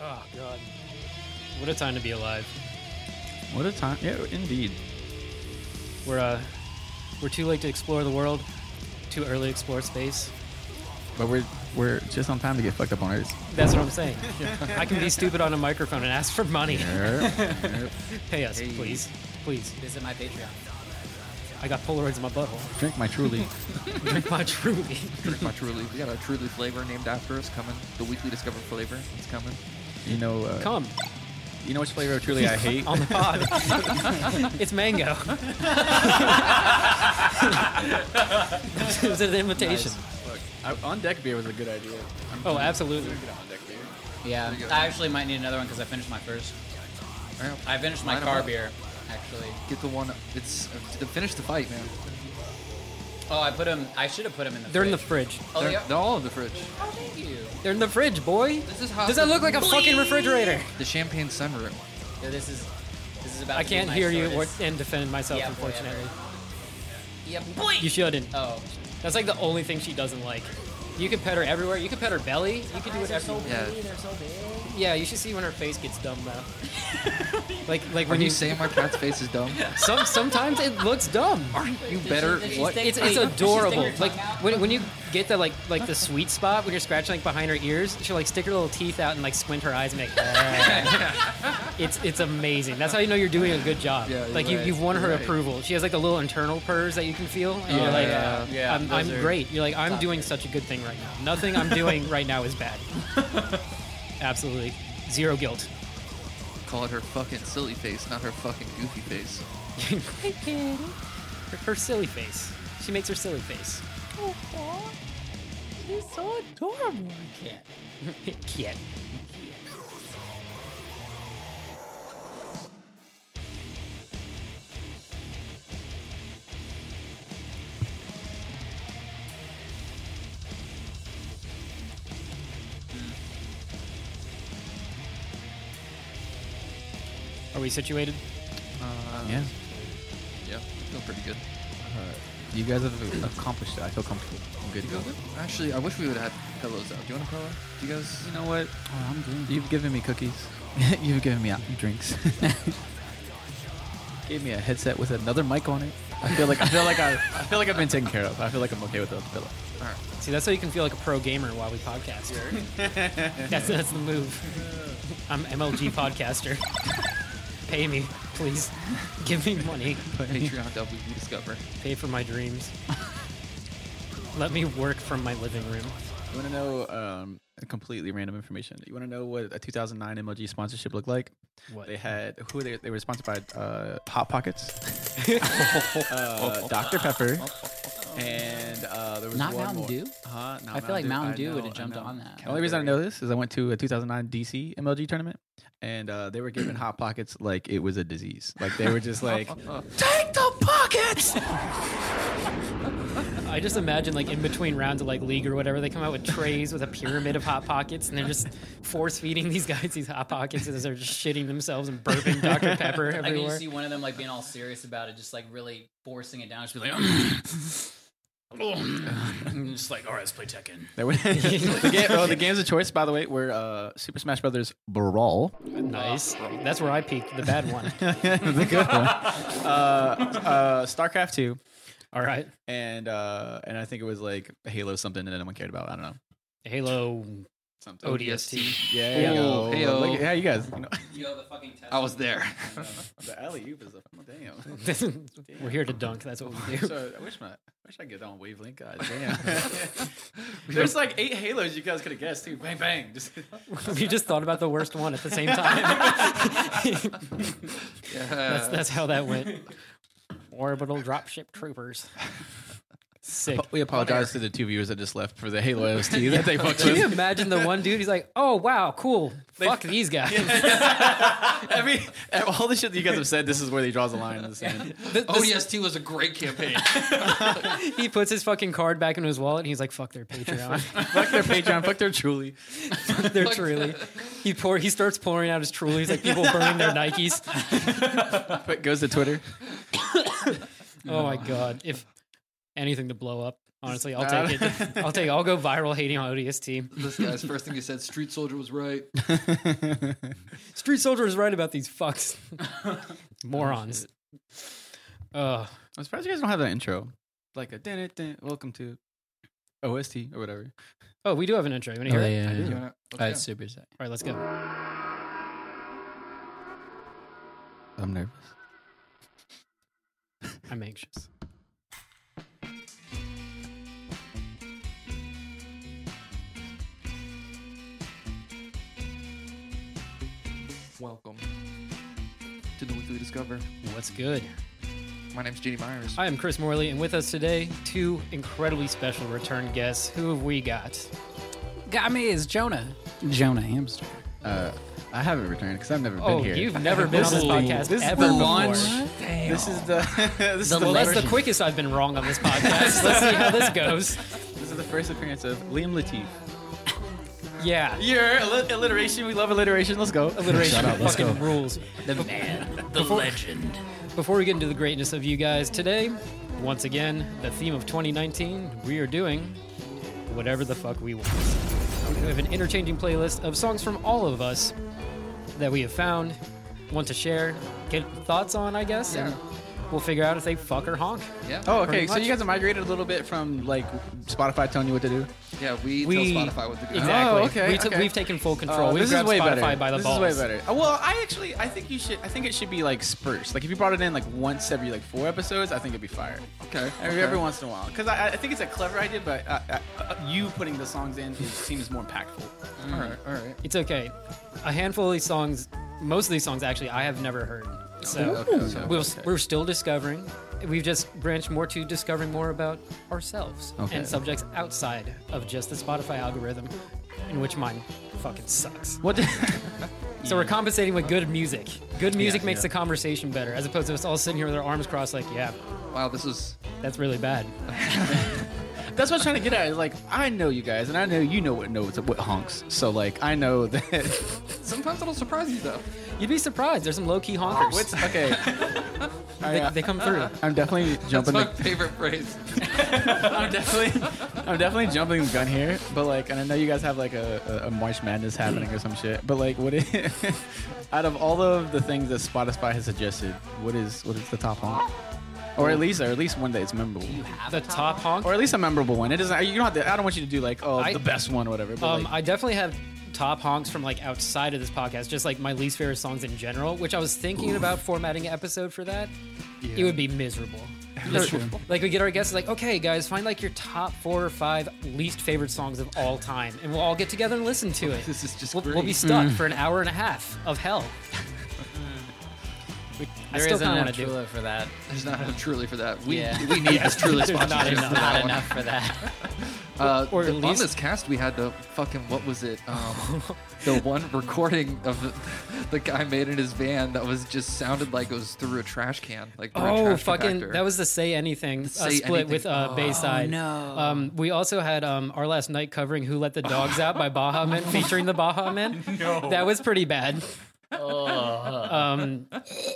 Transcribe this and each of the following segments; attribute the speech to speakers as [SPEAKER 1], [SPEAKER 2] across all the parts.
[SPEAKER 1] Oh god. What a time to be alive.
[SPEAKER 2] What a time! Yeah, indeed.
[SPEAKER 1] We're uh we're too late to explore the world, too early to explore space.
[SPEAKER 2] But we're we're just on time to get fucked up on Earth.
[SPEAKER 1] That's what I'm saying. I can be stupid on a microphone and ask for money.
[SPEAKER 2] Yep, yep.
[SPEAKER 1] Pay us,
[SPEAKER 3] Hey.
[SPEAKER 1] please. Please.
[SPEAKER 3] Visit my Patreon.
[SPEAKER 1] I got Polaroids in my butthole.
[SPEAKER 2] Drink my truly.
[SPEAKER 1] Drink my truly.
[SPEAKER 3] Drink my Truly. We got a Truly flavor named after us coming. The weekly Discover flavor. It's coming.
[SPEAKER 2] You know. Uh,
[SPEAKER 1] Come
[SPEAKER 2] You know which flavor of truly I hate?
[SPEAKER 1] on the pod. it's mango. it was an invitation.
[SPEAKER 2] I- on deck beer was a good idea. I'm
[SPEAKER 1] Oh, absolutely.
[SPEAKER 2] get on deck beer.
[SPEAKER 4] Yeah,
[SPEAKER 3] you go.
[SPEAKER 4] I actually might need another one because I finished my first.
[SPEAKER 3] Alright,
[SPEAKER 4] I finished my
[SPEAKER 3] Line 'em
[SPEAKER 4] car
[SPEAKER 3] up.
[SPEAKER 4] beer, actually.
[SPEAKER 3] Get the one. It's uh, to finish the fight, man.
[SPEAKER 4] Oh, I put them. I should have put them in the.
[SPEAKER 1] They're in the
[SPEAKER 4] fridge.
[SPEAKER 1] fridge.
[SPEAKER 4] Oh,
[SPEAKER 3] They're,
[SPEAKER 4] they are-
[SPEAKER 3] they're all in the fridge.
[SPEAKER 4] oh, thank you.
[SPEAKER 1] They're in the fridge, boy.
[SPEAKER 3] This is how.
[SPEAKER 1] Does that look like a fucking refrigerator?
[SPEAKER 3] The champagne sunroom.
[SPEAKER 4] Yeah, this is. This is about.
[SPEAKER 1] I
[SPEAKER 4] to be
[SPEAKER 1] can't
[SPEAKER 4] my
[SPEAKER 1] hear you or,
[SPEAKER 4] shortest-
[SPEAKER 1] and defend myself,
[SPEAKER 4] Yeah, boy,
[SPEAKER 1] unfortunately.
[SPEAKER 4] Yeah, boy.
[SPEAKER 1] You shouldn't.
[SPEAKER 4] Oh,
[SPEAKER 1] That's like the only thing she doesn't like. You can pet her everywhere. You can pet her belly. You can do whatever. you want.
[SPEAKER 3] Yeah.
[SPEAKER 1] yeah, you should see when her face gets dumb though. like like
[SPEAKER 3] When
[SPEAKER 1] when
[SPEAKER 3] you saying my cat's face is dumb?
[SPEAKER 1] some sometimes it looks dumb.
[SPEAKER 3] You better
[SPEAKER 4] did she
[SPEAKER 3] what?
[SPEAKER 4] think-
[SPEAKER 1] It's it's
[SPEAKER 4] Wait, does she stick her
[SPEAKER 1] adorable.
[SPEAKER 4] tongue
[SPEAKER 1] Like
[SPEAKER 4] out?
[SPEAKER 1] when, when you get the like like the sweet spot when you're scratching like behind her ears, she'll like stick her little teeth out and like squint her eyes and make. it's it's amazing. That's how you know you're doing a good job.
[SPEAKER 3] Yeah, you're
[SPEAKER 1] like you
[SPEAKER 3] right.
[SPEAKER 1] you've won her
[SPEAKER 3] You're right.
[SPEAKER 1] approval. She has like the little internal purrs that you can feel, and you're
[SPEAKER 3] Yeah,
[SPEAKER 1] like, "Ah,
[SPEAKER 3] yeah.
[SPEAKER 4] Yeah,
[SPEAKER 1] I'm,
[SPEAKER 4] those
[SPEAKER 1] I'm
[SPEAKER 4] are
[SPEAKER 1] great. You're like, I'm
[SPEAKER 4] top
[SPEAKER 1] doing
[SPEAKER 4] tier.
[SPEAKER 1] such a good thing right now. Nothing I'm doing right now is bad. Absolutely, zero guilt.
[SPEAKER 3] Call it her fucking silly face, not her fucking goofy face.
[SPEAKER 1] Her, her silly face. She makes her silly face.
[SPEAKER 4] can't.
[SPEAKER 1] Kid. Are we situated?
[SPEAKER 3] Uh,
[SPEAKER 2] Yeah.
[SPEAKER 3] Yeah. I feel pretty good.
[SPEAKER 2] You guys have accomplished it. I feel comfortable. I'm good to
[SPEAKER 3] You
[SPEAKER 2] go.
[SPEAKER 3] feel good? Actually, I wish we would have had pillows out. Do you want a pillow? Do you guys?
[SPEAKER 2] You know what? Oh, I'm good. You've given me cookies. You've given me uh, drinks. Gave me a headset with another mic on it. I feel like I feel like I, I feel like I've been taken care of. I feel like I'm okay with the pillow.
[SPEAKER 3] All right.
[SPEAKER 1] See, that's how you can feel like a pro gamer while we podcast. that's, that's the move. I'm MLG podcaster. Pay me, please. Give me money.
[SPEAKER 3] Patreon double discover.
[SPEAKER 1] Pay for my dreams. Let me work from my living room.
[SPEAKER 2] You want to know um, completely random information? You want to know what a 2009 MLG sponsorship looked like?
[SPEAKER 1] What?
[SPEAKER 2] They had who they, they were sponsored by uh, Hot Pockets, uh, Dr Pepper, and uh, there was
[SPEAKER 4] Not
[SPEAKER 2] one
[SPEAKER 4] Mountain
[SPEAKER 2] more.
[SPEAKER 4] Dew?
[SPEAKER 2] Huh? Not
[SPEAKER 4] I feel like Mountain
[SPEAKER 2] I
[SPEAKER 4] Dew
[SPEAKER 2] know,
[SPEAKER 4] would have
[SPEAKER 2] I
[SPEAKER 4] jumped
[SPEAKER 2] know.
[SPEAKER 4] on that.
[SPEAKER 2] The only reason I know this is I went to a 2009 DC MLG tournament, and uh, they were giving Hot Pockets like it was a disease. Like they were just like, take the pockets.
[SPEAKER 1] I just imagine like in between rounds of like league or whatever, they come out with trays with a pyramid of hot pockets, and they're just force feeding these guys these hot pockets as they're just shitting themselves and burping Dr Pepper
[SPEAKER 4] I can just
[SPEAKER 1] everywhere.
[SPEAKER 4] see one of them like being all serious about it, just like really forcing it down. Just be like, I'm just like, all right, let's play Tekken.
[SPEAKER 2] They were- the, game, oh, the games of choice, by the way, were uh, Super Smash Brothers Brawl.
[SPEAKER 1] Nice. That's where I peaked, the bad one.
[SPEAKER 2] the good one. Uh, uh, StarCraft two,
[SPEAKER 1] All right.
[SPEAKER 2] and uh, and I think it was like Halo something that no one cared about. I don't know.
[SPEAKER 1] Halo
[SPEAKER 2] Something.
[SPEAKER 1] ODST.
[SPEAKER 2] Yeah. there you
[SPEAKER 3] Ooh,
[SPEAKER 2] go.
[SPEAKER 3] hey-o.
[SPEAKER 2] Look at- yeah, you guys. You know,
[SPEAKER 4] Yo, the fucking test.
[SPEAKER 3] I was there.
[SPEAKER 2] the alley oop is a damn.
[SPEAKER 1] We're here to dunk. That's what we do.
[SPEAKER 2] So I wish my wish I could get on wavelength. God damn. There's like eight Halos you guys could have guessed too. Bang bang. Just
[SPEAKER 1] we just thought about the worst one at the same time.
[SPEAKER 3] Yeah.
[SPEAKER 1] that's, that's how that went. Orbital dropship troopers. Sick.
[SPEAKER 2] we apologize to the two viewers that just left for the Halo OST that they fucked
[SPEAKER 1] Can you
[SPEAKER 2] with.
[SPEAKER 1] imagine the one dude? He's like, "Oh wow, cool. Fuck these guys."
[SPEAKER 2] Every all the shit that you guys have said, this is where they draws the line in the sand.
[SPEAKER 1] Th-
[SPEAKER 5] Oh,
[SPEAKER 1] this-
[SPEAKER 3] ODST oh, was a great campaign.
[SPEAKER 1] he puts his fucking card back in his wallet. and He's like, "Fuck their Patreon.
[SPEAKER 2] fuck their Patreon. Fuck their Truly.
[SPEAKER 1] Fuck their Truly." He pour. He starts pouring out his Trulies like people burning their Nikes.
[SPEAKER 2] But goes to Twitter.
[SPEAKER 1] Oh my god! If anything to blow up, Honestly, I'll take it. I'll take. I'll go viral hating on ODST.
[SPEAKER 3] This guy's first thing he said, Street Soldier was right.
[SPEAKER 1] Street Soldier is right about these fucks, morons.
[SPEAKER 2] Oh,
[SPEAKER 1] Uh,
[SPEAKER 2] I'm surprised you guys don't have that intro. Like a dun it dun, welcome to OST or whatever.
[SPEAKER 1] oh, we do have an intro. You want to hear it?
[SPEAKER 5] yeah,
[SPEAKER 3] You
[SPEAKER 5] yeah.
[SPEAKER 3] wanna-
[SPEAKER 5] Uh,
[SPEAKER 3] let's
[SPEAKER 5] it's
[SPEAKER 3] go.
[SPEAKER 5] super sick.
[SPEAKER 1] All right, let's go.
[SPEAKER 2] I'm nervous.
[SPEAKER 1] I'm anxious.
[SPEAKER 3] Welcome to the Weekly Discover.
[SPEAKER 1] What's good?
[SPEAKER 3] My name's JD Myers.
[SPEAKER 1] I am Chris Morley, and with us today, two incredibly special return guests. Who have we got?
[SPEAKER 5] Got me is Jonah. Jonah Hamster.
[SPEAKER 2] Uh, I haven't returned because I've never
[SPEAKER 1] Oh,
[SPEAKER 2] been here.
[SPEAKER 1] you've never been on this
[SPEAKER 2] Ooh,
[SPEAKER 1] podcast
[SPEAKER 2] this is
[SPEAKER 1] ever
[SPEAKER 2] the
[SPEAKER 1] before.
[SPEAKER 2] launch. This is the this, is the,
[SPEAKER 1] Well, that's
[SPEAKER 2] first-
[SPEAKER 1] the quickest I've been wrong on this podcast. Let's see how this goes.
[SPEAKER 2] this is the first appearance of Liam Latif.
[SPEAKER 1] Yeah.
[SPEAKER 2] Your alliteration, we love alliteration. Let's go.
[SPEAKER 1] Alliteration fucking rules.
[SPEAKER 5] The man, the legend.
[SPEAKER 1] Before we get into the greatness of you guys today, once again, the theme of 2019, we are doing whatever the fuck we want. We have an interchanging playlist of songs from all of us that we have found, want to share, get thoughts on, I guess, and we'll figure out if they fuck or honk.
[SPEAKER 3] yeah.
[SPEAKER 2] Oh,
[SPEAKER 1] Pretty
[SPEAKER 2] okay. So
[SPEAKER 1] much.
[SPEAKER 2] you guys have migrated a little bit from like Spotify telling you what to do.
[SPEAKER 3] Yeah, we,
[SPEAKER 1] we-
[SPEAKER 3] tell Spotify what to do.
[SPEAKER 1] Exactly.
[SPEAKER 2] Oh, okay,
[SPEAKER 1] we took-
[SPEAKER 2] okay.
[SPEAKER 1] We've taken full control.
[SPEAKER 2] Uh,
[SPEAKER 1] we've
[SPEAKER 2] this is
[SPEAKER 1] grabbed
[SPEAKER 2] way
[SPEAKER 1] Spotify
[SPEAKER 2] better.
[SPEAKER 1] by the
[SPEAKER 2] this
[SPEAKER 1] balls.
[SPEAKER 2] is way better. Uh, Well, I actually, I think you should. I think it should be like spurs. Like if you brought it in like once every like four episodes, I think it'd be fire.
[SPEAKER 3] Okay.
[SPEAKER 2] Every,
[SPEAKER 3] okay.
[SPEAKER 2] every once in a while, because I, I think it's a clever idea, but uh, uh, uh, you putting the songs in is, seems more impactful.
[SPEAKER 3] All right, all right.
[SPEAKER 1] It's okay. A handful of these songs, most of these songs actually, I have never heard. So
[SPEAKER 2] Hmm.
[SPEAKER 3] Okay, okay.
[SPEAKER 1] we'll, we're still discovering. We've just branched more to discovering more about ourselves
[SPEAKER 2] Okay.
[SPEAKER 1] and subjects outside of just the Spotify algorithm, in which mine fucking sucks.
[SPEAKER 2] What?
[SPEAKER 1] So we're compensating with good music. Good music makes
[SPEAKER 2] yeah.
[SPEAKER 1] the conversation better, as opposed to us all sitting here with our arms crossed, like, yeah,
[SPEAKER 3] Wow, this is
[SPEAKER 1] that's really bad.
[SPEAKER 2] That's what I'm trying to get at. Is like I know you guys, and I know you know what know what's- what honks. So like I know that.
[SPEAKER 3] sometimes it'll surprise you though.
[SPEAKER 1] You'd be surprised. There's some low key honkers.
[SPEAKER 2] What's okay? uh,
[SPEAKER 1] they, they come through.
[SPEAKER 2] I'm definitely
[SPEAKER 3] That's
[SPEAKER 2] jumping.
[SPEAKER 3] my
[SPEAKER 2] the,
[SPEAKER 3] favorite phrase.
[SPEAKER 2] I'm definitely, I'm definitely jumping the gun here. But like, and I know you guys have like a, a, a March Madness happening or some shit. But like, what? Is, out of all of the things that Spotify has suggested, what is what is the top honk? Or at least, or at least one that it's memorable,
[SPEAKER 1] The top honk.
[SPEAKER 2] or at least a memorable one. It doesn't. You don't have to. I don't want you to do like, oh,
[SPEAKER 1] I-
[SPEAKER 2] the best one, or whatever. But
[SPEAKER 1] Um,
[SPEAKER 2] like,
[SPEAKER 1] I definitely have top honks from like outside of this podcast, just like my least favorite songs in general, which I was thinking about formatting an episode for that. It would be miserable.
[SPEAKER 2] Miserable.
[SPEAKER 1] Like we get our guests like, okay, guys, find like your top four or five least favorite songs of all time, and we'll all get together and listen to it.
[SPEAKER 3] Oh, This is just
[SPEAKER 1] we'll,
[SPEAKER 3] great. Hmm.
[SPEAKER 1] we'll be stuck for an hour and a half of hell. Which I
[SPEAKER 5] There
[SPEAKER 1] still
[SPEAKER 5] isn't
[SPEAKER 1] kind of
[SPEAKER 5] enough
[SPEAKER 1] want to do.
[SPEAKER 5] Trula for that.
[SPEAKER 3] There's not enough truly for that. We
[SPEAKER 5] Yeah.
[SPEAKER 3] we need this truly
[SPEAKER 1] There's not
[SPEAKER 3] sponsorship
[SPEAKER 1] enough.
[SPEAKER 3] for that
[SPEAKER 5] Not
[SPEAKER 3] one.
[SPEAKER 5] enough for that.
[SPEAKER 3] Uh,
[SPEAKER 1] Or
[SPEAKER 3] the-
[SPEAKER 1] at
[SPEAKER 3] on
[SPEAKER 1] least-
[SPEAKER 3] this cast, we had the fucking what was it? Um, the one recording of the, the guy made in his van that was just sounded like it was through a trash can, like through a
[SPEAKER 1] Oh,
[SPEAKER 3] trash
[SPEAKER 1] fucking!
[SPEAKER 3] compactor.
[SPEAKER 1] That was the "Say Anything" uh,
[SPEAKER 3] Say
[SPEAKER 1] split
[SPEAKER 3] Anything.
[SPEAKER 1] with uh, Bayside. No. Um, we also had um, our last night covering "Who Let the Dogs Out" by Baha Men, featuring the Baha Men. No. That was pretty bad. Um,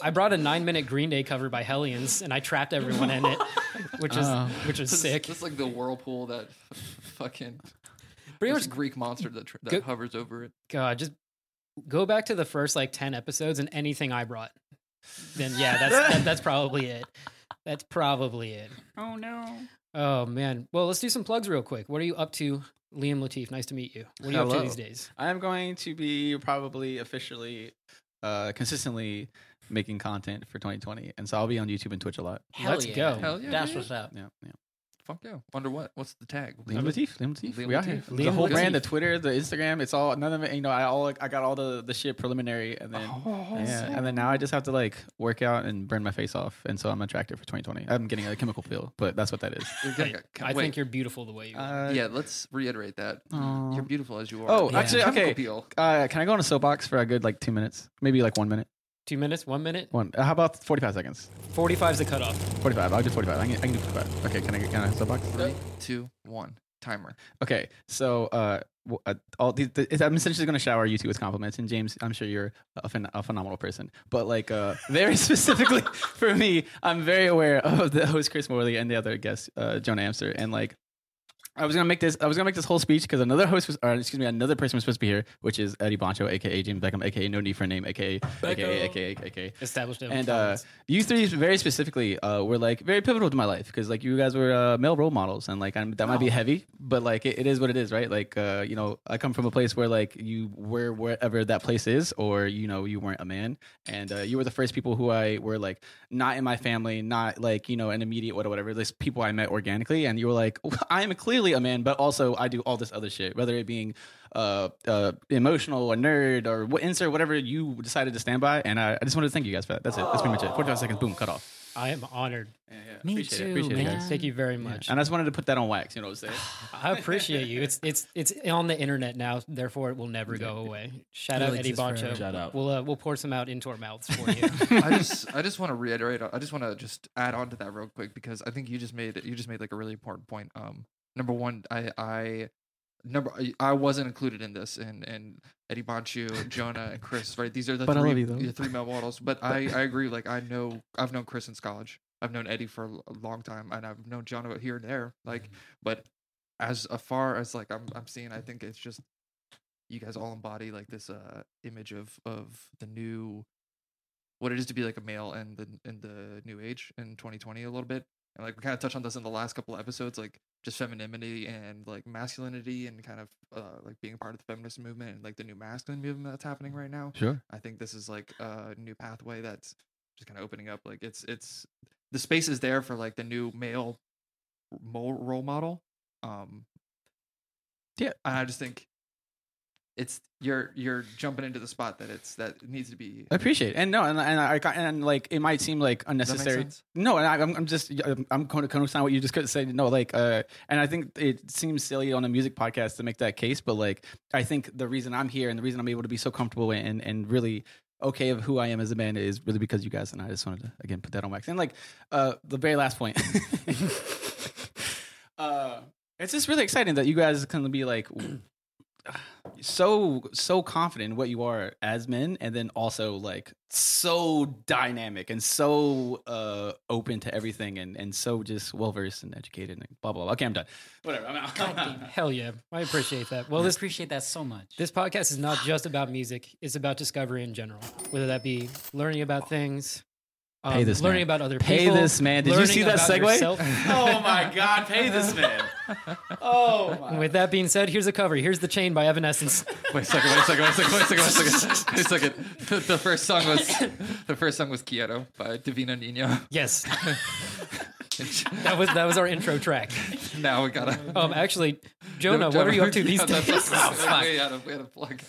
[SPEAKER 1] I brought a nine-minute Green Day cover by Hellions, and I trapped everyone in it, which is which is sick.
[SPEAKER 3] It's like the whirlpool that fucking
[SPEAKER 1] Pretty much,
[SPEAKER 3] there's a Greek monster that tr- that
[SPEAKER 1] Good-
[SPEAKER 3] hovers over it.
[SPEAKER 1] God, uh, just go back to the first like ten episodes and anything I brought. Then yeah, that's that, that's probably it. That's probably it.
[SPEAKER 2] oh no.
[SPEAKER 1] Oh man. Well, let's do some plugs real quick. What are you up to, Liam Latif? Nice to meet you. What are you up to
[SPEAKER 2] Hello.
[SPEAKER 1] these days?
[SPEAKER 2] I am going to be probably officially, uh, consistently making content for 2020, and so I'll be on YouTube and Twitch a lot.
[SPEAKER 5] Hell
[SPEAKER 1] Let's
[SPEAKER 5] yeah.
[SPEAKER 1] go.
[SPEAKER 3] Hell yeah,
[SPEAKER 5] That's
[SPEAKER 3] dude.
[SPEAKER 5] what's up.
[SPEAKER 2] Yeah, yeah.
[SPEAKER 3] Fuck yeah. Wonder what? What's the tag?
[SPEAKER 2] Liam Latif, Liam Latif,
[SPEAKER 3] Liam
[SPEAKER 2] we are here.
[SPEAKER 3] Latif.
[SPEAKER 1] Liam
[SPEAKER 2] the whole
[SPEAKER 1] Latif.
[SPEAKER 2] brand, the Twitter, the Instagram, it's all none of it. You know, I all I got all the the shit preliminary, and then yeah, and then now I just have to like work out and burn my face off, and so I'm attractive for 2020. I'm getting a chemical peel, but that's what that is.
[SPEAKER 3] You're
[SPEAKER 1] I,
[SPEAKER 3] gonna-
[SPEAKER 1] I
[SPEAKER 3] wait.
[SPEAKER 1] think you're beautiful the way you are.
[SPEAKER 2] Uh,
[SPEAKER 3] Yeah, let's reiterate that.
[SPEAKER 2] aw.
[SPEAKER 3] You're beautiful as you are.
[SPEAKER 2] Oh,
[SPEAKER 3] Yeah.
[SPEAKER 2] actually,
[SPEAKER 3] Chemical
[SPEAKER 2] okay.
[SPEAKER 3] peel.
[SPEAKER 2] Uh, can I go on a soapbox for a good like two minutes, maybe like one minute?
[SPEAKER 1] Two minutes, one minute,
[SPEAKER 2] One. uh, How about 45 seconds?
[SPEAKER 1] forty-five's the cutoff.
[SPEAKER 2] 45. I'll do 45. I can, I can do 45. Okay, can I can I soapbox?
[SPEAKER 3] Three, two, one. Timer.
[SPEAKER 2] Okay, so uh, w- uh, all the, the, I'm essentially going to shower you two with compliments, and James, I'm sure you're a, phen- a phenomenal person, but like uh, very specifically for me, I'm very aware of the host Chris Morley and the other guest uh, Jonah Amster, and like I was gonna make this. I was gonna make this whole speech because another host was, or excuse me, another person was supposed to be here, which is Eddie Boncho, aka James Beckham, aka No Need for a Name, aka aka aka aka.
[SPEAKER 1] Established in
[SPEAKER 2] And uh, you three very specifically uh, were like very pivotal to my life because like you guys were uh, male role models, and like I'm, that might be heavy, but like it, it is what it is, right? Like uh, you know, I come from a place where like you were wherever that place is, or you know, you weren't a man, and uh, you were the first people who I were like not in my family, not like you know an immediate what whatever. This people I met organically, and you were like, I am clearly a man, but also I do all this other shit, whether it being uh, uh, emotional, a nerd, or what insert whatever you decided to stand by. And I, I just wanted to thank you guys for that. That's it. That's pretty much it. 45 seconds, boom, cut off.
[SPEAKER 1] I am honored.
[SPEAKER 5] Me
[SPEAKER 2] Appreciate it,
[SPEAKER 5] too,
[SPEAKER 2] appreciate it,
[SPEAKER 5] man.
[SPEAKER 2] guys.
[SPEAKER 1] Thank you very much.
[SPEAKER 2] And I just wanted to put that on wax. You know what I'm saying?
[SPEAKER 1] I appreciate you. It's it's it's on the internet now, therefore it will never go away. Shout
[SPEAKER 5] It'll
[SPEAKER 1] out Eddie
[SPEAKER 5] exist forever.
[SPEAKER 1] Boncho.
[SPEAKER 6] Shout out.
[SPEAKER 1] We'll uh, we'll pour some out into our mouths for you.
[SPEAKER 3] I just I just want to reiterate. I just want to just add on to that real quick because I think you just made you just made like a really important point. Um, number one, I I number I- I wasn't included in this, and and Eddie Bonchu, Jonah, and Chris. Right, these are the
[SPEAKER 2] But I love
[SPEAKER 3] three
[SPEAKER 2] you, though.
[SPEAKER 3] the three male models. But I I agree. Like I know I've known Chris since college. I've known Eddie for a l- a long time, and I've known Jonah here and there.
[SPEAKER 2] Mm-hmm.
[SPEAKER 3] Like, but as a far as like I'm I'm seeing, I think it's just you guys all embody like this uh image of of the new what it is to be like a male in the in the new age in 2020 a little bit and like we kind of touched on this in the last couple of episodes like just femininity and like masculinity and kind of uh, like being part of the feminist movement and like the new masculine movement that's happening right now
[SPEAKER 2] Sure.
[SPEAKER 3] i think this is like a new pathway that's just kind of opening up like it's it's the space is there for like the new male mo- role model um
[SPEAKER 2] Yeah.
[SPEAKER 3] and i just think it's you're you're jumping into the spot that it's that needs to be
[SPEAKER 2] I appreciate it. And no, and, and I got, and like, it might seem like unnecessary.
[SPEAKER 3] sense?
[SPEAKER 2] No, and I, I'm, I'm just, um, I'm, I'm going to understand what you just could say. No, like, uh, and I think it seems silly on a music podcast to make that case, but like, I think the reason I'm here and the reason I'm able to be so comfortable and, and really okay of who I am as a man is really because you guys, and I just wanted to, again, put that on wax. And like, uh, the very last point. uh, it's just really exciting that you guys can be like, so so confident in what you are as men and then also like so dynamic and so uh open to everything and and so just well versed and educated and blah blah blah okay i'm done whatever i'm out
[SPEAKER 1] Hell yeah, I appreciate that. Well,
[SPEAKER 5] I
[SPEAKER 1] this
[SPEAKER 5] appreciate that so much.
[SPEAKER 1] This podcast is not just about music; it's about discovery in general. Whether that be learning about things, um,
[SPEAKER 2] Pay this
[SPEAKER 1] learning
[SPEAKER 2] man.
[SPEAKER 1] about other
[SPEAKER 2] Pay
[SPEAKER 1] people.
[SPEAKER 2] this man. Did you
[SPEAKER 1] learning
[SPEAKER 2] see that
[SPEAKER 1] about
[SPEAKER 2] segue?
[SPEAKER 1] yourself.
[SPEAKER 2] oh my god pay this man oh
[SPEAKER 1] And with that being said, here's a cover. Here's the chain by Evanescence.
[SPEAKER 3] Wait a second, wait a second, wait a second, wait a second, wait a second. Wait a second. The, the first song was the first song was Quieto by Divina Nina.
[SPEAKER 1] yes, that was that was our intro track.
[SPEAKER 3] now we gotta
[SPEAKER 1] Um, actually, Jonah, what are you up to these
[SPEAKER 3] Yeah,
[SPEAKER 1] days? Oh,
[SPEAKER 3] that's-
[SPEAKER 5] fuck.
[SPEAKER 3] we, had a, we had a plug.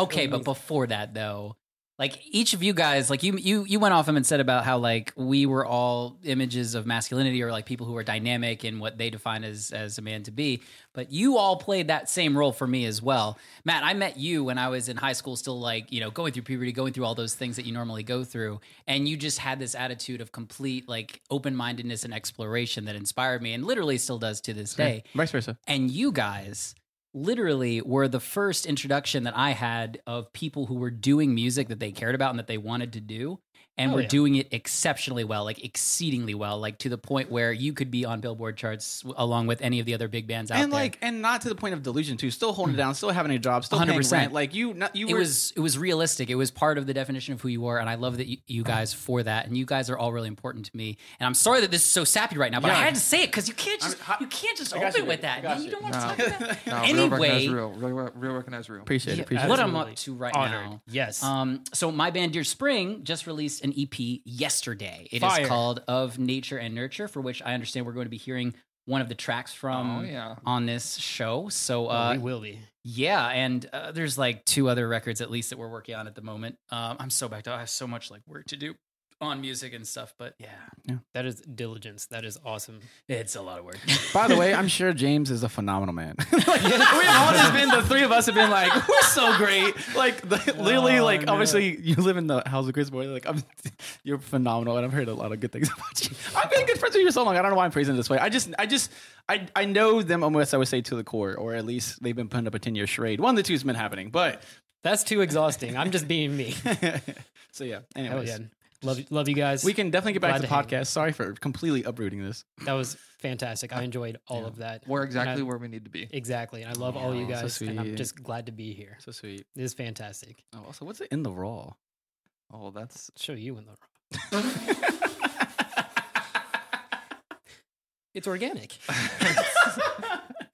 [SPEAKER 5] Okay, but before that though, like each of you guys, like you you you went off him and said about how like we were all images of masculinity or like people who are dynamic and what they define as as a man to be. But you all played that same role for me as well. Matt, I met you when I was in high school, still like, you know, going through puberty, going through all those things that you normally go through. And you just had this attitude of complete like open mindedness and exploration that inspired me and literally still does to this day
[SPEAKER 2] vice versa
[SPEAKER 5] and you guys literally were the first introduction that I had of people who were doing music that they cared about and that they wanted to do and
[SPEAKER 1] Oh,
[SPEAKER 5] were
[SPEAKER 1] yeah.
[SPEAKER 5] doing it exceptionally well like exceedingly well like to the point where you could be on billboard charts w- along with any of the other big bands out
[SPEAKER 2] and
[SPEAKER 5] there
[SPEAKER 2] like and not to the point of delusion too still holding it down still having a job still 100
[SPEAKER 5] 100%.
[SPEAKER 2] paying rent like you not you
[SPEAKER 5] it
[SPEAKER 2] were
[SPEAKER 5] was it was realistic. It was part of the definition of who you were, and I love that you, you guys for that. And you guys are all really important to me. And I'm sorry that this is so sappy right now, but I had to say it because you can't just you can't just
[SPEAKER 2] got
[SPEAKER 5] open
[SPEAKER 2] you,
[SPEAKER 5] with
[SPEAKER 2] dude. I
[SPEAKER 5] that.
[SPEAKER 2] got
[SPEAKER 5] man. You
[SPEAKER 2] you.
[SPEAKER 5] don't want to
[SPEAKER 3] No.
[SPEAKER 5] talk about that.
[SPEAKER 3] No, real
[SPEAKER 5] anyway,
[SPEAKER 3] recognize real, real, real recognize real.
[SPEAKER 2] appreciate it appreciate
[SPEAKER 5] what I'm
[SPEAKER 1] Absolutely.
[SPEAKER 5] up to right
[SPEAKER 1] Honored.
[SPEAKER 5] now.
[SPEAKER 1] Yes.
[SPEAKER 5] Um, so my band Deer Spring just released an EP yesterday. It is
[SPEAKER 1] Fire.
[SPEAKER 5] called Of Nature and Nurture, for which I understand we're going to be hearing one of the tracks from
[SPEAKER 3] Oh, yeah.
[SPEAKER 5] on this show. So
[SPEAKER 1] Oh,
[SPEAKER 5] uh,
[SPEAKER 1] we will be.
[SPEAKER 5] yeah, and uh, there's like two other records at least that we're working on at the moment. Um, I'm so backed up. I have so much like work to do on music and stuff, but yeah,
[SPEAKER 1] That is diligence. That is awesome.
[SPEAKER 5] it's a lot of work.
[SPEAKER 2] By the way, I'm sure James is a phenomenal man. We've all just Oh, been the three of us have been like, we're so great. Like the, literally, like obviously you live in the house of Chris Boy. Like I'm, you're phenomenal, and I've heard a lot of good things about you. I've been good friends with you for so long. I don't know why I'm praising it this way. I just, I just, I, I know them almost. I would say to the core, or at least they've been putting up a ten year charade. One of the two's been happening, but
[SPEAKER 1] That's too exhausting. I'm just being me.
[SPEAKER 2] so yeah.
[SPEAKER 1] Hell
[SPEAKER 2] Anyways,
[SPEAKER 1] yeah. Love, love you guys.
[SPEAKER 2] We can definitely get back
[SPEAKER 1] Glad
[SPEAKER 2] to the
[SPEAKER 1] to hang.
[SPEAKER 2] podcast. Sorry for completely uprooting this.
[SPEAKER 1] that was fantastic. I enjoyed all of that.
[SPEAKER 3] We're
[SPEAKER 1] And I-
[SPEAKER 3] exactly where we need to be.
[SPEAKER 1] exactly. And I love all you
[SPEAKER 2] Aw, so
[SPEAKER 1] guys. and I'm
[SPEAKER 2] sweet.
[SPEAKER 1] just glad to be here.
[SPEAKER 2] So sweet.
[SPEAKER 1] This is fantastic.
[SPEAKER 2] Oh, also, what's it in the raw?
[SPEAKER 3] Oh, that's
[SPEAKER 1] show you in the It's organic.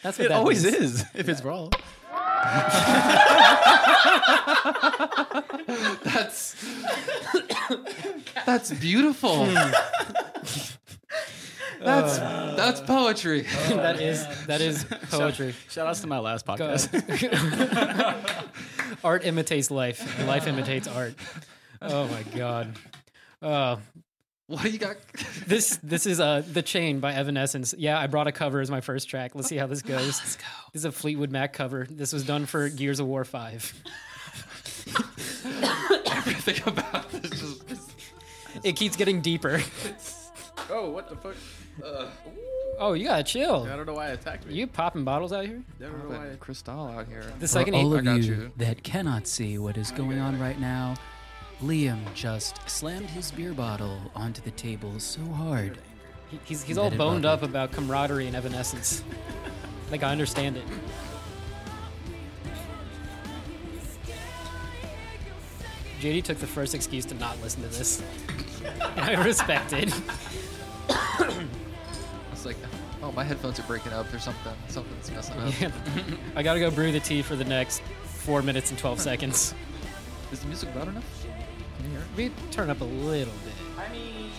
[SPEAKER 1] That's what
[SPEAKER 2] it
[SPEAKER 1] that
[SPEAKER 2] always
[SPEAKER 1] means.
[SPEAKER 2] is if it's raw.
[SPEAKER 3] that's that's beautiful.
[SPEAKER 1] Hmm.
[SPEAKER 3] that's
[SPEAKER 1] Uh.
[SPEAKER 3] that's poetry.
[SPEAKER 1] that is that is poetry.
[SPEAKER 2] Shout outs to my last
[SPEAKER 1] Go.
[SPEAKER 2] podcast.
[SPEAKER 1] art imitates life. and Life imitates art. Oh my god. Uh,
[SPEAKER 3] what do you got?
[SPEAKER 1] this this is uh the chain by Evanescence. Yeah, I brought a cover as my first track. Let's see how this goes. Let's go. This is a Fleetwood Mac cover. This was done for Gears of War Five.
[SPEAKER 3] Everything about this is just
[SPEAKER 1] It keeps getting deeper.
[SPEAKER 2] oh, what the fuck? Uh,
[SPEAKER 1] Oh, you gotta chill.
[SPEAKER 2] I don't know why it attacked me.
[SPEAKER 1] You popping bottles out here?
[SPEAKER 2] Never know why.
[SPEAKER 3] But Cristal out here. Oh,
[SPEAKER 1] The
[SPEAKER 5] For
[SPEAKER 1] second
[SPEAKER 5] all
[SPEAKER 1] he-
[SPEAKER 3] I
[SPEAKER 5] of
[SPEAKER 3] got
[SPEAKER 5] you,
[SPEAKER 3] you.
[SPEAKER 5] that cannot see what is going on right now, Liam just slammed his beer bottle onto the table so hard.
[SPEAKER 1] he- he's he's all
[SPEAKER 5] That it
[SPEAKER 1] boned up
[SPEAKER 5] bubbled.
[SPEAKER 1] about camaraderie and Evanescence. like I understand it. JD took the first excuse to not listen to this. And I respect it.
[SPEAKER 3] It's like, oh, my headphones are breaking up. There's something, something's messing up.
[SPEAKER 1] I gotta go brew the tea for the next four minutes and twelve seconds.
[SPEAKER 3] Is the music loud enough?
[SPEAKER 1] We turn up a little bit.
[SPEAKER 4] I mean,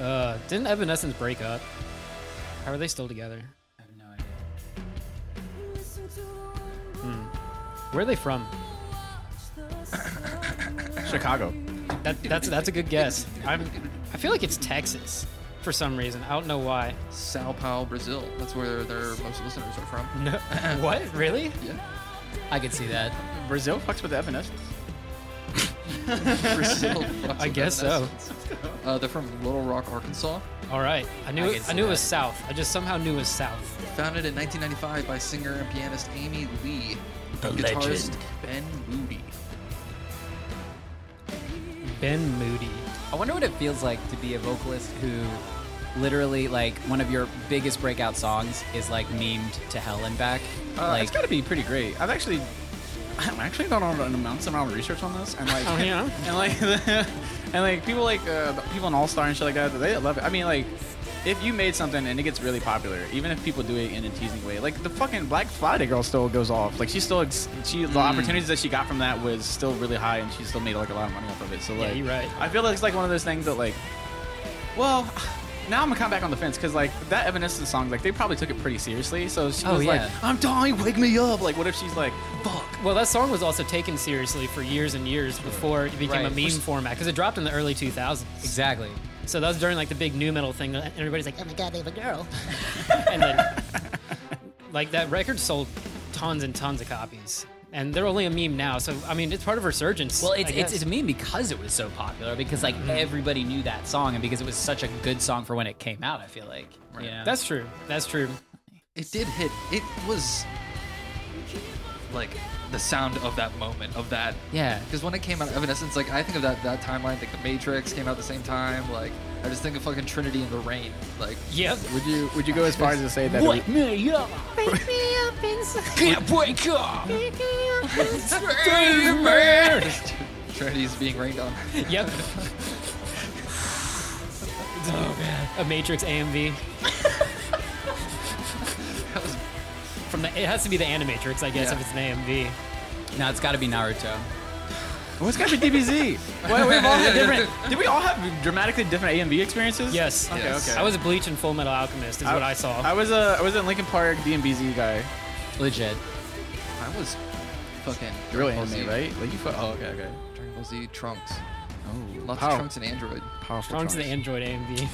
[SPEAKER 1] Uh, didn't Evanescence break up? How are they still together?
[SPEAKER 4] I have no idea.
[SPEAKER 1] Where are they from?
[SPEAKER 2] Chicago.
[SPEAKER 1] That, that's that's a good guess. I'm. I feel like it's Texas for some reason. I don't know why.
[SPEAKER 3] Sao Paulo, Brazil. That's where their most listeners are from.
[SPEAKER 1] No. what? Really?
[SPEAKER 5] I could see that.
[SPEAKER 2] Brazil fucks with Evanescence.
[SPEAKER 3] Brazil.
[SPEAKER 1] I guess so.
[SPEAKER 3] Uh, they're from Little Rock, Arkansas.
[SPEAKER 1] All right. I knew.
[SPEAKER 5] I
[SPEAKER 1] it-
[SPEAKER 5] can
[SPEAKER 1] I,
[SPEAKER 5] see
[SPEAKER 1] knew it
[SPEAKER 5] that.
[SPEAKER 1] was South. I just somehow knew it was South.
[SPEAKER 3] Founded in 1995 by singer and pianist Amy Lee,
[SPEAKER 5] The
[SPEAKER 3] guitarist
[SPEAKER 5] legend.
[SPEAKER 3] Ben Moody.
[SPEAKER 1] Ben Moody.
[SPEAKER 5] I wonder what it feels like to be a vocalist who literally, like, one of your biggest breakout songs is, like, memed to hell and back.
[SPEAKER 2] Uh,
[SPEAKER 5] like,
[SPEAKER 2] it's got to be pretty great. I've actually, I'm actually done on an amount amount of research on this, and like,
[SPEAKER 1] Oh, yeah?
[SPEAKER 2] and like, and like people like uh, people in All Star and shit like that, they love it. I mean, like, if you made something and it gets really popular, even if people do it in a teasing way, like the fucking Black Friday girl still goes off. Like she still, ex- she
[SPEAKER 1] Mm.
[SPEAKER 2] the opportunities that she got from that was still really high, and she still made like a lot of money off of it. So like,
[SPEAKER 1] you're right.
[SPEAKER 2] I feel like it's like one of those things that like, well. Now I'm gonna come back on the fence because like that Evanescence song, like they probably took it pretty seriously. So she
[SPEAKER 5] Oh,
[SPEAKER 2] was
[SPEAKER 5] yeah.
[SPEAKER 2] like, I'm dying, wake me up. Like, what if she's like, fuck.
[SPEAKER 1] Well, that song was also taken seriously for years and years before it became a
[SPEAKER 5] Right.
[SPEAKER 1] meme format because it dropped in the early 2000s.
[SPEAKER 5] exactly.
[SPEAKER 1] So that was during like the big new metal thing. And everybody's like, "Oh my god, they have a girl," and then like that record sold tons and tons of copies, and they're only a meme now. So I mean, it's part of resurgence.
[SPEAKER 5] Well,
[SPEAKER 1] I
[SPEAKER 5] it's, it's,
[SPEAKER 1] guess.
[SPEAKER 5] it's a meme because it was so popular, because, like, everybody knew that song, and because it was such a good song for when it came out, I feel like. You know?
[SPEAKER 1] that's true. That's true.
[SPEAKER 3] It did hit. It was like the sound of that moment, of that
[SPEAKER 5] Yeah.
[SPEAKER 3] Because when it came out, Evanescence, like I think of that that timeline, like The Matrix came out at the same time. Like I just think of fucking Trinity in the Rain. Like
[SPEAKER 1] Yep.
[SPEAKER 2] Would you would you go as far as to say that?
[SPEAKER 5] Wake me up! Wake me up inside! Can't wake up!
[SPEAKER 3] Trinity's being rained on.
[SPEAKER 1] Yep.
[SPEAKER 5] Oh,
[SPEAKER 1] A Matrix AMV
[SPEAKER 3] That was
[SPEAKER 1] from the. It has to be the Animatrix, I guess,
[SPEAKER 3] Yeah.
[SPEAKER 1] if it's an AMV.
[SPEAKER 5] No, it's got to be Naruto.
[SPEAKER 2] Well, it's gotta be DBZ. well, we've all had different. Did we all have dramatically different AMV experiences?
[SPEAKER 1] Yes.
[SPEAKER 2] Okay.
[SPEAKER 3] Yes.
[SPEAKER 2] Okay.
[SPEAKER 1] I was a Bleach and Full Metal Alchemist, is what I saw.
[SPEAKER 2] I was a I was in Lincoln Park DMBZ guy.
[SPEAKER 5] Legit.
[SPEAKER 3] I was fucking
[SPEAKER 2] You're really
[SPEAKER 3] Dragon Ball
[SPEAKER 2] anime,
[SPEAKER 3] Z-
[SPEAKER 2] right? Like you. Fu- oh, okay, okay.
[SPEAKER 3] Dragon Ball Z Trunks.
[SPEAKER 2] Oh,
[SPEAKER 3] Lots
[SPEAKER 2] power-
[SPEAKER 3] of Trunks and Android.
[SPEAKER 2] Powerful
[SPEAKER 1] Trunks the Android AMV.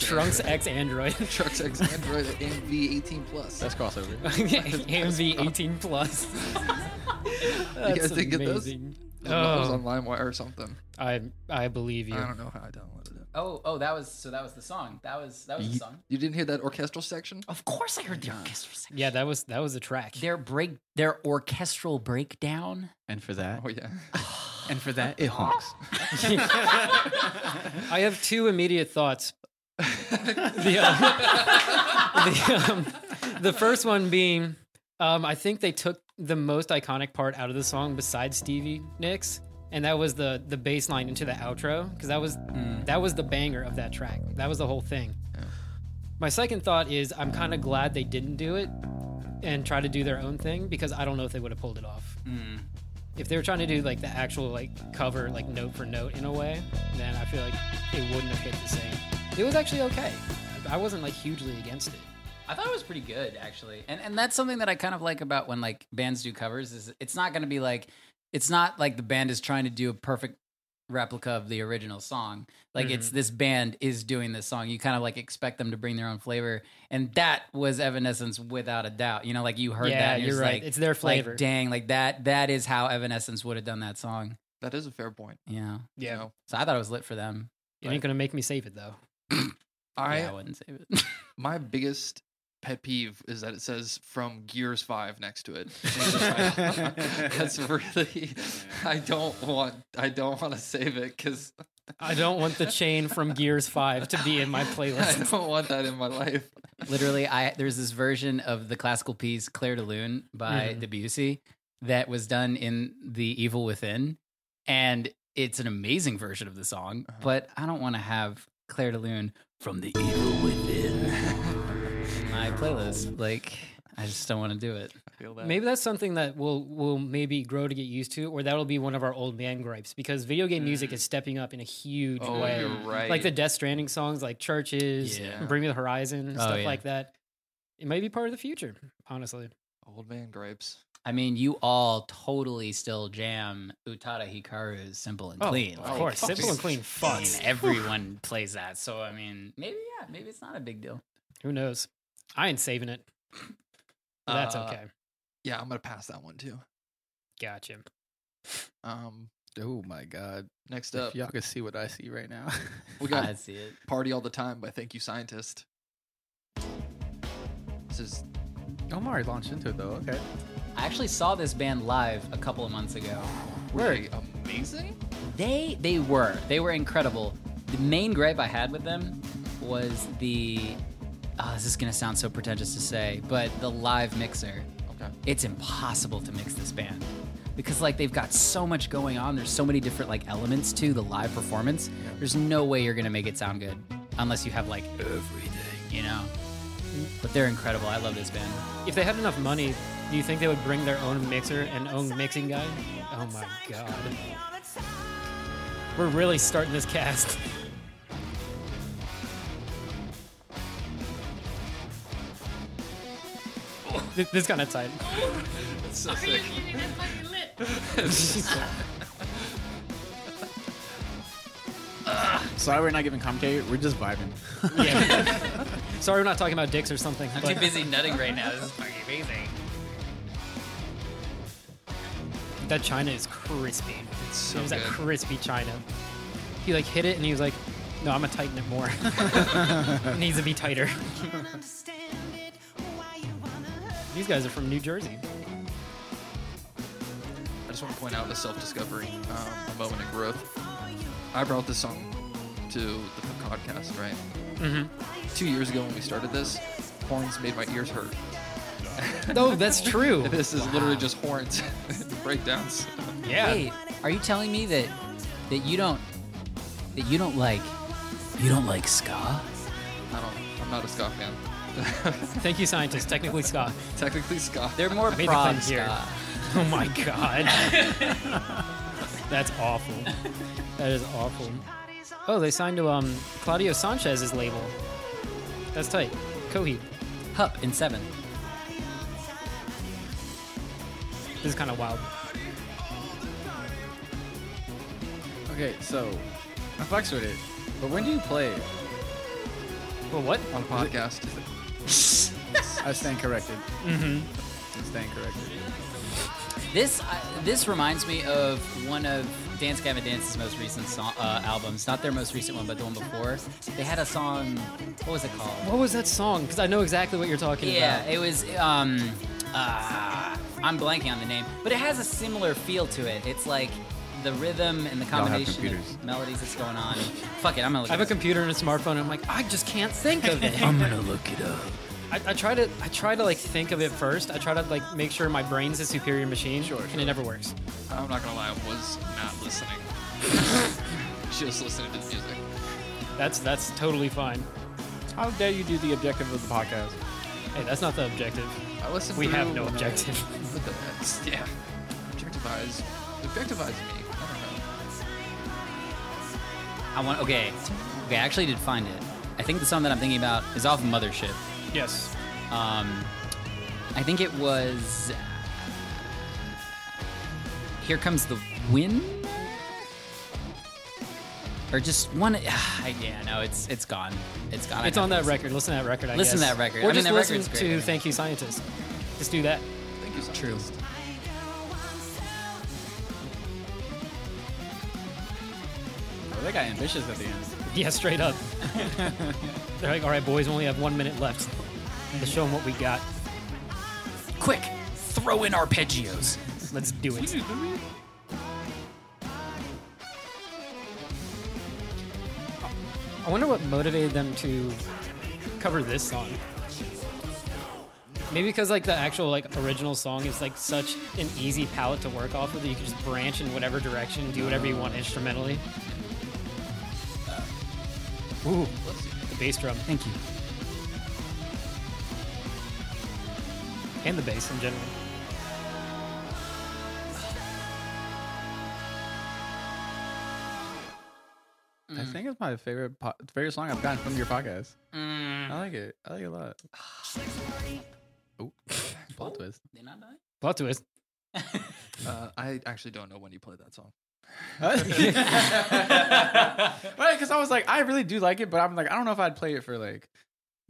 [SPEAKER 1] Trunks
[SPEAKER 3] And
[SPEAKER 1] X Android.
[SPEAKER 3] Android. Trunks X Android MV 18 plus.
[SPEAKER 2] That's crossover.
[SPEAKER 1] AMV 18 plus.
[SPEAKER 3] you guys didn't get those?
[SPEAKER 1] amazing.
[SPEAKER 3] I don't know if it was
[SPEAKER 1] Oh.
[SPEAKER 3] on LimeWire or something.
[SPEAKER 1] I I believe you.
[SPEAKER 3] I don't know how I downloaded it.
[SPEAKER 5] Oh, oh, that was so. That was the song. That was that was the
[SPEAKER 2] Ye-
[SPEAKER 5] song.
[SPEAKER 3] You didn't hear that orchestral section?
[SPEAKER 5] Of course, I heard the orchestra. Section.
[SPEAKER 1] Yeah, that was that was a track.
[SPEAKER 5] their break, their orchestral breakdown.
[SPEAKER 2] And for that,
[SPEAKER 3] Oh yeah.
[SPEAKER 2] and for that, it honks.
[SPEAKER 1] I have two immediate thoughts. the, um, the, um, the first one being, um, I think they took the most iconic part out of the song besides Stevie Nicks, and that was the the bass line into the outro because that was that was the banger of that track. That was the whole thing. My second thought is I'm kind of glad they didn't do it and try to do their own thing because I don't know if they would have pulled it off. If they were trying to do like the actual like cover like note for note in a way, then I feel like it wouldn't have hit the same. It was actually okay. I wasn't like hugely against it.
[SPEAKER 5] I thought it was pretty good actually, and and that's something that I kind of like about when like bands do covers is it's not going to be like it's not like the band is trying to do a perfect replica of the original song. Like it's this band is doing this song. You kind of like expect them to bring their own flavor, and that was Evanescence without a doubt. You know, like you heard
[SPEAKER 1] Yeah,
[SPEAKER 5] that. and
[SPEAKER 1] you're
[SPEAKER 5] just
[SPEAKER 1] right.
[SPEAKER 5] like-
[SPEAKER 1] It's their flavor.
[SPEAKER 5] Like dang, like that. That is how Evanescence would have done that song.
[SPEAKER 3] That is a fair point.
[SPEAKER 5] Yeah.
[SPEAKER 3] Yeah.
[SPEAKER 5] So I thought it was lit for them.
[SPEAKER 1] It ain't gonna make me save it though.
[SPEAKER 3] I
[SPEAKER 5] yeah, I wouldn't save it.
[SPEAKER 3] my biggest pet peeve is that it says from Gears 5 next to it. That's really I don't want I don't want to save it cuz
[SPEAKER 1] I don't want the chain from Gears Five to be in my
[SPEAKER 3] I
[SPEAKER 1] playlist.
[SPEAKER 3] don't want that in my life.
[SPEAKER 5] Literally, I there's this version of the classical piece Claire de Lune by Debussy that was done in The Evil Within, and it's an amazing version of the song. But I don't want to have Claire de Lune from The Evil Within in my playlist. Like, I just don't want to do it.
[SPEAKER 1] Maybe that's something that we'll will maybe grow to get used to, or that'll be one of our old man gripes because video game music is stepping up in a huge
[SPEAKER 3] Oh,
[SPEAKER 1] way.
[SPEAKER 3] you're right.
[SPEAKER 1] Like the Death Stranding songs, like Churches,
[SPEAKER 5] Yeah.
[SPEAKER 1] Bring Me the Horizon,
[SPEAKER 5] Oh,
[SPEAKER 1] stuff
[SPEAKER 5] yeah.
[SPEAKER 1] like that. It might be part of the future, honestly.
[SPEAKER 3] old man gripes.
[SPEAKER 5] I mean, you all totally still jam Utada Hikaru's "Simple and Clean."
[SPEAKER 1] Of
[SPEAKER 5] like,
[SPEAKER 1] course,
[SPEAKER 3] fuck
[SPEAKER 1] simple
[SPEAKER 3] yeah.
[SPEAKER 1] and clean.
[SPEAKER 5] I
[SPEAKER 1] Fucks.
[SPEAKER 5] mean, everyone plays that. So I mean, maybe yeah, maybe it's not a big deal.
[SPEAKER 1] Who knows? I ain't saving it. But that's
[SPEAKER 3] Uh,
[SPEAKER 1] okay.
[SPEAKER 3] Yeah, I'm going to pass that one too.
[SPEAKER 1] Gotcha.
[SPEAKER 3] Um
[SPEAKER 2] Oh my god!
[SPEAKER 3] next
[SPEAKER 2] If
[SPEAKER 3] up
[SPEAKER 2] y'all could see what I see right now.
[SPEAKER 3] we got
[SPEAKER 5] I see it.
[SPEAKER 3] Party All the Time by Thank You Scientist. This is
[SPEAKER 2] Omari launched into it though. Okay.
[SPEAKER 5] I actually saw this band live a couple of months ago.
[SPEAKER 3] really amazing.
[SPEAKER 5] They they were they were incredible. The main gripe I had with them was the. Oh, this is gonna sound so pretentious to say, but the live mixer.
[SPEAKER 3] Okay.
[SPEAKER 5] It's impossible to mix this band because like they've got so much going on. There's so many different like elements to the live performance. There's no way you're gonna make it sound good unless you have like everything, you know. But they're incredible. I love this band.
[SPEAKER 1] If they had enough money, do you think they would bring their own mixer and own mixing guy? Oh my god. We're really starting this cast. Th- This kind of tight.
[SPEAKER 3] It's so sick.
[SPEAKER 2] Sorry, we're not giving commentary. We're just vibing.
[SPEAKER 1] Yeah. Sorry, we're not talking about dicks or something.
[SPEAKER 5] I'm
[SPEAKER 1] but
[SPEAKER 5] too busy nutting right now. This is fucking amazing.
[SPEAKER 1] That china is crispy.
[SPEAKER 3] It's
[SPEAKER 1] it
[SPEAKER 3] so
[SPEAKER 1] was
[SPEAKER 3] good.
[SPEAKER 1] that crispy china. He like hit it and he was like, "No, I'm gonna tighten it more. it needs to be tighter." These guys are from New Jersey.
[SPEAKER 3] I just want to point out the self-discovery um, moment of growth. I brought this song to the podcast, right? Mm-hmm. Two years ago when we started this, horns made my ears hurt.
[SPEAKER 1] No, that's true.
[SPEAKER 3] This is literally just horns breakdowns.
[SPEAKER 1] Yeah.
[SPEAKER 5] Wait, are you telling me that that you don't that you don't like you don't like ska?
[SPEAKER 3] I don't. I'm not a ska fan.
[SPEAKER 1] Thank you, scientist. Technically, Scott.
[SPEAKER 3] Technically, ska.
[SPEAKER 5] They're more
[SPEAKER 1] Made the
[SPEAKER 5] prog
[SPEAKER 1] claim here.
[SPEAKER 5] ska.
[SPEAKER 1] Oh my god. that's awful. That is awful. Oh, they signed to um Claudio Sanchez's label. That's tight. Coheed.
[SPEAKER 5] Hup in seven.
[SPEAKER 1] This is kind of wild.
[SPEAKER 2] Okay, so I fucks with it, but when do you play it?
[SPEAKER 1] Well, what?
[SPEAKER 3] on a podcast.
[SPEAKER 2] I stand corrected. and staying corrected.
[SPEAKER 5] This uh, this reminds me of one of Dance Gavin Dance's most recent song, uh, albums. Not their most recent one, but the one before. They had a song. What was it called?
[SPEAKER 1] What was that song? Because I know exactly what you're talking
[SPEAKER 5] Yeah,
[SPEAKER 1] about.
[SPEAKER 5] it was. Um, uh, I'm blanking on the name, but it has a similar feel to it. It's like the rhythm and the
[SPEAKER 2] have
[SPEAKER 5] combination
[SPEAKER 2] computers.
[SPEAKER 5] of melodies that's going on. Fuck it, I'm gonna look.
[SPEAKER 1] I have
[SPEAKER 5] it
[SPEAKER 1] a
[SPEAKER 5] up.
[SPEAKER 1] computer and a smartphone, and I'm like, I just can't think of it.
[SPEAKER 2] gonna look it up.
[SPEAKER 1] I, I try to, I try to like think of it first. I try to like make sure my brain's a superior machine, and it never works.
[SPEAKER 3] I'm not gonna lie, I was not listening. Just listening to the music.
[SPEAKER 1] That's that's totally fine.
[SPEAKER 2] How dare you do the objective of the podcast?
[SPEAKER 1] Hey, that's not the objective.
[SPEAKER 3] I listened.
[SPEAKER 1] We have
[SPEAKER 3] through
[SPEAKER 1] no
[SPEAKER 3] when I-
[SPEAKER 1] objective.
[SPEAKER 3] What the- that's- yeah, objectivize, objectivize me. I don't know.
[SPEAKER 5] I want. Okay, okay. I actually did find it. I think the song that I'm thinking about is off Mothership.
[SPEAKER 1] Yes.
[SPEAKER 5] Um, I think it was. Here comes the wind, or just one. I yeah, no, it's it's gone. It's gone. I
[SPEAKER 1] It's on that
[SPEAKER 5] have to
[SPEAKER 1] record. Listen to that record. I
[SPEAKER 5] Listen to
[SPEAKER 1] guess.
[SPEAKER 5] that record. I
[SPEAKER 1] Or
[SPEAKER 5] mean,
[SPEAKER 1] just
[SPEAKER 5] that
[SPEAKER 1] listen
[SPEAKER 5] record's great.
[SPEAKER 1] to "Thank You, Scientist." Just do that.
[SPEAKER 3] Thank you.
[SPEAKER 5] True.
[SPEAKER 3] scientist.
[SPEAKER 2] Well, they got ambitious at the end.
[SPEAKER 1] Yeah, straight up. They're like, "All right, boys, we only have one minute left. Let's show them what we got.
[SPEAKER 5] listen. Quick, throw in arpeggios.
[SPEAKER 1] Let's do it." I wonder what motivated them to cover this song. Maybe because like the actual like original song is like such an easy palette to work off of that you can just branch in whatever direction, do whatever you want instrumentally. Ooh, the bass drum
[SPEAKER 5] Thank you.
[SPEAKER 1] and the bass in general.
[SPEAKER 2] I think it's my favorite po- favorite song I've gotten from your podcast. I like it. I like it a lot. Oh, plot twist.
[SPEAKER 5] Did not die?
[SPEAKER 1] Plot twist.
[SPEAKER 3] Uh, I actually don't know when you played that song.
[SPEAKER 2] right, because I was like, I really do like it, but I'm like, I don't know if I'd play it for like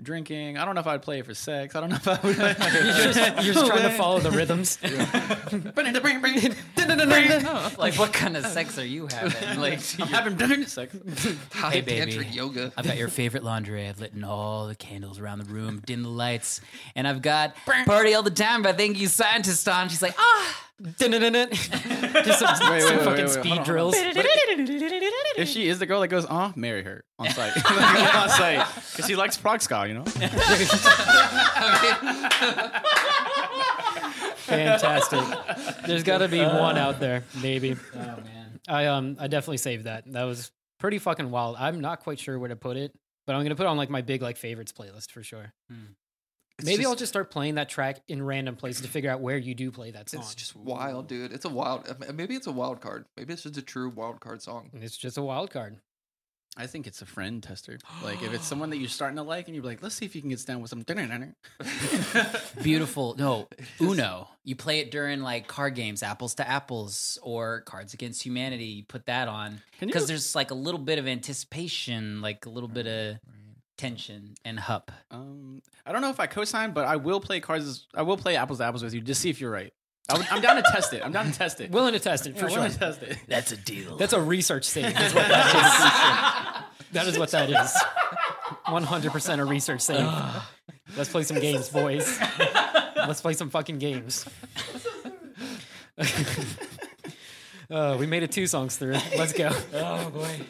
[SPEAKER 2] drinking. I don't know if I'd play it for sex. I don't know if I would. Like,
[SPEAKER 1] You're just, you're just trying to follow the rhythms. Oh,
[SPEAKER 5] like, what kind of sex are you having? Like,
[SPEAKER 2] I'm having sex.
[SPEAKER 3] Hot
[SPEAKER 5] baby.
[SPEAKER 3] tantric yoga.
[SPEAKER 5] I've got your favorite laundry. I've lit all the candles around the room, dimmed the lights, and I've got party all the time. But thank you, scientist on. She's like, ah,
[SPEAKER 1] just some, some
[SPEAKER 2] wait, wait, wait,
[SPEAKER 1] fucking
[SPEAKER 2] wait,
[SPEAKER 1] speed
[SPEAKER 2] hold on, hold
[SPEAKER 1] drills.
[SPEAKER 2] If she is the girl that goes, uh, marry her on site. Like, on site. Because she likes prog ska, you know?
[SPEAKER 1] Fantastic. There's got to be one out there, maybe.
[SPEAKER 5] oh man,
[SPEAKER 1] I um I definitely saved that. That was pretty fucking wild. I'm not quite sure where to put it, but I'm gonna put it on like my big like favorites playlist for sure.
[SPEAKER 3] It's
[SPEAKER 1] Maybe I'll just start playing that track in random places to figure out where you do play that song.
[SPEAKER 3] It's just wild, dude. It's a wild. uh, Maybe it's a wild card. Maybe it's just a true wild card song.
[SPEAKER 1] And it's just a wild card.
[SPEAKER 2] I think it's a friend tester. Like, if it's someone that you're starting to like and you're like, let's see if you can get down with some.
[SPEAKER 5] beautiful. No, Uno. You play it during like card games, apples to apples, or Cards Against Humanity. You put that on
[SPEAKER 2] Can you-
[SPEAKER 5] because there's like a little bit of anticipation, like a little bit of tension and hup.
[SPEAKER 2] Um, I don't know if I co-sign, but I will play cards. I will play apples to apples with you. Just see if you're right. I would, I'm down to test it. I'm down to test it.
[SPEAKER 1] Willing to test it
[SPEAKER 2] Yeah,
[SPEAKER 1] for
[SPEAKER 2] I wanna
[SPEAKER 1] sure.
[SPEAKER 2] Test it.
[SPEAKER 5] That's a deal.
[SPEAKER 1] That's a research save. Is what that is. that is what that is. 100% a research save. Let's play some games, boys. Let's play some fucking games. Uh, we made it two songs through. Let's go.
[SPEAKER 5] oh boy.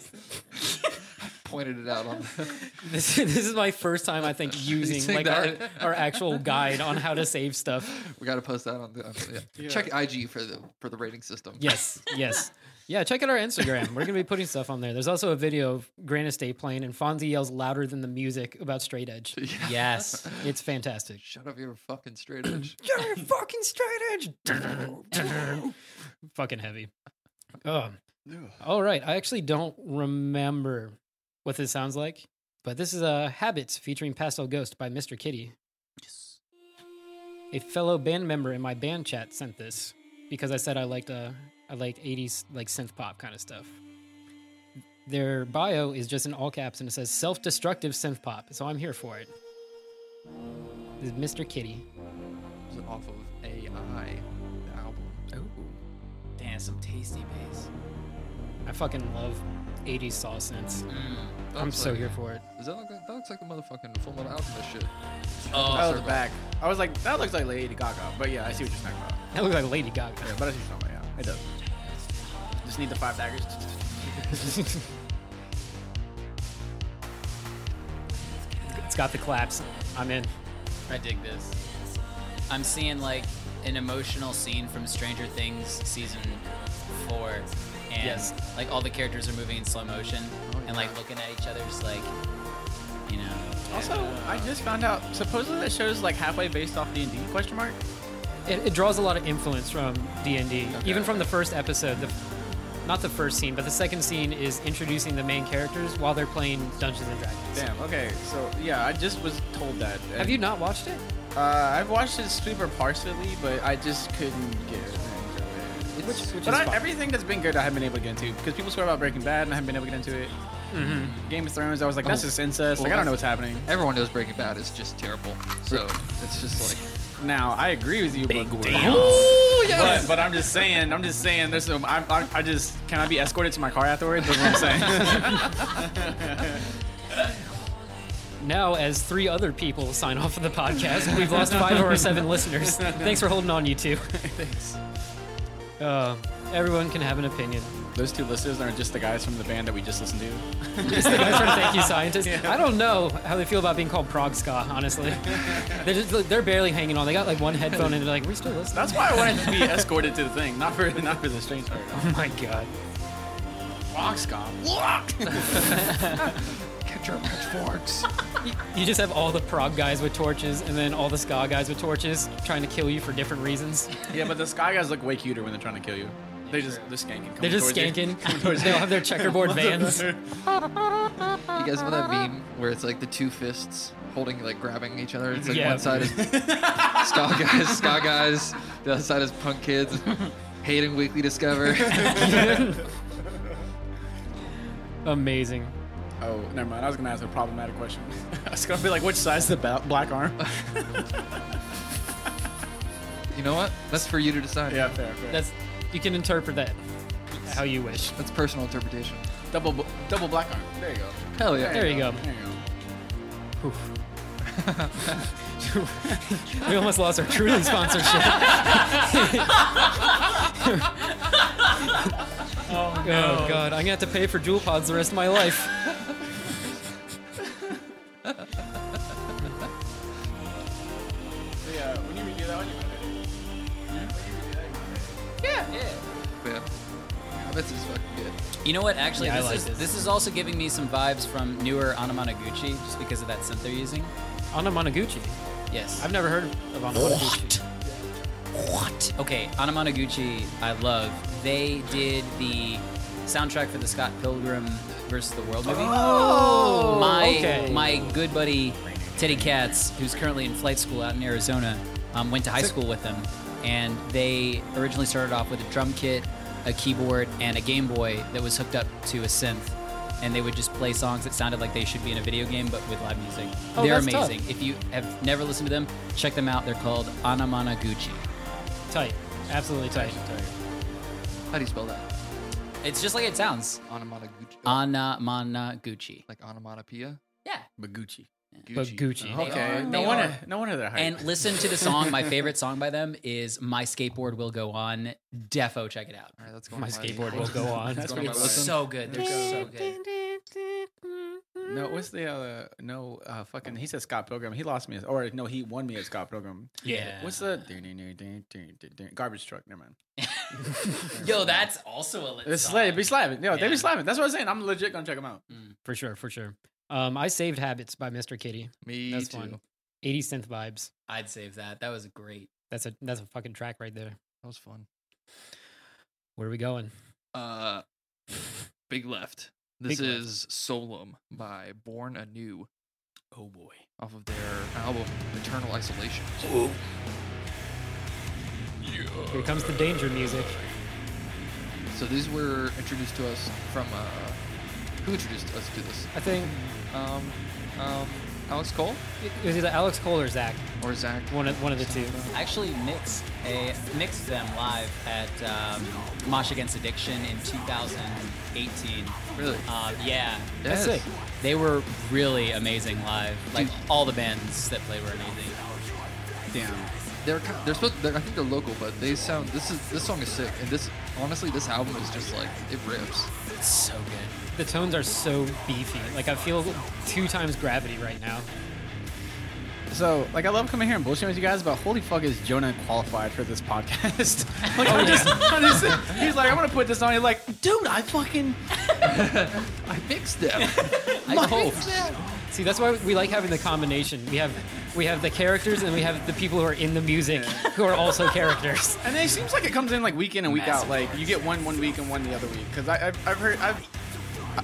[SPEAKER 3] Pointed it out on. The,
[SPEAKER 1] This, this is my first time, I think, using
[SPEAKER 3] Using
[SPEAKER 1] like our,
[SPEAKER 3] that.
[SPEAKER 1] our actual guide on how to save stuff.
[SPEAKER 3] we gotta post that on the. on the- yeah. Check IG for the for the rating system.
[SPEAKER 1] Yes, yes. Yeah, check out our Instagram. We're going to be putting stuff on there. There's also a video of Grand Estate playing, and Fonzie yells louder than the music about straight edge.
[SPEAKER 5] Yes.
[SPEAKER 1] It's fantastic.
[SPEAKER 3] Shut up, you're fucking straight edge.
[SPEAKER 1] You're fucking straight edge. fucking heavy. Um, all right. I actually don't remember what this sounds like, but this is uh, Habits featuring Pastel Ghost by Mr. Kitty. A fellow band member in my band chat sent this because I said I liked uh, I liked 80s like synth pop kind of stuff. Their bio is just in all caps and it says self-destructive synth pop, so I'm here for it. This is Mr. Kitty.
[SPEAKER 3] was off of AI, the album.
[SPEAKER 7] Ooh. Damn, some tasty bass.
[SPEAKER 1] I fucking love 80s saw sense.
[SPEAKER 2] Mm,
[SPEAKER 3] That
[SPEAKER 1] I'm
[SPEAKER 3] looks
[SPEAKER 1] so
[SPEAKER 3] like-
[SPEAKER 1] here for it.
[SPEAKER 3] Does that look like that looks like the motherfucking Full Metal Alchemist shit?
[SPEAKER 2] That
[SPEAKER 3] Oh,
[SPEAKER 2] was back. I was like, that looks like Lady Gaga, but yeah, I see what you're talking about.
[SPEAKER 1] That looks like Lady Gaga.
[SPEAKER 2] Yeah, but I see what you're talking about. Yeah, it does. Just need the five daggers.
[SPEAKER 1] It's got the claps. I'm in.
[SPEAKER 7] I dig this.
[SPEAKER 5] I'm seeing like an emotional scene from Stranger Things season four, and
[SPEAKER 1] Yes.
[SPEAKER 5] like all the characters are moving in slow motion
[SPEAKER 2] Oh,
[SPEAKER 5] and like looking at each other's like, you know.
[SPEAKER 2] Also, I just found out. Supposedly, that show's like halfway based off D and D? Question mark.
[SPEAKER 1] It, it draws a lot of influence from D and D, even from the first episode. The, not the first scene, but the second scene is introducing the main characters while they're playing Dungeons and Dragons.
[SPEAKER 2] Damn. Okay. So yeah, I just was told that.
[SPEAKER 1] Have you not watched it?
[SPEAKER 2] Uh, I've watched it super partially, but I just couldn't get into it.
[SPEAKER 1] Which, which
[SPEAKER 2] But
[SPEAKER 1] is
[SPEAKER 2] I,
[SPEAKER 1] fine.
[SPEAKER 2] everything that's been good, I haven't been able to get into because people swear about Breaking Bad, and I haven't been able to get into it. Game of Thrones, I was like, that's
[SPEAKER 3] Oh.
[SPEAKER 2] just incest. like, I don't know what's happening.
[SPEAKER 3] Everyone knows Breaking Bad is just terrible. So it's just like
[SPEAKER 2] Now, I agree with you, Big but, but but I'm just saying, I'm just saying, there's some. I, I, I just can I be escorted to my car afterwards? That's what I'm saying.
[SPEAKER 1] Now, as three other people sign off of the podcast, we've lost five of our seven listeners. Thanks for holding on, you two.
[SPEAKER 2] Thanks.
[SPEAKER 1] Uh, everyone can have an opinion.
[SPEAKER 2] Those two listeners are just the guys from the band that we just listened to.
[SPEAKER 1] Just the guys from Thank You Scientist. I don't know how they feel about being called prog ska, honestly. They're, just, they're barely hanging on. They got like one headphone and they're like, we still listening.
[SPEAKER 2] That's why I wanted to be escorted to the thing, not for not for the strange part.
[SPEAKER 1] Oh my god.
[SPEAKER 2] Walk, Scott. Walk.
[SPEAKER 3] get your pitchforks.
[SPEAKER 1] You just have all the prog guys with torches and then all the ska guys with torches trying to kill you for different reasons.
[SPEAKER 2] yeah, but the sky guys look way cuter when they're trying to kill you. They just they're skanking. coming
[SPEAKER 1] They're just
[SPEAKER 2] towards you.
[SPEAKER 1] skanking. They'll have their checkerboard vans.
[SPEAKER 3] You guys know that meme where it's like the two fists holding, like grabbing each other? It's like
[SPEAKER 1] Yeah.
[SPEAKER 3] one side is ska guys, ska guys, the other side is punk kids, hating Weekly Discover.
[SPEAKER 1] Amazing.
[SPEAKER 2] Oh, never mind. I was gonna ask a problematic question. I was gonna be like, which size is the ba- black arm?
[SPEAKER 3] You know what? That's for you to decide.
[SPEAKER 2] yeah, fair, fair.
[SPEAKER 1] That's you can interpret that how you wish.
[SPEAKER 3] That's personal interpretation.
[SPEAKER 2] double bl- double black arm. There you go.
[SPEAKER 3] Hell yeah.
[SPEAKER 1] There you go.
[SPEAKER 2] There you go.
[SPEAKER 1] We almost lost our truly sponsorship. oh, god, I'm gonna have to pay for jewel pods the rest of my life.
[SPEAKER 2] So, yeah, when you redo that one, you
[SPEAKER 3] Yeah. I bet this is fucking good.
[SPEAKER 5] You know what? Actually,
[SPEAKER 1] Yeah, I
[SPEAKER 5] this,
[SPEAKER 1] like
[SPEAKER 5] is,
[SPEAKER 1] this.
[SPEAKER 5] this. is also giving me some vibes from newer Anamanaguchi, just because of that synth they're using.
[SPEAKER 1] Anna Monoguchi.
[SPEAKER 5] Yes.
[SPEAKER 1] I've never heard of Anna Monoguchi.
[SPEAKER 5] What? Okay, Anamanaguchi, I love. They did the soundtrack for the Scott Pilgrim versus the World movie. Oh, my
[SPEAKER 1] okay.
[SPEAKER 5] my good buddy Teddy Katz, who's currently in flight school out in Arizona, um, went to high school with them, and they originally started off with a drum kit, a keyboard, and a Game Boy that was hooked up to a synth. And they would just play songs that sounded like they should be in a video game, but with live music.
[SPEAKER 1] Oh,
[SPEAKER 5] They're
[SPEAKER 1] that's tough.
[SPEAKER 5] amazing. If you have never listened to them, check them out. They're called Anamanaguchi.
[SPEAKER 1] Tight. Absolutely tight.
[SPEAKER 3] How do you spell that?
[SPEAKER 5] It's just like it sounds.
[SPEAKER 3] Onomatoguchi.
[SPEAKER 5] Anamanaguchi.
[SPEAKER 3] like onomatopoeia?
[SPEAKER 5] Yeah.
[SPEAKER 2] Baguchi.
[SPEAKER 1] But Gucci.
[SPEAKER 3] Oh.
[SPEAKER 5] They
[SPEAKER 2] Okay.
[SPEAKER 5] are-
[SPEAKER 2] No
[SPEAKER 5] they
[SPEAKER 2] wonder.
[SPEAKER 5] are.
[SPEAKER 2] No wonder they're hype.
[SPEAKER 5] And listen to the song. My favorite song by them is "My Skateboard Will Go On." Defo, check it out.
[SPEAKER 3] All right, let's go.
[SPEAKER 1] My skateboard will go on.
[SPEAKER 2] That's
[SPEAKER 3] That's
[SPEAKER 2] what
[SPEAKER 3] what
[SPEAKER 2] it
[SPEAKER 5] It's
[SPEAKER 2] was.
[SPEAKER 5] so good. They're so good.
[SPEAKER 2] no, what's the uh, no uh, fucking? He said Scott Pilgrim. He lost me, as- or no, he won me at Scott Pilgrim.
[SPEAKER 5] Yeah.
[SPEAKER 2] What's the garbage truck? Never mind.
[SPEAKER 5] Yo, that's also a lit
[SPEAKER 2] It's
[SPEAKER 5] song.
[SPEAKER 2] slap, be slapping. No, they
[SPEAKER 5] Yeah.
[SPEAKER 2] be slapping. That's what I'm saying. I'm legit gonna check them out.
[SPEAKER 1] For sure, for sure. Um, I saved Habits by Mr. Kitty.
[SPEAKER 3] Me
[SPEAKER 1] That's
[SPEAKER 3] too.
[SPEAKER 1] fun. 80 synth vibes.
[SPEAKER 5] I'd save that. That was great.
[SPEAKER 1] That's a that's a fucking track right there.
[SPEAKER 3] That was fun.
[SPEAKER 1] Where are we going?
[SPEAKER 3] Uh, Big Left. This
[SPEAKER 1] Big Left.
[SPEAKER 3] is Solum by Born Anew
[SPEAKER 2] Oh boy.
[SPEAKER 3] off of their album Eternal Isolation.
[SPEAKER 1] Here comes the danger music.
[SPEAKER 3] So these were introduced to us from uh, who introduced us to this?
[SPEAKER 1] I think
[SPEAKER 3] Um, um, I Alex Cole
[SPEAKER 1] It was either Alex Cole or Zach.
[SPEAKER 3] or Zach?
[SPEAKER 1] One of one of the two.
[SPEAKER 5] I actually mixed a mixed them live at um, Mosh Against Addiction in 2018.
[SPEAKER 3] Really?
[SPEAKER 5] Uh, yeah,
[SPEAKER 1] That's
[SPEAKER 3] Yes.
[SPEAKER 1] sick.
[SPEAKER 5] they were really amazing live. Like all the bands that play were amazing.
[SPEAKER 2] Damn.
[SPEAKER 3] They're ki- they're supposed. They're, I think they're local, but they sound. This is this song is sick, and this honestly, this album is just like it rips.
[SPEAKER 5] It's so good.
[SPEAKER 1] The tones are so beefy. Like I feel two times gravity right now.
[SPEAKER 2] So, like, I love coming here and bullshitting with you guys, but holy fuck, is Jonah qualified for this podcast? like, I'm just, I'm just- he's like, I'm gonna put this on. He's like, dude, I fucking,
[SPEAKER 3] I mixed them.
[SPEAKER 1] I See, that's why we like having the combination. We have we have the characters and we have the people who are in the music who are also characters.
[SPEAKER 2] and it seems like it comes in like week in and week out.
[SPEAKER 5] Massive.
[SPEAKER 2] Like, you get one one week and one the other week. Because I've, I've heard, I've,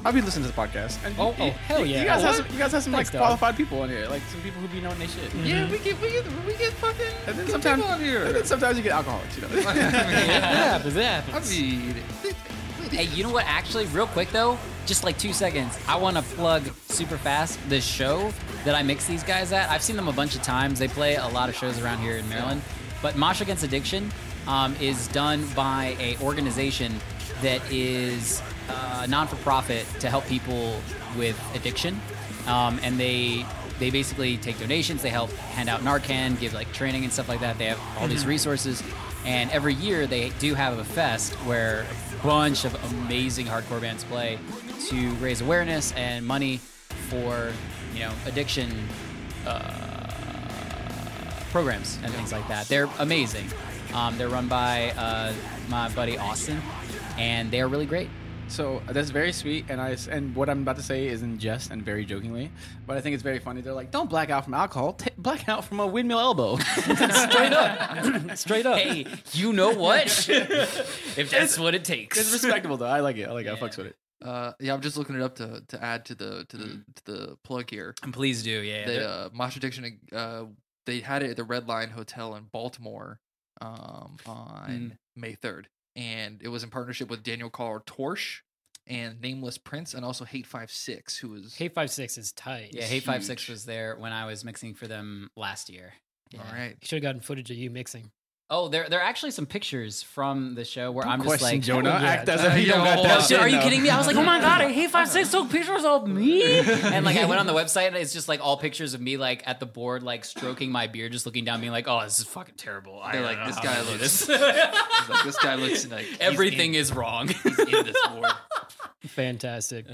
[SPEAKER 2] I'll be listening to this podcast. And
[SPEAKER 1] Oh, oh, hell yeah.
[SPEAKER 2] You guys have
[SPEAKER 1] What?
[SPEAKER 2] some, you guys have some
[SPEAKER 1] Thanks,
[SPEAKER 2] like
[SPEAKER 1] dog.
[SPEAKER 2] qualified people on here, like some people who be knowing their shit.
[SPEAKER 3] Yeah, we get we get we get fucking
[SPEAKER 2] And then
[SPEAKER 3] good
[SPEAKER 2] sometimes,
[SPEAKER 3] people on
[SPEAKER 2] and
[SPEAKER 3] here.
[SPEAKER 2] then sometimes you get alcoholics, you know.
[SPEAKER 1] It happens. It
[SPEAKER 3] I
[SPEAKER 1] happens.
[SPEAKER 3] mean,
[SPEAKER 5] Hey, you know what? Actually, real quick though, just like two seconds, I want to plug super fast this show that I mix these guys at. I've seen them a bunch of times. They play a lot of shows around here in Maryland. But Mosh Against Addiction um, is done by a organization that is uh, non-for-profit to help people with addiction, um, and they they basically take donations. They help hand out Narcan, give like training and stuff like that. They have all these resources, and every year they do have a fest where a bunch of amazing hardcore bands play to raise awareness and money for you know addiction uh, programs and things like that. They're amazing. Um, they're run by uh, my buddy Austin, and they are really great.
[SPEAKER 2] So uh, that's very sweet, and I and what I'm about to say is in jest and very jokingly, but I think it's very funny. They're like, "Don't black out from alcohol, t- black out from a windmill elbow."
[SPEAKER 1] Straight up.
[SPEAKER 5] Hey, you know what? if that's what it takes.
[SPEAKER 2] it's respectable though. I like it. I like it. I fucks with it.
[SPEAKER 3] uh, yeah, I'm just looking it up to to add to the to
[SPEAKER 1] Mm-hmm.
[SPEAKER 3] the to the plug here.
[SPEAKER 5] Please do, yeah.
[SPEAKER 3] They uh, Mosh Addiction, uh, they had it at the Red Line Hotel in Baltimore um, on
[SPEAKER 1] Mm.
[SPEAKER 3] May 3rd, and it was in partnership with Daniel Carl Torsch and Nameless Prince, and also Hate Five Six, who was
[SPEAKER 1] Hate five six is tight.
[SPEAKER 5] Yeah, Hate Five Six was there when I was mixing for them last year. Yeah.
[SPEAKER 3] all right.
[SPEAKER 1] You should have gotten footage of you mixing.
[SPEAKER 5] Oh, there there are actually some pictures from the show where I'm just
[SPEAKER 2] Question,
[SPEAKER 5] like, "Oh,
[SPEAKER 2] Jonah.
[SPEAKER 1] yeah,
[SPEAKER 2] Act as
[SPEAKER 3] uh,
[SPEAKER 2] if you
[SPEAKER 3] yeah,
[SPEAKER 2] don't got
[SPEAKER 3] hold
[SPEAKER 2] that.
[SPEAKER 3] on.
[SPEAKER 2] shit,
[SPEAKER 5] Dude, are you
[SPEAKER 2] no.
[SPEAKER 5] kidding me? I was like, oh my god, I hate five six took pictures of me, and like I went on the website and it's just like all pictures of me like at the board, like stroking my beard, just looking down, being like, oh, this is fucking terrible. I
[SPEAKER 3] They're
[SPEAKER 5] don't
[SPEAKER 3] like,
[SPEAKER 5] know
[SPEAKER 3] this
[SPEAKER 1] uh,
[SPEAKER 5] how
[SPEAKER 3] guy
[SPEAKER 5] to do
[SPEAKER 3] looks-
[SPEAKER 5] this.
[SPEAKER 3] I was like, this guy looks like he's
[SPEAKER 5] everything
[SPEAKER 3] in-
[SPEAKER 5] is wrong.
[SPEAKER 3] he's in this war.
[SPEAKER 1] Fantastic.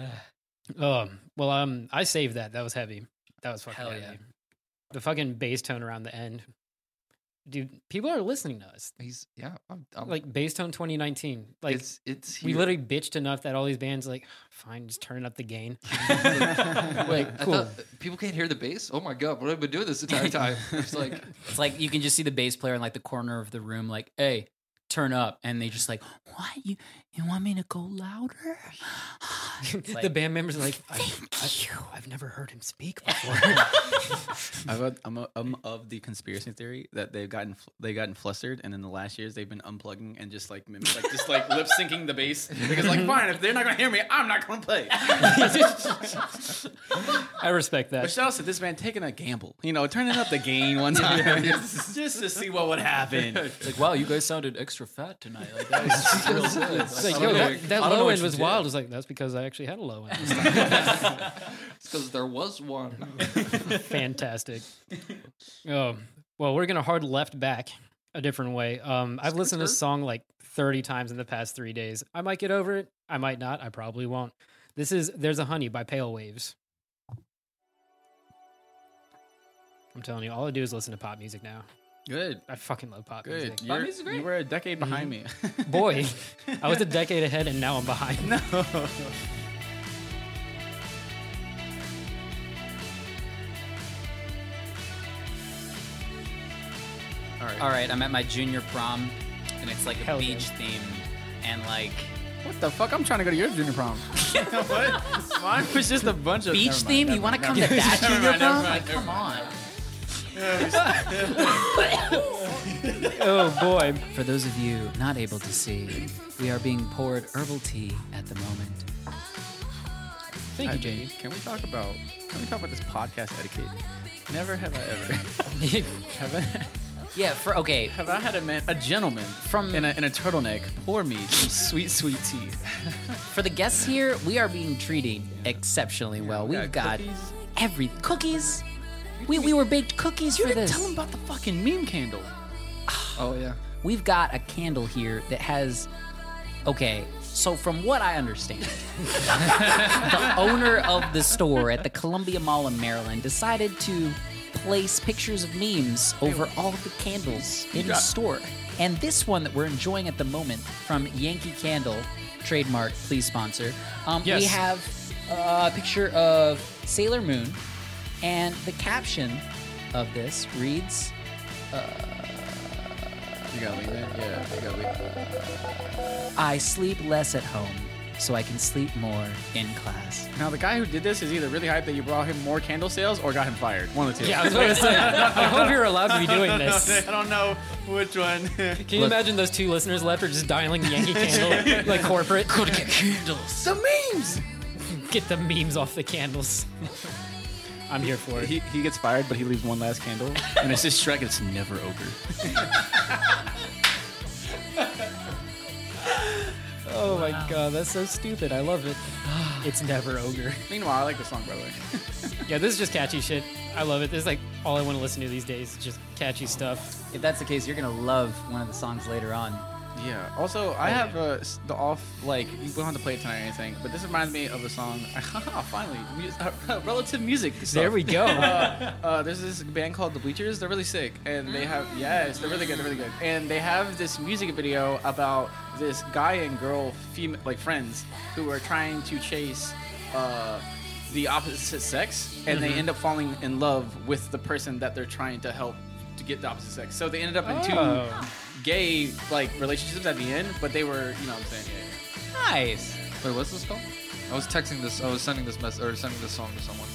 [SPEAKER 1] um, well, um, I saved that. That was heavy. That was fucking
[SPEAKER 5] Hell
[SPEAKER 1] heavy.
[SPEAKER 5] yeah.
[SPEAKER 1] The fucking bass tone around the end. Dude, people are listening to us.
[SPEAKER 3] He's yeah. I'm, I'm
[SPEAKER 1] Like bass tone 2019. Like
[SPEAKER 3] it's it's
[SPEAKER 1] we
[SPEAKER 3] here.
[SPEAKER 1] literally bitched enough that all these bands like fine, just turn up the gain. like
[SPEAKER 3] I
[SPEAKER 1] cool.
[SPEAKER 3] thought uh, people can't hear the bass. Oh my god, what have I been doing this entire time? It's like
[SPEAKER 5] It's like you can just see the bass player in like the corner of the room, like, hey, turn up, and they just like, what you you want me to go louder?
[SPEAKER 1] the
[SPEAKER 5] like-
[SPEAKER 1] band members are like, Thank I, you. I've never heard him speak before.
[SPEAKER 2] I'm, a, I'm, a, I'm of the conspiracy theory that they've gotten fl- they've gotten flustered, and in the last years they've been unplugging and just like mimic, like just like lip syncing the bass because like fine if they're not gonna hear me, I'm not gonna play.
[SPEAKER 1] I respect
[SPEAKER 2] But
[SPEAKER 1] that.
[SPEAKER 2] shout out to this man taking a gamble, you know, turning up the gain one time just to see what would happen.
[SPEAKER 5] Like, wow, you guys sounded extra fat tonight. Like, that was real good.
[SPEAKER 1] It's like, yo, that, that
[SPEAKER 5] I don't know
[SPEAKER 1] low
[SPEAKER 5] what
[SPEAKER 1] end
[SPEAKER 5] you
[SPEAKER 1] was
[SPEAKER 5] did.
[SPEAKER 1] wild. It was like, that's because I actually had a low end.
[SPEAKER 3] because there was one.
[SPEAKER 1] fantastic. Oh, well, we're gonna hard left back a different way. Um, I've listened to this song like 30 times in the past three days. I might get over it. I might not. I probably won't. This is "There's a Honey" by Pale Waves. I'm telling you, all I do is listen to pop music now.
[SPEAKER 2] Good,
[SPEAKER 1] I fucking love pop
[SPEAKER 2] good.
[SPEAKER 1] music.
[SPEAKER 2] You're, you were a decade behind
[SPEAKER 1] Mm-hmm.
[SPEAKER 2] me.
[SPEAKER 1] Boy, I was a decade ahead and now I'm behind.
[SPEAKER 3] All right.
[SPEAKER 5] All right, I'm at my junior prom, and it's like a
[SPEAKER 1] Hell yeah.
[SPEAKER 5] beach theme, and like
[SPEAKER 2] What the fuck? I'm trying to go to your junior prom. what? Mine was just a bunch of
[SPEAKER 5] beach
[SPEAKER 2] never mind,
[SPEAKER 5] theme.
[SPEAKER 2] never
[SPEAKER 5] you want to
[SPEAKER 2] mind,
[SPEAKER 5] come to
[SPEAKER 2] never mind.
[SPEAKER 5] that
[SPEAKER 2] Never
[SPEAKER 5] junior
[SPEAKER 2] mind,
[SPEAKER 5] prom?
[SPEAKER 2] never mind,
[SPEAKER 5] like, come on.
[SPEAKER 1] oh boy.
[SPEAKER 5] For those of you not able to see, we are being poured herbal tea at the moment.
[SPEAKER 1] Thank you,
[SPEAKER 2] Jamie. Can we talk about can we talk about this podcast etiquette? Never have I ever
[SPEAKER 1] JD.
[SPEAKER 2] have I,
[SPEAKER 5] Yeah, for okay.
[SPEAKER 2] have I had a man a gentleman
[SPEAKER 5] From-
[SPEAKER 2] in a, in a turtleneck pour me some sweet sweet tea.
[SPEAKER 5] For the guests here, we are being treated exceptionally well.
[SPEAKER 2] we
[SPEAKER 5] We've
[SPEAKER 2] got
[SPEAKER 5] got
[SPEAKER 2] cookies.
[SPEAKER 5] every cookies. We, we were baked cookies
[SPEAKER 2] You
[SPEAKER 5] for
[SPEAKER 2] didn't
[SPEAKER 5] this.
[SPEAKER 2] tell him about the fucking meme candle.
[SPEAKER 3] Oh yeah.
[SPEAKER 5] We've got a candle here that has. Okay, so from what I understand, the owner of the store at the Columbia Mall in Maryland decided to place pictures of memes over all of the candles in the
[SPEAKER 2] got-
[SPEAKER 5] store. And this one that we're enjoying at the moment from Yankee Candle, trademark, please sponsor. Um, We
[SPEAKER 1] Yes.
[SPEAKER 5] have a picture of Sailor Moon, and the caption of this reads.
[SPEAKER 2] You gotta leave it. Yeah, you gotta leave it.
[SPEAKER 5] I sleep less at home so I can sleep more in class.
[SPEAKER 2] Now the guy who did this is either really hyped that you brought him more candle sales or got him fired. One of the two.
[SPEAKER 1] Yeah, I was going to say, I hope you're allowed to be doing this.
[SPEAKER 2] I don't know which one.
[SPEAKER 1] Can you imagine those two listeners left are just dialing Yankee Candle like corporate?
[SPEAKER 5] Get candles.
[SPEAKER 2] Some memes.
[SPEAKER 1] Get the memes off the candles. I'm here for it.
[SPEAKER 2] He, he gets fired, but he leaves one last candle, and it's just Shrek. It's never over.
[SPEAKER 1] Oh my god, that's so stupid. I love it. It's never ogre.
[SPEAKER 2] Meanwhile, I like the song by the way.
[SPEAKER 1] Yeah, this is just catchy shit. I love it. This is like all I want to listen to these days. Just catchy stuff.
[SPEAKER 5] If that's the case, you're gonna love one of the songs later on.
[SPEAKER 2] Yeah. Also, I have uh, s- the off like we don't have to play it tonight or anything, but this reminds me of a song. Finally, we, uh, relative music. stuff.
[SPEAKER 1] There we go.
[SPEAKER 2] uh, there's this band called The Bleachers. They're really sick, and they have yes, they're really good, they're really good. And they have this music video about this guy and girl, fem- like friends, who are trying to chase uh, the opposite sex, and
[SPEAKER 1] Mm-hmm.
[SPEAKER 2] they end up falling in love with the person that they're trying to help to get the opposite sex. So they ended up in two
[SPEAKER 1] Oh.
[SPEAKER 2] gay like relationships at the end, but they were, you know, what I'm saying. Yeah, yeah.
[SPEAKER 5] Nice.
[SPEAKER 3] Wait, what's this called? I was texting this. I was sending this mess or sending this song to someone.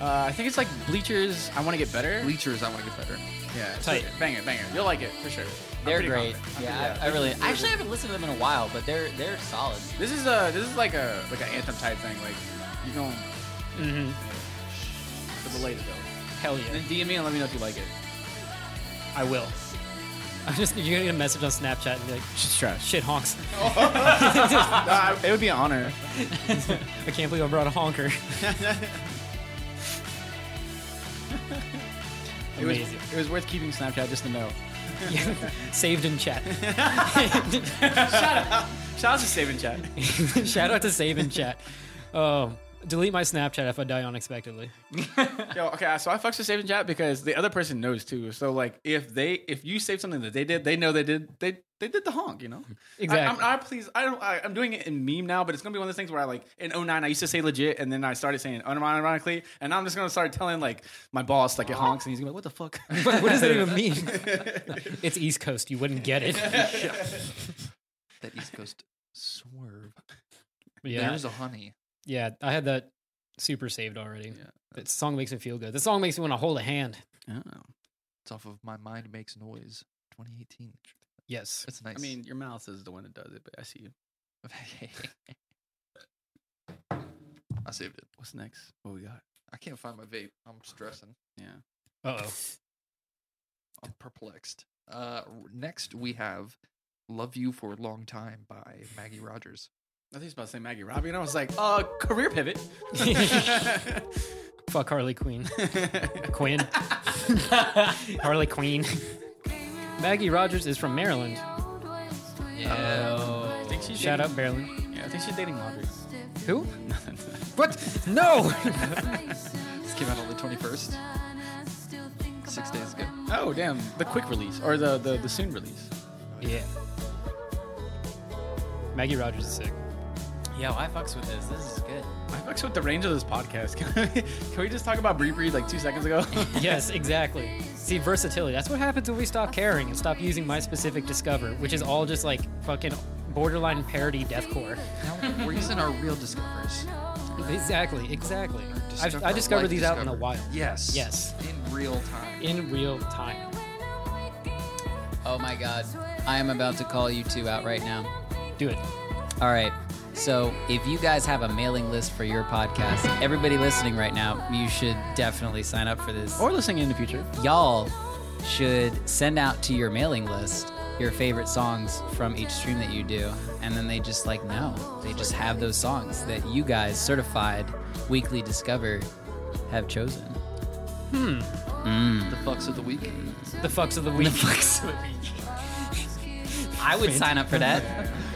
[SPEAKER 2] Uh, I think it's like Bleachers. I want to get better.
[SPEAKER 3] Bleachers. I want to get better.
[SPEAKER 2] yeah, it's
[SPEAKER 1] Tight.
[SPEAKER 2] banger, banger. You'll like it for sure. I'm
[SPEAKER 5] They're
[SPEAKER 2] pretty
[SPEAKER 5] great.
[SPEAKER 2] confident. I'm
[SPEAKER 5] Yeah,
[SPEAKER 2] pretty-
[SPEAKER 5] I, I really. I actually haven't listened to them in a while, but they're they're solid.
[SPEAKER 2] This is a this is like a like an anthem type thing. Like you can
[SPEAKER 1] hmm
[SPEAKER 2] for the later though.
[SPEAKER 1] Hell yeah.
[SPEAKER 2] And then DM me and let me know if you like it.
[SPEAKER 1] I will. I'm just you're gonna get a message on Snapchat and be like,
[SPEAKER 2] Just trash.
[SPEAKER 1] shit honks.
[SPEAKER 2] Uh, it would be an honor.
[SPEAKER 1] I can't believe I brought a honker.
[SPEAKER 2] It was,
[SPEAKER 1] Amazing.
[SPEAKER 2] it was worth keeping Snapchat just to know.
[SPEAKER 1] Saved in chat.
[SPEAKER 2] Shout out to Saving Chat.
[SPEAKER 1] Shout out to save in chat. Um, delete my Snapchat if I die unexpectedly.
[SPEAKER 2] Yo, okay, so I fucks with Saving Chat because the other person knows too. So like, if they if you save something that they did, they know they did they they did the honk. You know.
[SPEAKER 1] Exactly.
[SPEAKER 2] I, I'm, I please, I don't. I, I'm doing it in meme now, but it's gonna be one of those things where I like in 09 I used to say legit, and then I started saying unironically, and now I'm just gonna start telling like my boss like it honks, and he's gonna be like, "What the fuck?"
[SPEAKER 1] what does that even mean? it's East Coast. You wouldn't get it.
[SPEAKER 3] That East Coast swerve.
[SPEAKER 1] Yeah.
[SPEAKER 3] There's a honey.
[SPEAKER 1] Yeah. I had that super saved already.
[SPEAKER 3] Yeah.
[SPEAKER 1] That song makes me feel good. The song makes me want to hold a hand.
[SPEAKER 2] Oh.
[SPEAKER 3] It's off of My Mind Makes Noise, 2018.
[SPEAKER 1] Yes.
[SPEAKER 3] It's nice.
[SPEAKER 2] I mean, your mouth is the one that does it, but I see you.
[SPEAKER 3] I saved it.
[SPEAKER 2] What's next? What we got?
[SPEAKER 3] I can't find my vape. I'm stressing.
[SPEAKER 2] Yeah.
[SPEAKER 1] Uh oh.
[SPEAKER 3] I'm perplexed. Uh, r- next we have "Love You for a Long Time" by Maggie Rogers.
[SPEAKER 2] I think he's about to say Maggie Robbie, and I was like, uh, career pivot.
[SPEAKER 1] Fuck Harley Quinn. Quinn. Harley Quinn. Maggie Rogers is from Maryland.
[SPEAKER 5] Oh.
[SPEAKER 2] I think she's
[SPEAKER 1] Shout
[SPEAKER 2] dating-
[SPEAKER 1] out Maryland.
[SPEAKER 2] Yeah, I think she's dating Laundry.
[SPEAKER 1] Who? What? No.
[SPEAKER 3] This came out on the 21st, six days ago.
[SPEAKER 2] Oh damn, the quick release or the the, the soon release.
[SPEAKER 1] yeah. Maggie Rogers is sick.
[SPEAKER 5] Yo, I fucks with this. This is good.
[SPEAKER 2] I fucks with the range of this podcast. Can we, can we just talk about Bree Bree like two seconds ago?
[SPEAKER 1] yes, exactly. See, versatility. That's what happens when we stop caring and stop using my specific discover, which is all just like fucking borderline parody deathcore.
[SPEAKER 3] Now we're using our real discoveries.
[SPEAKER 1] Exactly, exactly. I've,
[SPEAKER 3] Discover-
[SPEAKER 1] I discovered
[SPEAKER 3] like
[SPEAKER 1] these out in the
[SPEAKER 3] discovered.
[SPEAKER 1] wild.
[SPEAKER 3] Yes.
[SPEAKER 1] Yes.
[SPEAKER 3] In real time.
[SPEAKER 1] In real time.
[SPEAKER 5] Oh my god, I am about to call you two out right now.
[SPEAKER 1] Do it.
[SPEAKER 5] All right. So if you guys have a mailing list for your podcast, everybody listening right now, you should definitely sign up for this.
[SPEAKER 2] Or listening in the future.
[SPEAKER 5] Y'all should send out to your mailing list your favorite songs from each stream that you do. And then they just like, no, they just have those songs that you guys certified weekly discover have chosen.
[SPEAKER 3] The fucks of the week.
[SPEAKER 1] The fucks of the week.
[SPEAKER 5] I would sign up for that.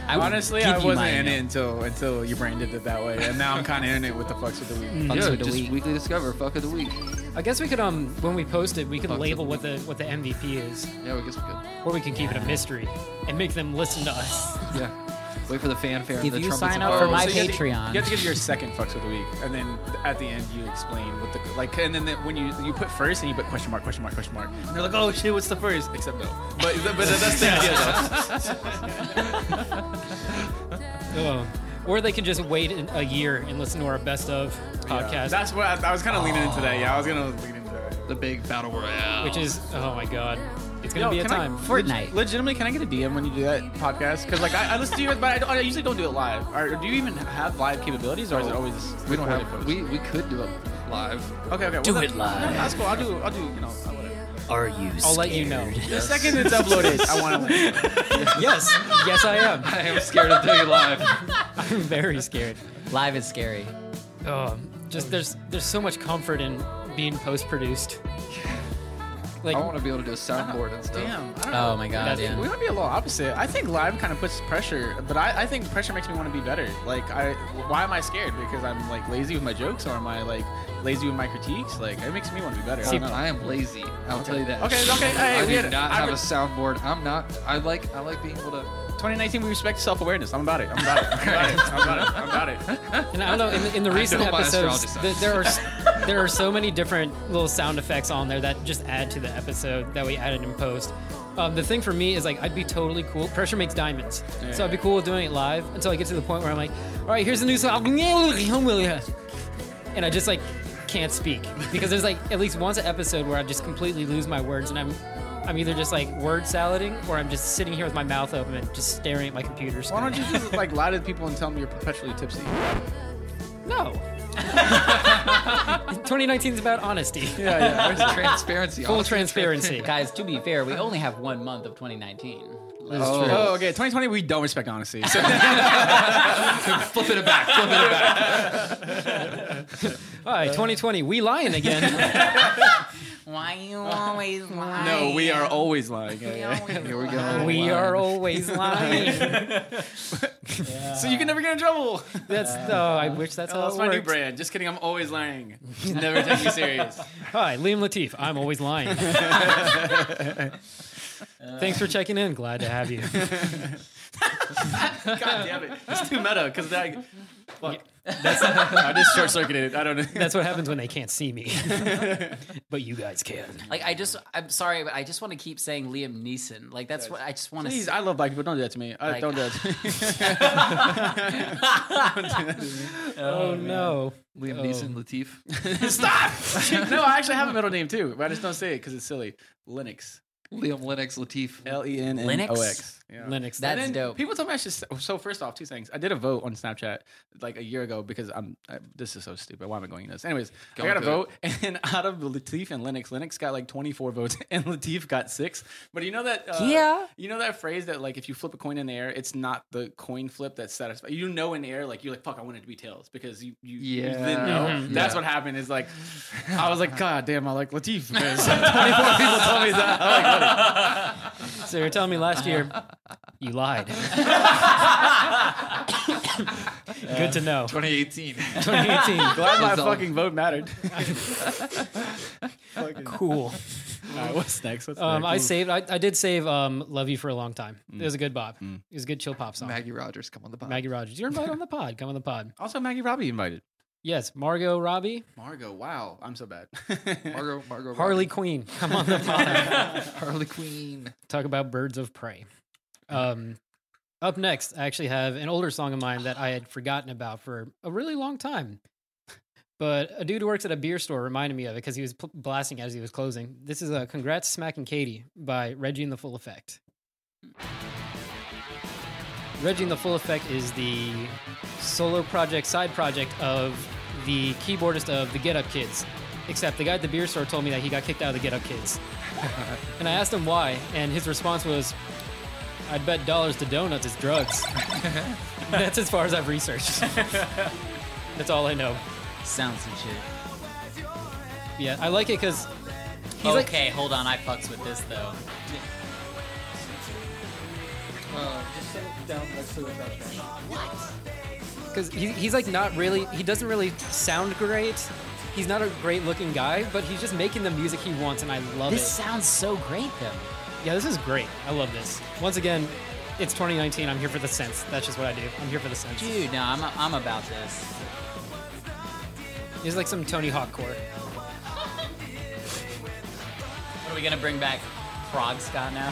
[SPEAKER 5] I would
[SPEAKER 2] Honestly,
[SPEAKER 5] give
[SPEAKER 2] I
[SPEAKER 5] you
[SPEAKER 2] wasn't
[SPEAKER 5] mine,
[SPEAKER 2] in
[SPEAKER 5] though.
[SPEAKER 2] it until until your brain did it that way, and now I'm kind of in it with the fucks with the week.
[SPEAKER 5] Fucks
[SPEAKER 3] yeah,
[SPEAKER 5] with the
[SPEAKER 3] just
[SPEAKER 5] week.
[SPEAKER 3] weekly discover fuck of the week.
[SPEAKER 1] I guess we could um when we post it, we could
[SPEAKER 3] Fucks of
[SPEAKER 1] label
[SPEAKER 3] the
[SPEAKER 1] what the what the MVP is,
[SPEAKER 3] Yeah, I guess we could.
[SPEAKER 1] or we can keep it a mystery and make them listen to us.
[SPEAKER 3] Yeah. Wait for the fanfare.
[SPEAKER 5] If
[SPEAKER 3] and the
[SPEAKER 5] you
[SPEAKER 3] trumpets
[SPEAKER 5] sign
[SPEAKER 3] and
[SPEAKER 5] up for
[SPEAKER 3] bows.
[SPEAKER 5] my
[SPEAKER 2] you have to-
[SPEAKER 5] Patreon.
[SPEAKER 2] you have to give your second fucks of the week, and then at the end you explain what the like, and then the, when you you put first and you put question mark question mark question mark, and they're like, oh shit, what's the first? Except no, but but that's the idea. though.
[SPEAKER 1] Oh. Or they can just wait an- a year and listen to our best of podcast,
[SPEAKER 2] Yeah, that's what I, I was kind of leaning into that. Yeah, I was gonna lean into that.
[SPEAKER 3] the big battle royale.
[SPEAKER 1] which is oh my god, it's gonna
[SPEAKER 2] Yo,
[SPEAKER 1] be a
[SPEAKER 2] can I-
[SPEAKER 1] time.
[SPEAKER 5] Fortnite.
[SPEAKER 2] Legitimately, can I get a DM when you do that podcast? Because like I, I listen to you, but I, don't, I usually don't do it live. Or do you even have live capabilities, or is it always
[SPEAKER 3] we don't
[SPEAKER 2] recorded
[SPEAKER 3] have.
[SPEAKER 2] post?
[SPEAKER 3] We we could do it live.
[SPEAKER 2] Okay, okay.
[SPEAKER 5] Do
[SPEAKER 2] well,
[SPEAKER 5] it
[SPEAKER 2] that-
[SPEAKER 5] live.
[SPEAKER 2] no, that's cool. I'll do. I'll do. You know, uh, whatever.
[SPEAKER 5] Are you
[SPEAKER 1] I'll let you know.
[SPEAKER 5] scared?
[SPEAKER 2] The second it's uploaded, I want to.
[SPEAKER 1] yes, yes, I am.
[SPEAKER 3] I am scared of doing it live.
[SPEAKER 1] I'm very scared.
[SPEAKER 5] Live is scary.
[SPEAKER 1] Oh, just there's there's so much comfort in being post produced. Like
[SPEAKER 3] I want to be able to do a soundboard and stuff.
[SPEAKER 2] Damn. I don't know.
[SPEAKER 5] Oh my god,
[SPEAKER 1] That's-
[SPEAKER 5] yeah.
[SPEAKER 2] We might be a little opposite. I think live kind of puts pressure, but I, I think pressure makes me want to be better. Like, I why am I scared? Because I'm like lazy with my jokes, or am I like lazy with my critiques? Like, it makes me want to be better. I
[SPEAKER 3] See,
[SPEAKER 2] don't know.
[SPEAKER 3] I am lazy. I'll tell you that.
[SPEAKER 2] Okay, okay, hey,
[SPEAKER 3] I
[SPEAKER 2] we
[SPEAKER 3] do
[SPEAKER 2] had it.
[SPEAKER 3] not
[SPEAKER 2] I
[SPEAKER 3] have
[SPEAKER 2] re-
[SPEAKER 3] a soundboard. I'm not. I like. I like being able to.
[SPEAKER 2] 2019, we respect self awareness. I'm about it. I'm about it. I'm about it. I'm about it. I'm about it.
[SPEAKER 1] And I don't know. In the, in the recent
[SPEAKER 3] know my
[SPEAKER 1] episodes,
[SPEAKER 3] astrology
[SPEAKER 1] th- there are s- there are so many different little sound effects on there that just add to the episode that we added in post. Um, the thing for me is like I'd be totally cool. Pressure makes diamonds, so I'd be cool with doing it live until I get to the point where I'm like, all right, here's the new song, and I just like can't speak because there's like at least once an episode where I just completely lose my words and I'm. I'm either just like word salading or I'm just sitting here with my mouth open and just staring at my computer
[SPEAKER 2] Why
[SPEAKER 1] screen.
[SPEAKER 2] don't you just like lie to people and tell them you're perpetually tipsy?
[SPEAKER 1] No. 2019 is about honesty,
[SPEAKER 2] Yeah, yeah.
[SPEAKER 3] Where's the transparency? Oh.
[SPEAKER 1] full
[SPEAKER 3] Honestly,
[SPEAKER 1] transparency.
[SPEAKER 5] Guys, to be fair, we only have one month of 2019.
[SPEAKER 1] This is
[SPEAKER 3] Oh.
[SPEAKER 1] true.
[SPEAKER 2] Oh, okay. 2020, we don't respect honesty. So
[SPEAKER 3] Flipping it back. Flipping it back.
[SPEAKER 1] All right, 2020, we lying again.
[SPEAKER 5] Why you always lie?
[SPEAKER 2] no, we are always lying. Yeah, yeah.
[SPEAKER 3] Here we
[SPEAKER 2] Oh,
[SPEAKER 3] go.
[SPEAKER 1] we are always lying.
[SPEAKER 2] So you can never get in trouble.
[SPEAKER 1] That's oh, I wish that's
[SPEAKER 2] Oh,
[SPEAKER 1] how
[SPEAKER 2] that's
[SPEAKER 1] it
[SPEAKER 2] my new
[SPEAKER 1] worked.
[SPEAKER 2] brand. Just kidding. I'm always lying. Never take me serious.
[SPEAKER 1] Hi, Liam Latif. I'm always lying. Thanks for checking in. Glad to have you.
[SPEAKER 2] God damn it. It's too meta because I. Fuck. That's, uh, I just short circuited it. I don't know.
[SPEAKER 1] That's what happens when they can't see me, but you guys can.
[SPEAKER 5] Like I just, I'm sorry, but I just want to keep saying Liam Neeson. Like that's what I just want to.
[SPEAKER 2] Please, I love black people. Don't do that to me. I,
[SPEAKER 5] Like-
[SPEAKER 2] don't do that. To me.
[SPEAKER 1] Oh, no.
[SPEAKER 3] Liam Neeson, Latif.
[SPEAKER 2] Stop. no, I actually have a middle name too, but I just don't say it because it's silly. Linux.
[SPEAKER 3] Liam Linux, Latif.
[SPEAKER 2] L E N N O X. Yeah.
[SPEAKER 1] Linux.
[SPEAKER 5] That's
[SPEAKER 2] And
[SPEAKER 5] dope.
[SPEAKER 2] People told me I should. st- So first off, two things. I did a vote on Snapchat like a year ago because I'm. I, this is so stupid. Why am I going into this? Anyways,
[SPEAKER 3] Go
[SPEAKER 2] I got a
[SPEAKER 3] to
[SPEAKER 2] vote, and out of Latif and Linux, Linux got like 24 votes, and Latif got six. But you know that. Uh,
[SPEAKER 5] Yeah.
[SPEAKER 2] You know that phrase that like if you flip a coin in the air, it's not the coin flip that's satisfied. You know in the air, like you're like fuck, I want it to be tails because you you, you
[SPEAKER 3] Yeah.
[SPEAKER 2] then know.
[SPEAKER 3] Mhm.
[SPEAKER 2] That's
[SPEAKER 3] Yeah.
[SPEAKER 2] what happened. Is like I was like God damn, I like Latif. because 24 people told me that. I like,
[SPEAKER 1] So you're telling me last year you lied. Good to know.
[SPEAKER 3] 2018.
[SPEAKER 1] 2018.
[SPEAKER 2] Glad my
[SPEAKER 3] Result.
[SPEAKER 2] fucking vote mattered.
[SPEAKER 1] Cool.
[SPEAKER 2] All right, what's next? What's
[SPEAKER 1] Um, I
[SPEAKER 2] next?
[SPEAKER 1] saved. I, I did save. Um, Love you for a long time. It was a good Bob. It was a good chill pop song. Maggie,
[SPEAKER 3] Maggie Rogers, come on the pod.
[SPEAKER 1] Rogers, you're invited on the pod. Come on the pod.
[SPEAKER 2] Also, Maggie Robbie invited.
[SPEAKER 1] Yes, Margot Robbie,
[SPEAKER 2] Margot, wow, I'm so bad.
[SPEAKER 3] Margot, Margot.
[SPEAKER 1] Harley
[SPEAKER 3] Robbie.
[SPEAKER 1] Queen. Come on the pod.
[SPEAKER 3] Harley Queen.
[SPEAKER 1] Talk about birds of prey. Um, up next, I actually have an older song of mine that I had forgotten about for a really long time. But a dude who works at a beer store reminded me of it because he was pl- blasting it as he was closing. This is uh, a "Congrats Smacking Katie" by Reggie and the Full Effect. Reggie and the Full Effect is the solo project, side project of the keyboardist of the Get Up Kids. Except the guy at the beer store told me that he got kicked out of the Get Up Kids. and I asked him why, and his response was, I'd bet dollars to donuts it's drugs. That's as far as I've researched. That's all I know.
[SPEAKER 5] Sounds and shit.
[SPEAKER 1] Yeah, I like it because he's like
[SPEAKER 5] okay, hold on. I fucks with this though.
[SPEAKER 3] just set it down next to the
[SPEAKER 1] because he, he's like not really he doesn't really sound great he's not a great looking guy but he's just making the music he wants and i love
[SPEAKER 5] This
[SPEAKER 1] it
[SPEAKER 5] sounds so great though.
[SPEAKER 1] yeah this is great i love this once again it's 2019 i'm here for the sense that's just what i do i'm here for the sense
[SPEAKER 5] Dude, no, I'm, I'm about this.
[SPEAKER 1] he's like some tony hawk core
[SPEAKER 5] What are we gonna bring back? Prog Scott now?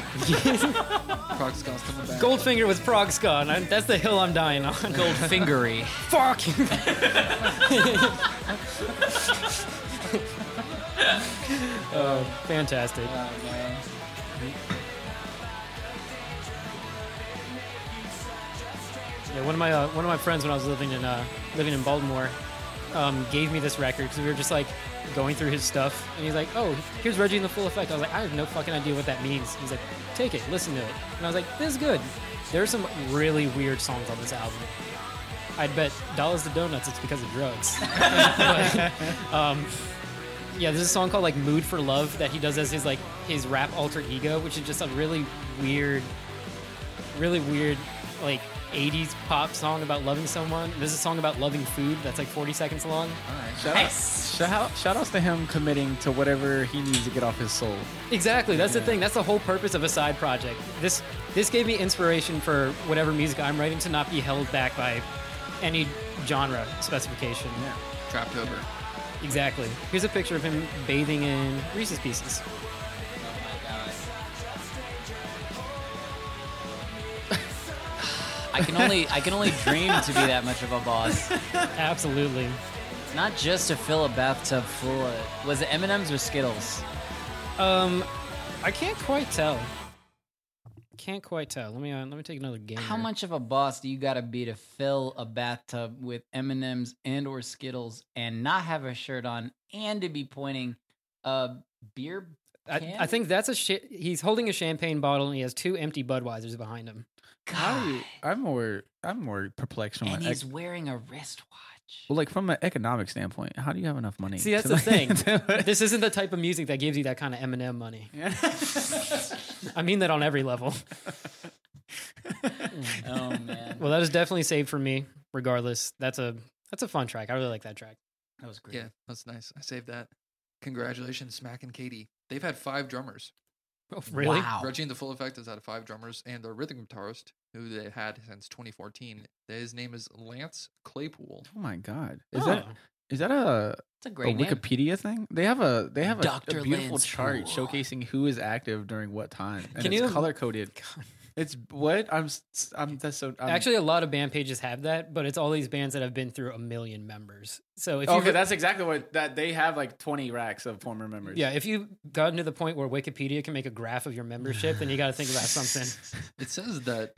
[SPEAKER 3] Fox Scott's coming back.
[SPEAKER 1] goldfinger with prog ska and I, that's the hill i'm dying on
[SPEAKER 5] Goldfingery.
[SPEAKER 1] fuck oh fantastic Yeah, one of my uh, one of my friends when I was living in uh, living in Baltimore um, gave me this record because we were just like going through his stuff, and he's like, "Oh, here's Reggie in the Full Effect." I was like, "I have no fucking idea what that means." He's like, "Take it, listen to it," and I was like, "This is good." There's some really weird songs on this album. I'd bet dollars to donuts it's because of drugs. But, um, yeah, there's a song called like "Mood for Love" that he does as his like his rap alter ego, which is just a really weird really weird like 80s pop song about loving someone. There's a song about loving food that's like 40 seconds long.
[SPEAKER 2] Shout,
[SPEAKER 5] Nice.
[SPEAKER 2] out, shout, out- shout outs to him committing to whatever he needs to get off his soul.
[SPEAKER 1] Exactly, that's the thing. That's the whole purpose of a side project. This this gave me inspiration for whatever music I'm writing to not be held back by any genre specification.
[SPEAKER 3] Trapped over.
[SPEAKER 1] Exactly. Here's a picture of him bathing in Reese's Pieces.
[SPEAKER 5] I can only I can only dream to be that much of a boss.
[SPEAKER 1] Absolutely.
[SPEAKER 5] Not just to fill a bathtub full of was it M and M's or Skittles?
[SPEAKER 1] Um I can't quite tell. Can't quite tell. Let me uh, let me take another game.
[SPEAKER 5] How
[SPEAKER 1] here.
[SPEAKER 5] much of a boss do you gotta be to fill a bathtub with M and M's and or Skittles and not have a shirt on and to be pointing a beer?
[SPEAKER 1] I,
[SPEAKER 5] can?
[SPEAKER 1] I think that's a shit. He's holding a champagne bottle and he has two empty Budweisers behind him.
[SPEAKER 2] How do
[SPEAKER 5] God,
[SPEAKER 2] you, I'm more I'm more perplexed from
[SPEAKER 5] and
[SPEAKER 2] an
[SPEAKER 5] he's
[SPEAKER 2] ec-
[SPEAKER 5] wearing a wristwatch.
[SPEAKER 2] well, like from an economic standpoint. How do you have enough money?
[SPEAKER 1] See, that's
[SPEAKER 2] to,
[SPEAKER 1] the
[SPEAKER 2] like-
[SPEAKER 1] thing.
[SPEAKER 2] to-
[SPEAKER 1] This isn't the type of music that gives you that kind of Eminem money. I mean that on every level.
[SPEAKER 5] Oh man,
[SPEAKER 1] Well, that is definitely saved for me. Regardless, that's a that's a fun track. I really like that track.
[SPEAKER 5] that was great.
[SPEAKER 3] Yeah, that's nice. I saved that. Congratulations, Smack and Katie. They've had five drummers.
[SPEAKER 2] Oh,
[SPEAKER 1] Really?
[SPEAKER 5] Wow.
[SPEAKER 3] Reggie and the Full Effect has had five drummers and their rhythm guitarist, who they had since 2014. His name is Lance Claypool.
[SPEAKER 2] oh my god, is
[SPEAKER 1] Oh,
[SPEAKER 2] that is that a,
[SPEAKER 5] It's a
[SPEAKER 2] a
[SPEAKER 5] great name.
[SPEAKER 2] Wikipedia thing? They have a they have a, a
[SPEAKER 5] Dr.
[SPEAKER 2] beautiful
[SPEAKER 5] Lance
[SPEAKER 2] chart
[SPEAKER 5] Poole.
[SPEAKER 2] showcasing who is active during what time. And
[SPEAKER 1] Can
[SPEAKER 2] it's
[SPEAKER 1] you-
[SPEAKER 2] color coded? It's what I'm s- I'm that's so I'm,
[SPEAKER 1] actually a lot of band pages have that, but it's all these bands that have been through a million members. So if
[SPEAKER 2] okay.
[SPEAKER 1] you
[SPEAKER 2] That's exactly what Oh, that they have like 20 racks of former members.
[SPEAKER 1] yeah, if you've gotten to the point where Wikipedia can make a graph of your membership, then you got to think about something.
[SPEAKER 3] It says that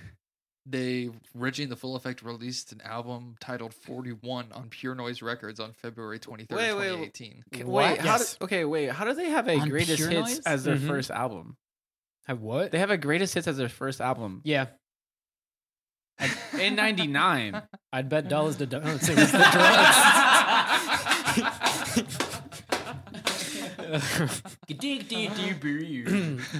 [SPEAKER 3] they Reggie and the Full Effect released an album titled 41 on Pure Noise Records on February 23rd,
[SPEAKER 2] Wait, wait,
[SPEAKER 3] 2018.
[SPEAKER 2] Wait,
[SPEAKER 1] What?
[SPEAKER 2] how
[SPEAKER 1] Yes.
[SPEAKER 2] do, okay, wait. How do they have a
[SPEAKER 5] On
[SPEAKER 2] greatest
[SPEAKER 5] Pure
[SPEAKER 2] hits
[SPEAKER 5] Noise?
[SPEAKER 2] as their
[SPEAKER 1] Mhm.
[SPEAKER 2] first album?
[SPEAKER 1] I what?
[SPEAKER 2] They have a greatest hits as their first album
[SPEAKER 1] Yeah,
[SPEAKER 2] in '99.
[SPEAKER 1] I'd bet dollars to donuts. It was the drugs.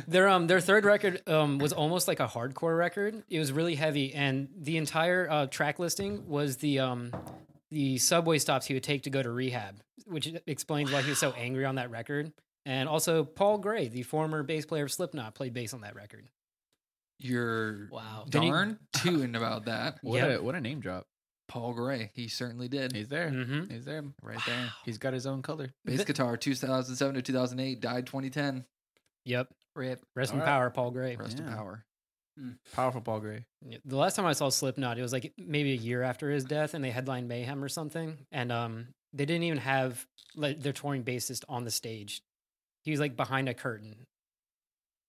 [SPEAKER 1] their um their third record um was almost like a hardcore record. It was really heavy, and the entire uh, track listing was the um the subway stops he would take to go to rehab, which explains why he was so angry on that record. And also, Paul Gray, the former bass player of Slipknot, played bass on that record.
[SPEAKER 3] You're
[SPEAKER 5] Wow.
[SPEAKER 1] Did he-
[SPEAKER 3] darn tooting about that.
[SPEAKER 2] what
[SPEAKER 1] Yep.
[SPEAKER 2] a what a name drop.
[SPEAKER 3] Paul Gray, he certainly did.
[SPEAKER 2] He's there.
[SPEAKER 1] hmm
[SPEAKER 2] He's there.
[SPEAKER 3] right there.
[SPEAKER 2] He's got his own color.
[SPEAKER 3] Bass
[SPEAKER 1] Th-
[SPEAKER 3] guitar, 2007 to 2008, died 2010.
[SPEAKER 1] Yep.
[SPEAKER 5] Rip.
[SPEAKER 1] Rest in
[SPEAKER 2] All right.
[SPEAKER 1] power, Paul Gray.
[SPEAKER 3] Rest in
[SPEAKER 2] Yeah.
[SPEAKER 3] power.
[SPEAKER 2] Powerful Paul Gray.
[SPEAKER 1] Yeah, The last time I saw Slipknot, it was like maybe a year after his death, and they headlined Mayhem or something. And um, they didn't even have like, their touring bassist on the stage. He was like behind a curtain,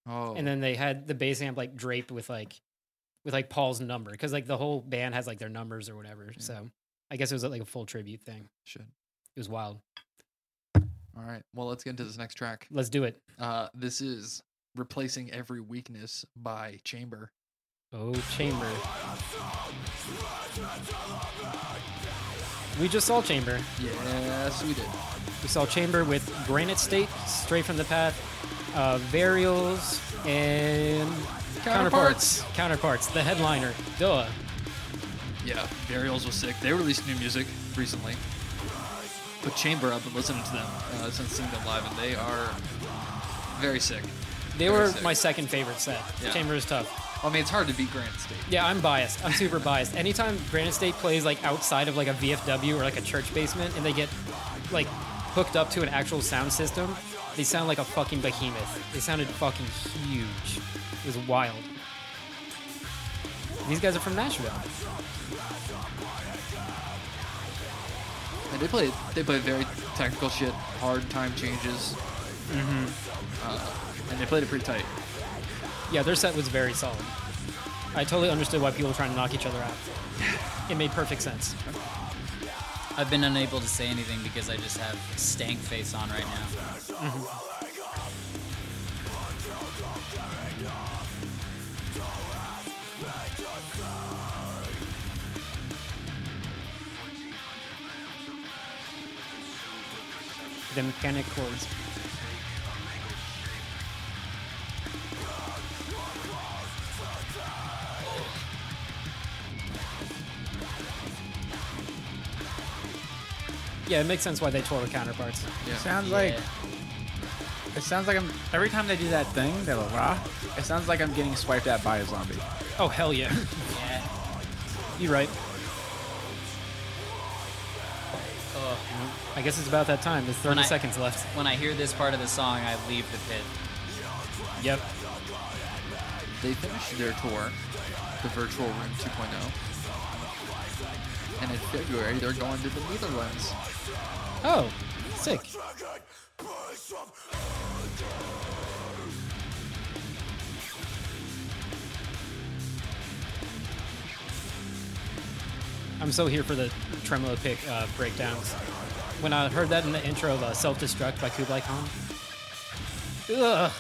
[SPEAKER 3] Oh,
[SPEAKER 1] and then they had the bass amp like draped with like with like Paul's number because like the whole band has like their numbers or whatever.
[SPEAKER 3] Mm.
[SPEAKER 1] So I guess it was like a full tribute thing.
[SPEAKER 3] Shit.
[SPEAKER 1] It was wild.
[SPEAKER 3] All right. Well, let's get into this next track.
[SPEAKER 1] Let's do it.
[SPEAKER 3] Uh, this is replacing every weakness by Chamber.
[SPEAKER 1] Oh, Chamber. We just saw Chamber.
[SPEAKER 3] Yes, we did.
[SPEAKER 1] We saw Chamber with Granite State, Straight from the Path, uh, Varials, and
[SPEAKER 3] Counterparts.
[SPEAKER 1] Counterparts, the headliner. Duh.
[SPEAKER 3] Yeah, Burials was sick. They released new music recently. But Chamber, I've been listening to them uh, since seeing them live, and they are very sick.
[SPEAKER 1] They
[SPEAKER 3] Very
[SPEAKER 1] were
[SPEAKER 3] sick.
[SPEAKER 1] my second favorite set.
[SPEAKER 3] Yeah.
[SPEAKER 1] Chamber is tough.
[SPEAKER 3] I mean, it's hard to beat Grand State.
[SPEAKER 1] Yeah, I'm biased. I'm super biased. Anytime Granite State plays like outside of like a VFW or like a church basement and they get like hooked up to an actual sound system, they sound like a fucking behemoth. They sounded fucking huge. It was wild. These guys are from Nashville.
[SPEAKER 3] And they play they play very technical shit, hard time changes. Mm-hmm. Uh, and they played it pretty tight.
[SPEAKER 1] Yeah, their set was very solid. I totally understood why people were trying to knock each other out. It made perfect sense.
[SPEAKER 5] I've been unable to say anything because I just have stank face on right now.
[SPEAKER 1] The mechanic chords. Yeah, it makes sense why they tore with counterparts.
[SPEAKER 2] Sounds like it sounds like I'm every time they do that thing, they're like, rah, it sounds like I'm getting swiped at by a zombie.
[SPEAKER 1] Oh hell yeah.
[SPEAKER 5] Yeah.
[SPEAKER 1] You're right. I guess it's about that time. There's 30
[SPEAKER 5] I-
[SPEAKER 1] seconds left.
[SPEAKER 5] When I hear this part of the song, I leave the pit.
[SPEAKER 1] Yep.
[SPEAKER 3] They finished their tour, the Virtual Room 2.0. And in February, they're going to the Netherlands.
[SPEAKER 1] Oh, sick. I'm so here for the tremolo pick uh, breakdowns. When I heard that in the intro of uh, Self Destruct by Kublai Khan. Ugh.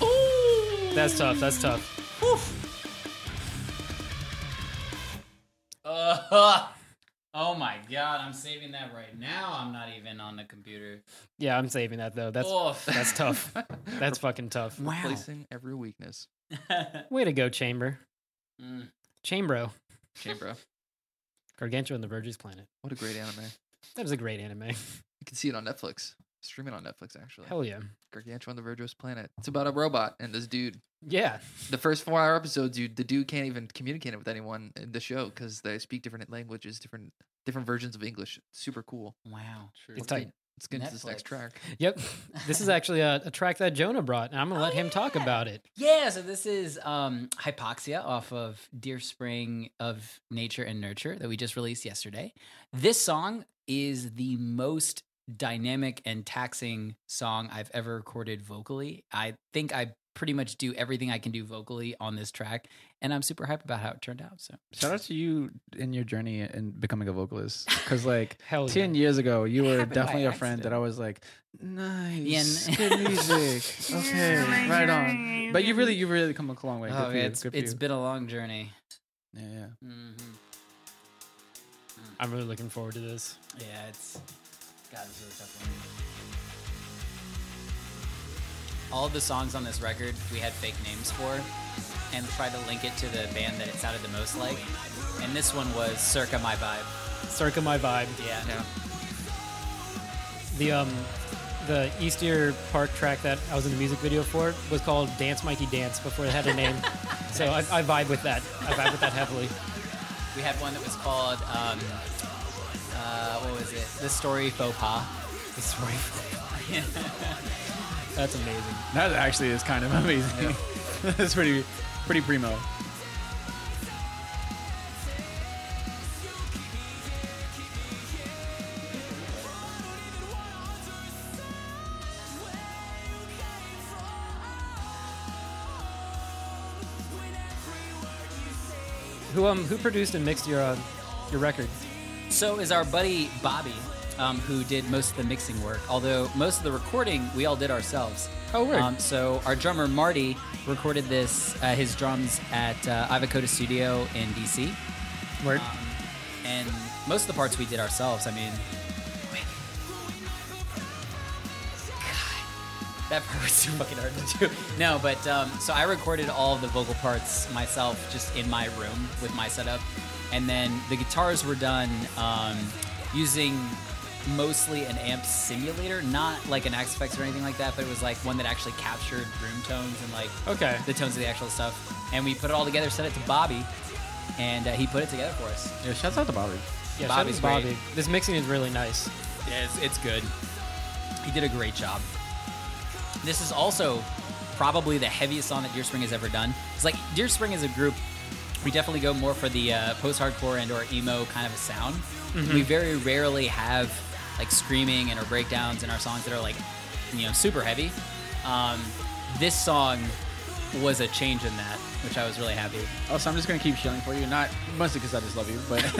[SPEAKER 1] Oh. That's tough. That's tough.
[SPEAKER 5] Oh my god, I'm saving that right now. I'm not even on the computer.
[SPEAKER 1] Yeah, I'm saving that though. That's
[SPEAKER 5] Oof.
[SPEAKER 1] that's tough. That's fucking tough.
[SPEAKER 3] Replacing every weakness.
[SPEAKER 1] Way to go, Chamber.
[SPEAKER 5] Mm.
[SPEAKER 1] Chambro.
[SPEAKER 3] Chamber.
[SPEAKER 1] Gargantua and the Verges Planet.
[SPEAKER 3] what a great anime.
[SPEAKER 1] That is a great anime.
[SPEAKER 3] You can see it on Netflix. Stream it on Netflix, actually.
[SPEAKER 1] Hell yeah.
[SPEAKER 3] Gargantuan the Virtuous Planet. It's about a robot and this dude.
[SPEAKER 1] Yeah.
[SPEAKER 3] The first four hour episodes, you the dude can't even communicate with anyone in the show because they speak different languages, different different versions of English. Super cool.
[SPEAKER 5] Wow.
[SPEAKER 1] It's
[SPEAKER 3] Let's get-
[SPEAKER 1] tight.
[SPEAKER 3] Let's get into this next
[SPEAKER 5] Netflix.
[SPEAKER 3] track.
[SPEAKER 1] Yep. This is actually a, a track that Jonah brought, and I'm gonna let him talk about it.
[SPEAKER 5] Yeah, so this is um, Hypoxia off of Deer Spring of Nature and Nurture that we just released yesterday. This song is the most dynamic and taxing song I've ever recorded vocally. I think I pretty much do everything I can do vocally on this track, and I'm super hyped about how it turned out. So
[SPEAKER 2] Shout out to you in your journey in becoming a vocalist. Cause like
[SPEAKER 1] Hell yeah.
[SPEAKER 2] ten years ago you were
[SPEAKER 5] happened by
[SPEAKER 2] definitely a friend that
[SPEAKER 5] accident.
[SPEAKER 2] I was like, Nice
[SPEAKER 5] Yeah, n-
[SPEAKER 2] good music. okay, right on. But you really you really come a long way. Good
[SPEAKER 5] Oh,
[SPEAKER 2] for you.
[SPEAKER 5] it's
[SPEAKER 2] Good for
[SPEAKER 5] it's
[SPEAKER 2] you.
[SPEAKER 5] been a long journey.
[SPEAKER 2] yeah, yeah.
[SPEAKER 5] hmm
[SPEAKER 1] I'm really looking forward to this.
[SPEAKER 5] Yeah, it's. God, this is a tough one. All of the songs on this record we had fake names for and tried to link it to the band that it sounded the most like. And this one was Circa My Vibe.
[SPEAKER 1] Circa my vibe.
[SPEAKER 5] Yeah.
[SPEAKER 3] Yeah.
[SPEAKER 1] The um the East Ear Park track that I was in the music video for was called Dance Mikey Dance before it had a name. so I, I vibe with that. I vibe with that heavily.
[SPEAKER 5] We had one that was called, um, uh, what was it? The Story Faux Pas. The Story
[SPEAKER 1] That's amazing.
[SPEAKER 2] That actually is kind of amazing. That's pretty pretty primo.
[SPEAKER 1] Who um who produced and mixed your uh, your record?
[SPEAKER 5] So is our buddy Bobby, um, who did most of the mixing work. Although most of the recording we all did ourselves.
[SPEAKER 1] Oh, right.
[SPEAKER 5] Um, so our drummer Marty recorded this uh, his drums at uh, Ivacota Studio in DC,
[SPEAKER 1] Word.
[SPEAKER 5] Um, and most of the parts we did ourselves. I mean, wait. God, that part was too fucking hard to do. No, but um, so I recorded all of the vocal parts myself, just in my room with my setup, and then the guitars were done um, using mostly an amp simulator, not like an Axe Effects or anything like that, but it was like one that actually captured room tones and like
[SPEAKER 1] okay.
[SPEAKER 5] the tones of the actual stuff. And we put it all together, sent it to Bobby, and uh, he put it together for us.
[SPEAKER 2] Yeah, shouts out to Bobby.
[SPEAKER 1] yeah, shout out
[SPEAKER 5] Bobby's
[SPEAKER 1] to Bobby.
[SPEAKER 5] great.
[SPEAKER 1] This mixing is really nice.
[SPEAKER 5] Yeah, it's, it's good. He did a great job. This is also probably the heaviest song that Deer Spring has ever done. It's like Deer Spring is a group. We definitely go more for the uh, post-hardcore and/or emo kind of a sound. We very rarely have like screaming and or breakdowns in our songs that are like you know super heavy. Um, this song was a change in that, which I was really happy.
[SPEAKER 2] Also, I'm just gonna keep shilling for you, not mostly because I just love you, but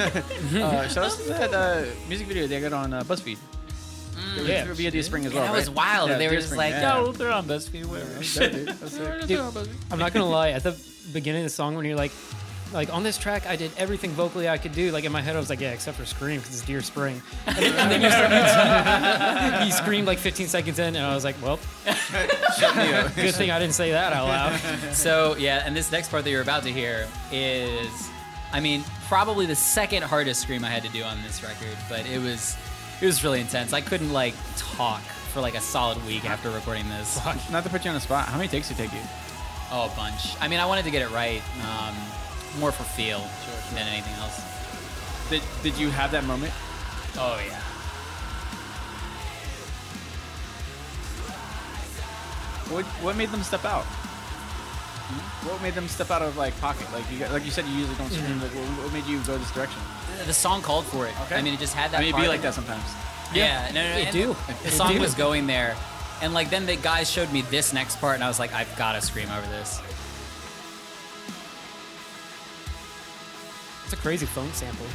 [SPEAKER 2] uh, shout out to that uh, music video they got on uh, BuzzFeed. There was
[SPEAKER 1] Yeah.
[SPEAKER 2] a video this spring as
[SPEAKER 5] Yeah,
[SPEAKER 2] well.
[SPEAKER 5] that was
[SPEAKER 2] right?
[SPEAKER 5] wild.
[SPEAKER 2] Yeah,
[SPEAKER 5] they were
[SPEAKER 2] Deer
[SPEAKER 5] just
[SPEAKER 2] Spring,
[SPEAKER 5] like,
[SPEAKER 2] yeah.
[SPEAKER 5] "No, they're on BuzzFeed." Whatever.
[SPEAKER 2] That's dope, dude. That's sick.
[SPEAKER 1] I'm not gonna lie. At the beginning of the song, when you're like, like on this track, I did everything vocally I could do. Like in my head, I was like, yeah, except for scream because it's Deer Spring. And then, and then you, started, you screamed like 15 seconds in, and I was like, well, good thing I didn't say that out loud.
[SPEAKER 5] So yeah, and this next part that you're about to hear is, I mean, probably the second hardest scream I had to do on this record, but it was, it was really intense. I couldn't like talk for like a solid week after recording this.
[SPEAKER 2] Not to put you on the spot, how many takes did it take you?
[SPEAKER 5] Oh, a bunch. I mean, I wanted to get it right, um, more for feel than anything else.
[SPEAKER 2] Did, did you have that moment?
[SPEAKER 5] Oh yeah.
[SPEAKER 2] What, what made them step out? What made them step out of like pocket? Like you, got- like you said, you usually don't scream.
[SPEAKER 5] Mm-hmm.
[SPEAKER 2] Like what, what made you go this direction?
[SPEAKER 5] The song called for it.
[SPEAKER 2] Okay.
[SPEAKER 5] I mean, it just had that.
[SPEAKER 2] I mean, it'd
[SPEAKER 5] part.
[SPEAKER 2] be like that sometimes.
[SPEAKER 5] Yeah, no, no, no.
[SPEAKER 1] It
[SPEAKER 5] and
[SPEAKER 1] do.
[SPEAKER 5] The
[SPEAKER 1] It
[SPEAKER 5] song
[SPEAKER 1] do.
[SPEAKER 5] was going there, and like then the guys showed me this next part, and I was like, I've got to scream over this.
[SPEAKER 1] It's a crazy phone sample.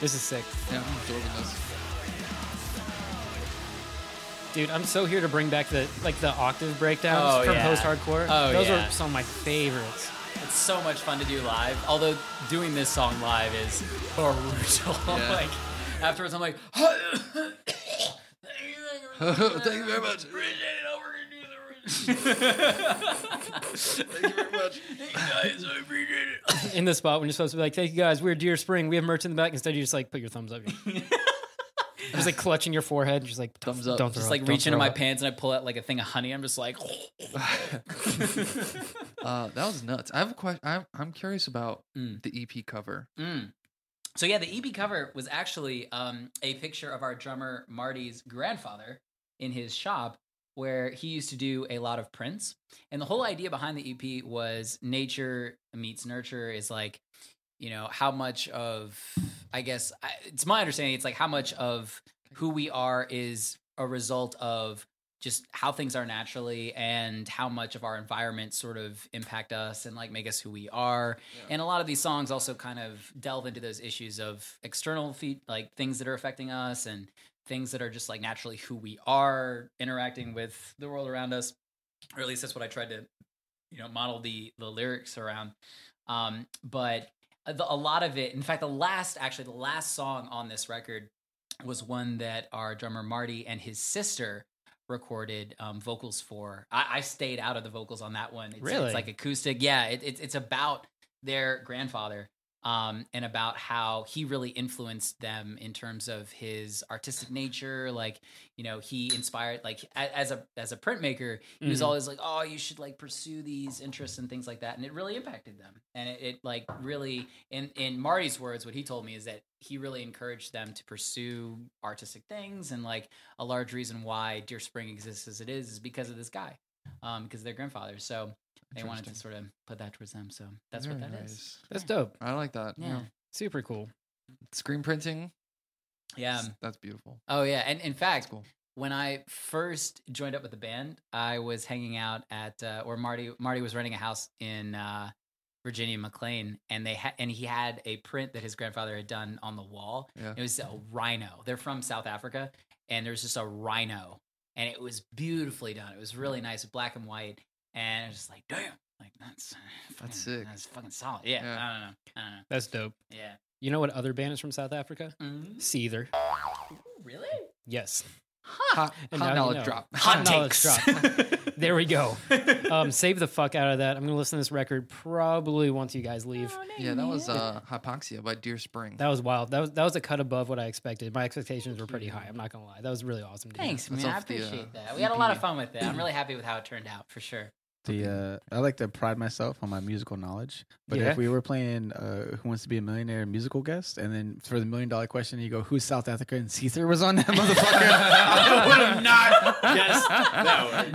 [SPEAKER 1] this is sick.
[SPEAKER 3] Yeah, I'm absorbing this.
[SPEAKER 1] Dude, I'm so here to bring back the like the octave breakdowns
[SPEAKER 5] Oh,
[SPEAKER 1] from
[SPEAKER 5] yeah.
[SPEAKER 1] post-hardcore.
[SPEAKER 5] Oh,
[SPEAKER 1] Those
[SPEAKER 5] yeah.
[SPEAKER 1] are some of my favorites.
[SPEAKER 5] It's so much fun to do live. Although doing this song live is brutal.
[SPEAKER 3] Yeah.
[SPEAKER 5] like afterwards, I'm like,
[SPEAKER 3] Thank you very much. Thank you very much.
[SPEAKER 1] In the spot when you're supposed to be like, "Thank you guys, we're Deer Spring. We have merch in the back." Instead, you just like put your thumbs up. just like clutching your forehead, just like
[SPEAKER 3] Thumbs up.
[SPEAKER 1] Don't throw
[SPEAKER 5] just
[SPEAKER 1] up,
[SPEAKER 5] like
[SPEAKER 1] don't
[SPEAKER 5] reach into
[SPEAKER 1] throw
[SPEAKER 5] my
[SPEAKER 1] up.
[SPEAKER 5] pants and I pull out like a thing of honey. I'm just like,
[SPEAKER 3] Uh, that was nuts. I have a question. I'm, I'm curious about
[SPEAKER 5] Mm.
[SPEAKER 3] the EP cover.
[SPEAKER 5] mm. so yeah, the EP cover was actually um, a picture of our drummer Marty's grandfather in his shop. Where he used to do a lot of prints. And the whole idea behind the EP was nature meets nurture is like you know how much of i guess I- it's my understanding it's like how much of who we are is a result of just how things are naturally and how much of our environment sort of impact us and like make us who we are and a lot of these songs also kind of delve into those issues of external feet like things that are affecting us and things that are just like naturally who we are interacting with the world around us or at least that's what i tried to you know model the the lyrics around um but a the- a lot of it in fact the last actually the last song on this record was one that our drummer marty and his sister recorded um, vocals for I, I stayed out of the vocals on that one it's,
[SPEAKER 1] Really?
[SPEAKER 5] it's like acoustic yeah it, it's it's about their grandfather um, and about how he really influenced them in terms of his artistic nature like you know he inspired like a- as a as a printmaker he was
[SPEAKER 3] Mm-hmm.
[SPEAKER 1] Mhm.
[SPEAKER 5] always like oh you should like pursue these interests and things like that and it really impacted them and it, it like really in in marty's words what he told me is that he really encouraged them to pursue artistic things and like a large reason why deer spring exists as it is is because of this guy um because of their grandfather so they wanted to
[SPEAKER 3] Interesting.
[SPEAKER 5] sort of put that towards them so that's what
[SPEAKER 3] Very
[SPEAKER 5] that is.
[SPEAKER 3] nice.
[SPEAKER 1] That's dope.
[SPEAKER 3] I like that.
[SPEAKER 5] yeah
[SPEAKER 1] Super cool.
[SPEAKER 3] Screen printing.
[SPEAKER 5] yeah Um,
[SPEAKER 3] that's beautiful.
[SPEAKER 5] oh yeah and in fact
[SPEAKER 3] That's cool.
[SPEAKER 5] when I first joined up with the band, I was hanging out at uh, or Marty Marty was renting a house in uh, Virginia McLean, and they ha- and he had a print that his grandfather had done on the wall.
[SPEAKER 3] Yeah.
[SPEAKER 5] It was a rhino. They're from South Africa, and there's just a rhino, and it was beautifully done. It was really nice, black and white, and I was just like, damn, like that's fucking-
[SPEAKER 3] sick.
[SPEAKER 5] That's fucking solid. Yeah,
[SPEAKER 3] Yeah.
[SPEAKER 5] I don't know. I don't know.
[SPEAKER 1] That's dope.
[SPEAKER 5] Yeah.
[SPEAKER 1] You know what other band is from South Africa?
[SPEAKER 5] Mm,
[SPEAKER 1] Seether.
[SPEAKER 5] really?
[SPEAKER 1] yes.
[SPEAKER 3] Hot,
[SPEAKER 1] And now
[SPEAKER 3] hot
[SPEAKER 1] you
[SPEAKER 3] knowledge
[SPEAKER 1] know.
[SPEAKER 3] drop.
[SPEAKER 5] Hot
[SPEAKER 1] knowledge
[SPEAKER 5] takes.
[SPEAKER 1] drop. there we go. Um, save the fuck out of that. I'm gonna listen to this record probably once you guys leave.
[SPEAKER 3] Yeah, that was uh, Hypoxia by Deer Spring.
[SPEAKER 1] That was wild. That was that was a cut above what I expected. My expectations were pretty high. I'm not gonna lie. That was really awesome. to hear.
[SPEAKER 5] Thanks,
[SPEAKER 3] That's
[SPEAKER 5] man. I
[SPEAKER 3] off the, uh,
[SPEAKER 5] appreciate that. We had a lot
[SPEAKER 3] EP.
[SPEAKER 5] of fun with it. I'm really happy with how it turned out, for sure.
[SPEAKER 2] The uh, I like to pride myself on my musical knowledge. But
[SPEAKER 1] Yeah.
[SPEAKER 2] if we were playing uh, Who Wants to Be a Millionaire musical guest, and then for the million dollar question, you go, "Who's South Africa?" and Caesar was on that motherfucker. I would have
[SPEAKER 1] Yes.
[SPEAKER 2] not.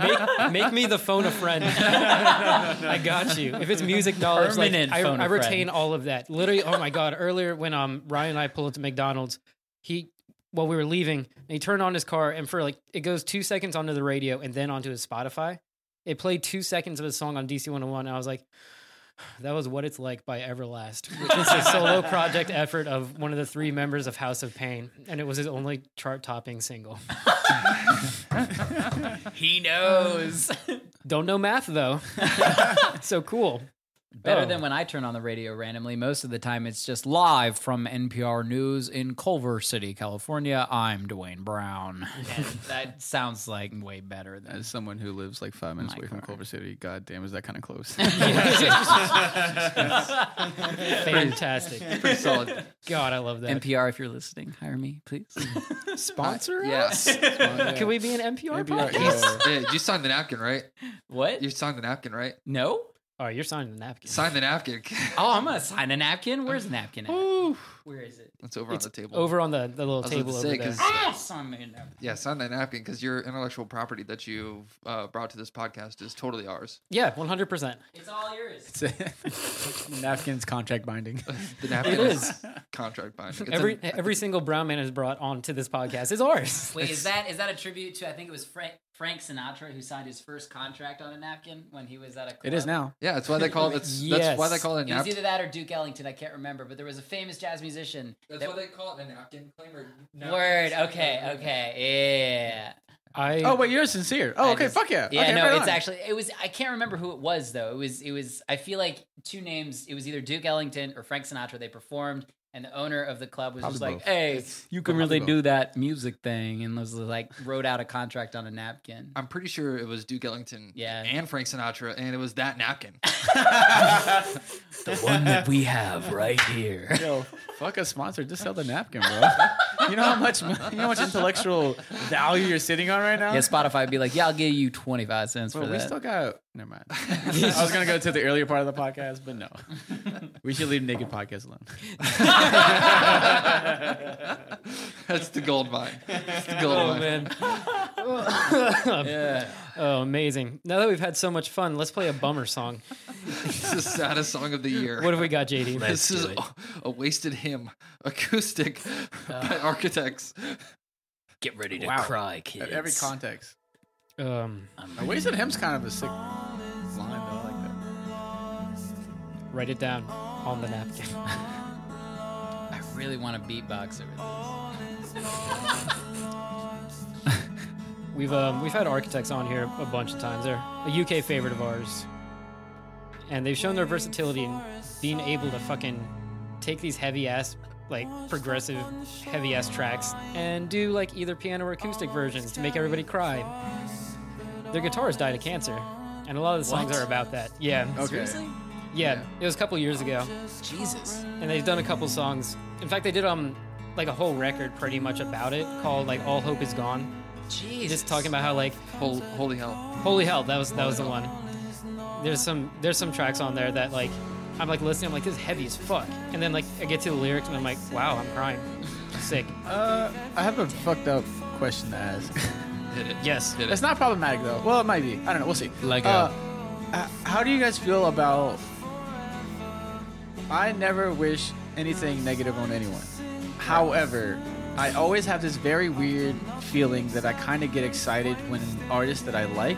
[SPEAKER 1] Make, make me the phone a friend. I got you. If it's music knowledge, like,
[SPEAKER 5] Permanent
[SPEAKER 1] I,
[SPEAKER 5] phone a
[SPEAKER 1] I retain
[SPEAKER 5] friend.
[SPEAKER 1] all of that. Literally, oh my God. Earlier when um Ryan and I pulled up to McDonald's, he while we were leaving, and he turned on his car and for like it goes two seconds onto the radio and then onto his Spotify. It played two seconds of his song on DC 101, and I was like, that was What It's Like by Everlast, which is a solo project effort of one of the three members of House of Pain. And it was his only chart topping single.
[SPEAKER 5] He knows.
[SPEAKER 1] Don't know math though. so cool.
[SPEAKER 5] Better
[SPEAKER 1] Oh.
[SPEAKER 5] than when I turn on the radio randomly. Most of the time, it's just live from NPR News in Culver City, California. I'm Dwayne Brown. And that sounds like way better than.
[SPEAKER 2] As someone who lives like five minutes
[SPEAKER 5] My
[SPEAKER 2] away from
[SPEAKER 5] God.
[SPEAKER 2] Culver City, goddamn, is that kind of close?
[SPEAKER 1] Fantastic.
[SPEAKER 3] Pretty solid.
[SPEAKER 1] God, I love that.
[SPEAKER 5] NPR, if you're listening, hire me, please.
[SPEAKER 1] Sponsor?
[SPEAKER 3] Yes.
[SPEAKER 1] Can we be an NPR,
[SPEAKER 2] NPR,
[SPEAKER 1] podcast?
[SPEAKER 2] yeah.
[SPEAKER 3] yeah, you signed the napkin, right?
[SPEAKER 5] what?
[SPEAKER 3] You signed the napkin, right?
[SPEAKER 5] no?
[SPEAKER 1] All right, you're signing the napkin.
[SPEAKER 3] Sign the napkin.
[SPEAKER 5] Oh, I'm gonna sign a napkin. Where's the napkin? At?
[SPEAKER 1] Ooh.
[SPEAKER 5] Where is it?
[SPEAKER 3] That's over
[SPEAKER 1] It's
[SPEAKER 3] on the table.
[SPEAKER 1] Over on the, the
[SPEAKER 3] I
[SPEAKER 1] little
[SPEAKER 3] was about
[SPEAKER 1] table
[SPEAKER 3] to
[SPEAKER 1] over
[SPEAKER 3] say,
[SPEAKER 1] there.
[SPEAKER 3] 'cause-
[SPEAKER 5] Ah, son of a napkin.
[SPEAKER 3] Yeah, sign that napkin because your intellectual property that you've uh, brought to this podcast is totally ours.
[SPEAKER 1] Yeah, 100%.
[SPEAKER 5] It's all yours.
[SPEAKER 2] oh. Napkins contract binding.
[SPEAKER 3] The napkin
[SPEAKER 1] It
[SPEAKER 3] is. contract binding. It's
[SPEAKER 1] Every
[SPEAKER 3] an-
[SPEAKER 1] every single brown man is brought onto this podcast is ours.
[SPEAKER 5] Wait, is that is that a tribute to? I think it was Frank Frank Sinatra who signed his first contract on a napkin when he was at a. Club.
[SPEAKER 2] it is now.
[SPEAKER 3] yeah, that's why they call it. That's, that's why they
[SPEAKER 1] Yes.
[SPEAKER 3] call it a
[SPEAKER 5] It was
[SPEAKER 3] napkin.
[SPEAKER 5] either that or Duke Ellington. I can't remember, but there was a famous jazz musician. that-
[SPEAKER 3] they call it a napkin claim or
[SPEAKER 5] word. Okay. Okay. Yeah.
[SPEAKER 1] I
[SPEAKER 2] Oh wait, you're sincere. Oh
[SPEAKER 5] I
[SPEAKER 2] okay,
[SPEAKER 5] just-
[SPEAKER 2] fuck yeah.
[SPEAKER 5] Yeah.
[SPEAKER 2] okay,
[SPEAKER 5] no,
[SPEAKER 2] right
[SPEAKER 5] it's
[SPEAKER 2] on.
[SPEAKER 5] actually it was. I can't remember who it was though. It was it was. I feel like two names. It was either Duke Ellington or Frank Sinatra. They performed. And the owner of the club was just
[SPEAKER 2] Probably
[SPEAKER 5] like,
[SPEAKER 2] both.
[SPEAKER 5] "Hey, you can
[SPEAKER 2] probably
[SPEAKER 5] really
[SPEAKER 2] both.
[SPEAKER 5] do that music thing," and was like, wrote out a contract on a napkin.
[SPEAKER 3] I'm pretty sure it was Duke Ellington
[SPEAKER 5] Yeah.
[SPEAKER 3] and Frank Sinatra, and it was that napkin.
[SPEAKER 5] the one that we have right here.
[SPEAKER 2] Yo, fuck a sponsor. Just sell the napkin, bro. you know how much you know how much intellectual value you're sitting on right now.
[SPEAKER 5] Yeah, Spotify would be like, yeah, I'll give you 25 cents
[SPEAKER 2] Bro,
[SPEAKER 5] for
[SPEAKER 2] we
[SPEAKER 5] that.
[SPEAKER 2] still got. Never mind. I was gonna go to the earlier part of the podcast, but no. We should leave naked podcast alone.
[SPEAKER 3] that's the gold mine. That's the gold
[SPEAKER 1] oh
[SPEAKER 3] mine.
[SPEAKER 1] man. Oh, amazing. Now that we've had so much fun, let's play a bummer song.
[SPEAKER 3] This is the saddest song of the year.
[SPEAKER 1] What have we got, JD?
[SPEAKER 3] this is a, a wasted hymn, acoustic by Architects.
[SPEAKER 5] Get ready to
[SPEAKER 2] Wow.
[SPEAKER 5] cry, kids.
[SPEAKER 2] Every context.
[SPEAKER 1] Um,
[SPEAKER 2] A wasted him's kind of a sick line though. I like that.
[SPEAKER 1] write it down on the napkin.
[SPEAKER 5] I really want to beatbox over
[SPEAKER 1] We've um, we've had architects on here a bunch of times. They're a UK favorite of ours, and they've shown their versatility in being able to fucking take these heavy ass, like progressive, heavy ass tracks and do like either piano or acoustic versions to make everybody cry. Their guitars died of cancer, and a lot of the songs
[SPEAKER 5] What?
[SPEAKER 1] are about that. Yeah,
[SPEAKER 2] Okay.
[SPEAKER 1] yeah. It was a couple years ago,
[SPEAKER 5] this. Jesus.
[SPEAKER 1] and they've done a couple songs. In fact, they did um like a whole record pretty much about it called like All Hope Is Gone.
[SPEAKER 5] Jesus.
[SPEAKER 1] Just talking about how like
[SPEAKER 3] Hol- holy hell.
[SPEAKER 1] Holy hell, that was that was the one. There's some there's some tracks on there that like I'm like listening, I'm like this is heavy as fuck, and then like I get to the lyrics and I'm like wow, I'm crying, sick.
[SPEAKER 2] Uh, I have a fucked up question to ask.
[SPEAKER 3] Hit it.
[SPEAKER 1] Yes,
[SPEAKER 3] Hit
[SPEAKER 2] it's
[SPEAKER 3] it.
[SPEAKER 2] not problematic though. Well, it might be. I don't know. We'll see.
[SPEAKER 5] Let go.
[SPEAKER 2] Uh, h- how do you guys feel about? I never wish anything negative on anyone. However, I always have this very weird feeling that I kind of get excited when an artist that I like,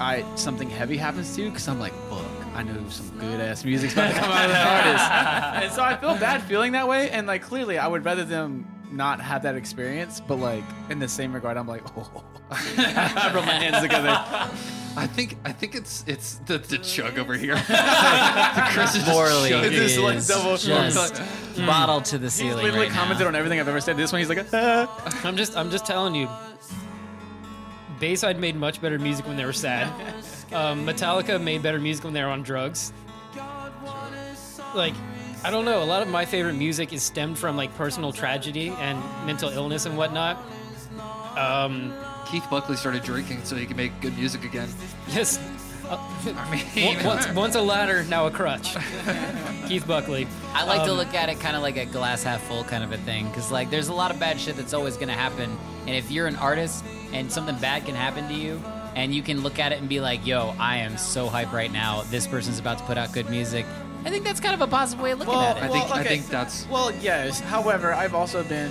[SPEAKER 2] I something heavy happens to because I'm like, fuck, I know some good ass music's about to come out of that artist, and so I feel bad feeling that way. And like clearly, I would rather them not have that experience, but like in the same regard, I'm like, oh, I rub my hands together.
[SPEAKER 3] I think I think it's it's the, the chug over here. Chris is just
[SPEAKER 5] Morally,
[SPEAKER 3] chugging.
[SPEAKER 5] it
[SPEAKER 2] It's just like
[SPEAKER 5] is
[SPEAKER 2] double-
[SPEAKER 5] just bottled Hmm. to the
[SPEAKER 2] He's
[SPEAKER 5] ceiling.
[SPEAKER 2] literally
[SPEAKER 5] right now.
[SPEAKER 2] commented on everything I've ever said. This one, he's like, ah.
[SPEAKER 1] I'm just I'm just telling you. Bayside made much better music when they were sad. Um, Metallica made better music when they were on drugs. Like, I don't know. A lot of my favorite music is stemmed from like personal tragedy and mental illness and whatnot. Um,
[SPEAKER 3] Keith Buckley started drinking so he could make good music again.
[SPEAKER 1] yes. Uh,
[SPEAKER 3] I mean,
[SPEAKER 1] on- once, once a ladder, now a crutch. Keith Buckley.
[SPEAKER 5] I like to
[SPEAKER 1] Um,
[SPEAKER 5] look at it kind of like a glass half full kind of a thing, because like there's a lot of bad shit that's always gonna happen, and if you're an artist and something bad can happen to you, and you can look at it and be like, "Yo, I am so hype right now. This person's about to put out good music." I think that's kind of a positive way of looking
[SPEAKER 2] Well,
[SPEAKER 5] at it.
[SPEAKER 3] I think
[SPEAKER 2] Well,
[SPEAKER 3] I
[SPEAKER 2] okay.
[SPEAKER 3] think that's
[SPEAKER 2] Well, yes. However, I've also been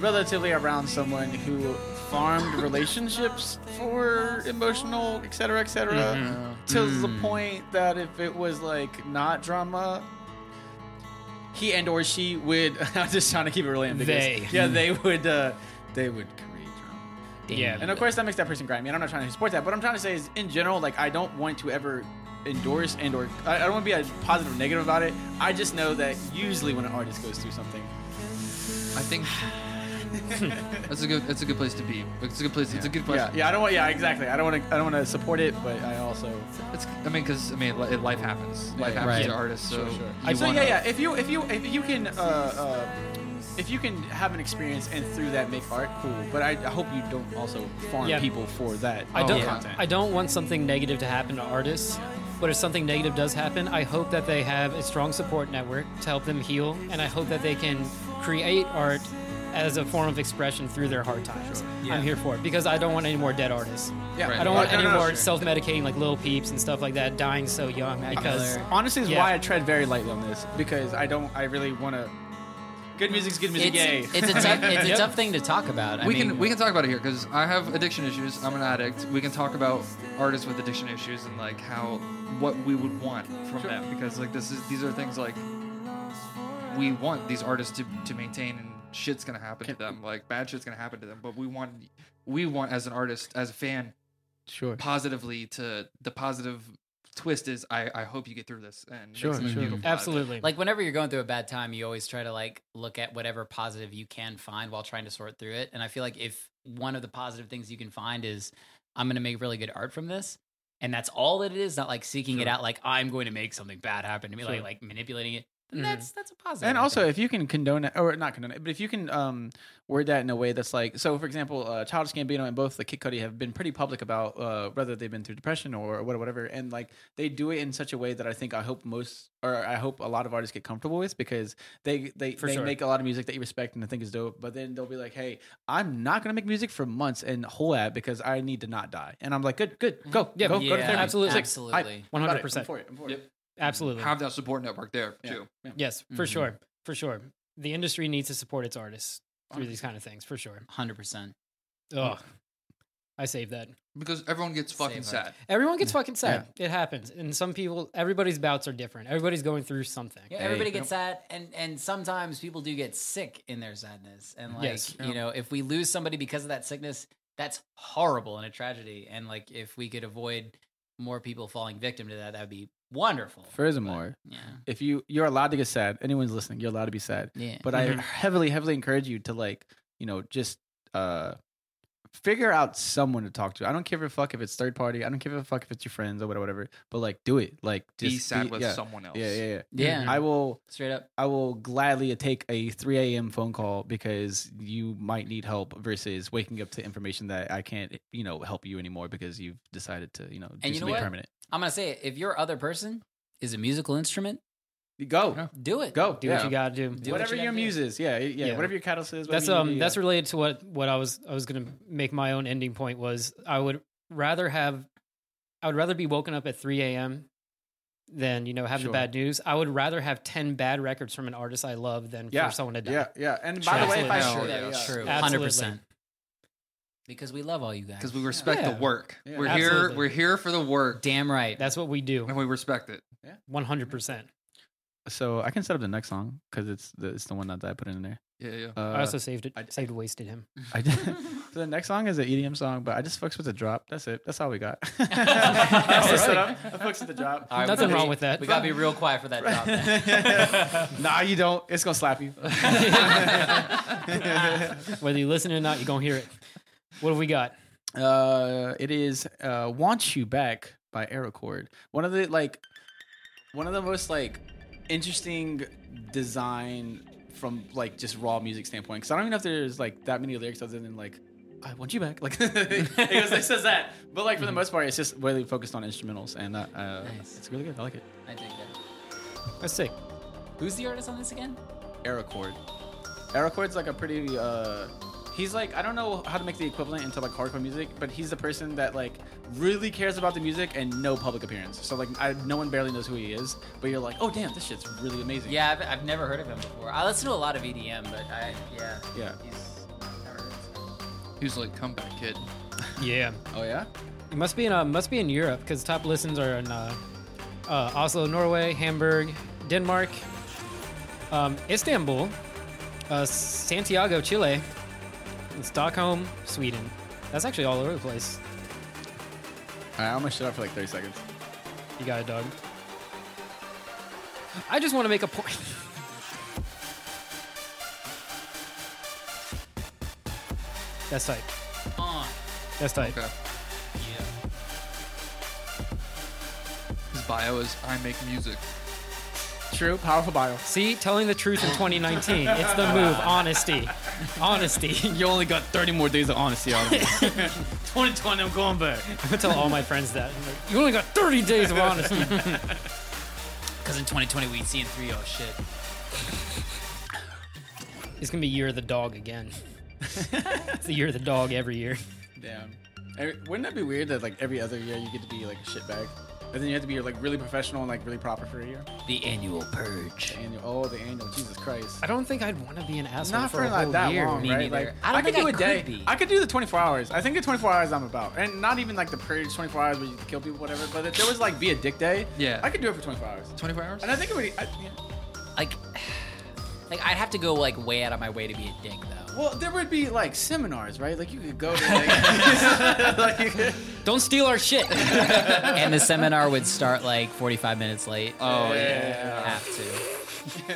[SPEAKER 2] relatively around someone who farmed relationships for emotional, et cetera, et cetera, to the point that if it was like not drama, he and or she would. I'm just trying to keep it really ambiguous.
[SPEAKER 1] They.
[SPEAKER 2] Yeah, they would. Uh, they would create drama.
[SPEAKER 1] Yeah.
[SPEAKER 2] And of course, that makes that person grimy. And I'm not trying to support that. What I'm trying to say is, in general, like I don't want to ever endorse and or I I don't want to be a positive or negative about it. I just know that usually when an artist goes through something,
[SPEAKER 3] I think that's a good that's a good place to be. It's a good place. It's a good place.
[SPEAKER 2] yeah, yeah, I don't want, yeah, exactly. I don't want to, I don't want to support it, but I also,
[SPEAKER 3] It's, I mean, because I mean, li- life happens. Life
[SPEAKER 2] Yeah,
[SPEAKER 3] happens
[SPEAKER 5] right.
[SPEAKER 3] to artists. So,
[SPEAKER 2] sure.
[SPEAKER 3] you
[SPEAKER 2] I, so
[SPEAKER 3] wanna-
[SPEAKER 2] yeah, yeah. If you, if you, if you can, uh, uh, if you can have an experience and through that make art, cool. But I, I hope you don't also farm
[SPEAKER 1] Yeah.
[SPEAKER 2] people for that. um,
[SPEAKER 1] I
[SPEAKER 3] Oh,
[SPEAKER 1] don't.
[SPEAKER 3] yeah.
[SPEAKER 1] I don't want something negative to happen to artists. But if something negative does happen, I hope that they have a strong support network to help them heal, and I hope that they can create art as a form of expression through their hard times. I'm here for it because I don't want any more dead artists.
[SPEAKER 2] yeah,
[SPEAKER 3] Right.
[SPEAKER 1] I don't want
[SPEAKER 2] No,
[SPEAKER 1] any
[SPEAKER 2] no, no,
[SPEAKER 1] more
[SPEAKER 2] sure.
[SPEAKER 1] self-medicating like little peeps and stuff like that dying so young because
[SPEAKER 5] Miller.
[SPEAKER 2] honestly is
[SPEAKER 1] Yeah.
[SPEAKER 2] why I tread very lightly on this because I don't I really want to. Good music's good music. yay.
[SPEAKER 5] It's, it's a tough, it's a
[SPEAKER 1] Yep.
[SPEAKER 5] tough thing to talk about. I
[SPEAKER 3] we
[SPEAKER 5] mean,
[SPEAKER 3] can we can talk about it here because I have addiction issues. I'm an addict. We can talk about artists with addiction issues and like how what we would want from them because like this is these are things like we want these artists to, to maintain and shit's gonna happen to them like bad shit's gonna happen to them but we want we want as an artist as a fan
[SPEAKER 2] sure.
[SPEAKER 3] positively to the positive twist is I I hope you get through this and
[SPEAKER 2] Sure,
[SPEAKER 3] it's a
[SPEAKER 2] sure.
[SPEAKER 3] beautiful vibe.
[SPEAKER 1] absolutely.
[SPEAKER 5] like whenever you're going through a bad time you always try to like look at whatever positive you can find while trying to sort through it and i feel like if one of the positive things you can find is i'm going to make really good art from this and that's all that it is not like seeking it out like i'm going to make something bad happen to me like
[SPEAKER 1] Sure.
[SPEAKER 5] like manipulating it then
[SPEAKER 1] Mhm.
[SPEAKER 5] that's that's a positive
[SPEAKER 2] And
[SPEAKER 5] I
[SPEAKER 2] also,
[SPEAKER 5] think.
[SPEAKER 2] if you can condone it, or not condone it, but if you can um, word that in a way that's like, so for example, uh, Childish Gambino and both the Kid Cudi have been pretty public about uh, whether they've been through depression or what- whatever, and like they do it in such a way that I think I hope most, or I hope a lot of artists get comfortable with because they they,
[SPEAKER 1] For
[SPEAKER 2] they
[SPEAKER 1] sure.
[SPEAKER 2] make a lot of music that you respect and I think is dope, but then they'll be like, hey, I'm not gonna make music for months and whole at because I need to not die, and I'm like, good, good, go,
[SPEAKER 1] Mm-hmm. Yeah,
[SPEAKER 2] go, go
[SPEAKER 5] yeah,
[SPEAKER 2] to therapy.
[SPEAKER 1] absolutely.
[SPEAKER 2] Sick.
[SPEAKER 5] absolutely
[SPEAKER 2] Hype. Got it.
[SPEAKER 1] 100%.
[SPEAKER 2] I'm for it. I'm for it.
[SPEAKER 1] Absolutely.
[SPEAKER 3] have that support network there
[SPEAKER 2] Yeah.
[SPEAKER 3] too.
[SPEAKER 1] yes, for
[SPEAKER 2] Mm-hmm.
[SPEAKER 5] Mhm.
[SPEAKER 1] sure. For sure. The industry needs to support its artists through these kind of things, for sure.
[SPEAKER 5] 100%
[SPEAKER 1] Oh, I saved that.
[SPEAKER 3] Because everyone gets fucking
[SPEAKER 5] Save
[SPEAKER 3] sad.
[SPEAKER 1] Everyone gets fucking sad. It happens. And some people, everybody's bouts are different. Everybody's going through something.
[SPEAKER 5] yeah, everybody gets sad and and sometimes people do get sick in their sadness and like
[SPEAKER 1] Yes.
[SPEAKER 5] you know if we lose somebody because of that sickness that's horrible and a tragedy and like if we could avoid more people falling victim to that that would be wonderful
[SPEAKER 2] Furthermore,
[SPEAKER 5] yeah
[SPEAKER 2] if you you're allowed to get sad, anyone's listening, you're allowed to be sad.
[SPEAKER 5] yeah
[SPEAKER 2] But
[SPEAKER 1] Mhm.
[SPEAKER 3] Mm-hmm.
[SPEAKER 2] I heavily, heavily encourage you to like, you know, just uh figure out someone to talk to. I don't give a fuck if it's third party. I don't give a fuck if it's your friends or whatever, whatever. But like, do it. Like, just
[SPEAKER 3] be sad with
[SPEAKER 2] yeah,
[SPEAKER 3] someone else.
[SPEAKER 2] Yeah, yeah, yeah.
[SPEAKER 5] yeah
[SPEAKER 2] I will.
[SPEAKER 5] straight up
[SPEAKER 2] I will gladly take a 3 a.m. phone call because you might need help versus waking up to information that I can't, you know, help you anymore because you've decided to, you know, do
[SPEAKER 5] you know
[SPEAKER 2] something
[SPEAKER 5] what?
[SPEAKER 2] permanent.
[SPEAKER 5] i'm gonna say it, if your other person is a musical instrument
[SPEAKER 2] Go,
[SPEAKER 5] do it
[SPEAKER 2] go,
[SPEAKER 1] Do
[SPEAKER 2] yeah.
[SPEAKER 1] what you got to do.
[SPEAKER 5] what
[SPEAKER 2] whatever
[SPEAKER 5] you gotta
[SPEAKER 2] your
[SPEAKER 5] do.
[SPEAKER 2] muse is. Yeah, yeah,
[SPEAKER 1] Yeah.
[SPEAKER 2] Whatever your catalyst is.
[SPEAKER 1] That's
[SPEAKER 2] whatever you
[SPEAKER 1] um
[SPEAKER 2] need,
[SPEAKER 1] that's
[SPEAKER 2] yeah.
[SPEAKER 1] related to what what I was I was going to make my own ending point was I would rather have I would rather be woken up at 3 a.m. than you know have
[SPEAKER 3] Sure.
[SPEAKER 1] the bad news. I would rather have ten bad records from an artist I love than
[SPEAKER 2] Yeah.
[SPEAKER 1] for someone to die.
[SPEAKER 2] Yeah, yeah. And by the way, if I
[SPEAKER 3] Absolutely.
[SPEAKER 2] sure,
[SPEAKER 3] No,
[SPEAKER 2] yeah,
[SPEAKER 3] that's
[SPEAKER 2] yeah.
[SPEAKER 4] True.
[SPEAKER 1] Absolutely.
[SPEAKER 4] 100%. Because we love all you guys.
[SPEAKER 3] because we respect
[SPEAKER 1] Yeah.
[SPEAKER 3] the work.
[SPEAKER 2] Yeah.
[SPEAKER 3] We're
[SPEAKER 1] Absolutely.
[SPEAKER 3] here. We're here for the work,
[SPEAKER 4] Damn right.
[SPEAKER 1] That's what we do.
[SPEAKER 3] and we respect it.
[SPEAKER 1] One hundred percent.
[SPEAKER 2] So I can set up the next song because it's the, it's the one that I put in there.
[SPEAKER 3] Yeah, yeah.
[SPEAKER 2] Uh,
[SPEAKER 1] I also saved it.
[SPEAKER 2] I-
[SPEAKER 1] saved wasted him.
[SPEAKER 2] I did. So the next song is an EDM song, but I just fucks with the drop. That's it. That's all we got. That's the
[SPEAKER 4] right.
[SPEAKER 2] setup. I fucks with the drop.
[SPEAKER 4] All right,
[SPEAKER 1] Nothing
[SPEAKER 4] we-
[SPEAKER 1] wrong with that.
[SPEAKER 4] We got to be real quiet for that drop. then.
[SPEAKER 2] nah, you don't. It's gonna slap you.
[SPEAKER 1] Whether you listen or not, you're gonna hear it. What have we got?
[SPEAKER 2] Uh, it is uh, "Want You Back" by Aerocord. One of the like, one of the most like interesting design from like just raw music standpoint. Because I don't even know if there's like that many lyrics other than like "I want you back." Like it, goes, it says that, but like for the most part, it's just really focused on instrumentals, and uh, uh,
[SPEAKER 4] Nice.
[SPEAKER 2] it's really good. I like it.
[SPEAKER 4] I dig that.
[SPEAKER 1] Let's see.
[SPEAKER 4] Who's the artist on this again?
[SPEAKER 2] Aerocord. Aerochord's like a pretty uh he's like I don't know how to make the equivalent into like hardcore music, but he's the person that like really cares about the music and no public appearance. So like I, no one barely knows who he is, but you're like, "Oh damn, this shit's really amazing."
[SPEAKER 4] Yeah, I've, I've never heard of him before. I listen to a lot of EDM, but I yeah.
[SPEAKER 2] Yeah.
[SPEAKER 4] He's
[SPEAKER 3] Who's like comeback kid?
[SPEAKER 1] Yeah,
[SPEAKER 2] Oh yeah.
[SPEAKER 1] it must be in uh, must be in Europe because top listens are in uh, uh, Oslo, Norway, Hamburg, Denmark, um, Istanbul, uh, Santiago, Chile, and Stockholm, Sweden. That's actually all over the place.
[SPEAKER 2] All right, I'm going to shut up for like 30 seconds.
[SPEAKER 1] You got it, dog. I just want to make a point. That's tight.
[SPEAKER 4] on.
[SPEAKER 1] That's tight.
[SPEAKER 3] Okay.
[SPEAKER 4] Yeah.
[SPEAKER 3] His bio is I make music.
[SPEAKER 2] True, powerful bio.
[SPEAKER 1] See, telling the truth in 2019. It's the move. Honesty. Honesty.
[SPEAKER 2] You only got 30 more days of honesty out of me.
[SPEAKER 1] 2020, I'm going back. I'm going to tell all my friends that. I'm like, you only got 30 days of honesty.
[SPEAKER 4] Because in 2020 we seeing three oh shit.
[SPEAKER 1] It's going to be Year of the Dog again. it's the Year of the Dog every year.
[SPEAKER 2] Damn. Eh, Wouldn't that be weird that like every other year you get to be like a shitbag? And then you have to be like really professional and like really proper for a year.
[SPEAKER 4] The annual purge.
[SPEAKER 2] Annual, oh, the annual, Jesus Christ.
[SPEAKER 1] I don't think I'd want to be an asshole
[SPEAKER 2] not
[SPEAKER 1] for,
[SPEAKER 2] for,
[SPEAKER 1] a
[SPEAKER 2] like
[SPEAKER 1] whole
[SPEAKER 2] that
[SPEAKER 1] year.
[SPEAKER 2] long,
[SPEAKER 4] Me
[SPEAKER 2] right?
[SPEAKER 4] neither.
[SPEAKER 2] Like,
[SPEAKER 4] I don't
[SPEAKER 2] could
[SPEAKER 4] think
[SPEAKER 2] do
[SPEAKER 4] I
[SPEAKER 2] a day.
[SPEAKER 4] could be.
[SPEAKER 2] I could do the 24 hours. I think the 24 hours I'm about, and not even like the purge 24 hours where you kill people, whatever. But if there was like be a dick day,
[SPEAKER 3] Yeah.
[SPEAKER 2] I could do it for 24 hours.
[SPEAKER 3] 24 hours?
[SPEAKER 2] And I think it would. I, yeah.
[SPEAKER 4] Like, like I'd have to go like way out of my way to be a dick though.
[SPEAKER 2] Well, there would be like seminars, right? Like you could go to like, like you could,
[SPEAKER 1] Don't steal our shit.
[SPEAKER 4] and the seminar would start like 45 minutes late.
[SPEAKER 3] Oh, yeah.
[SPEAKER 4] have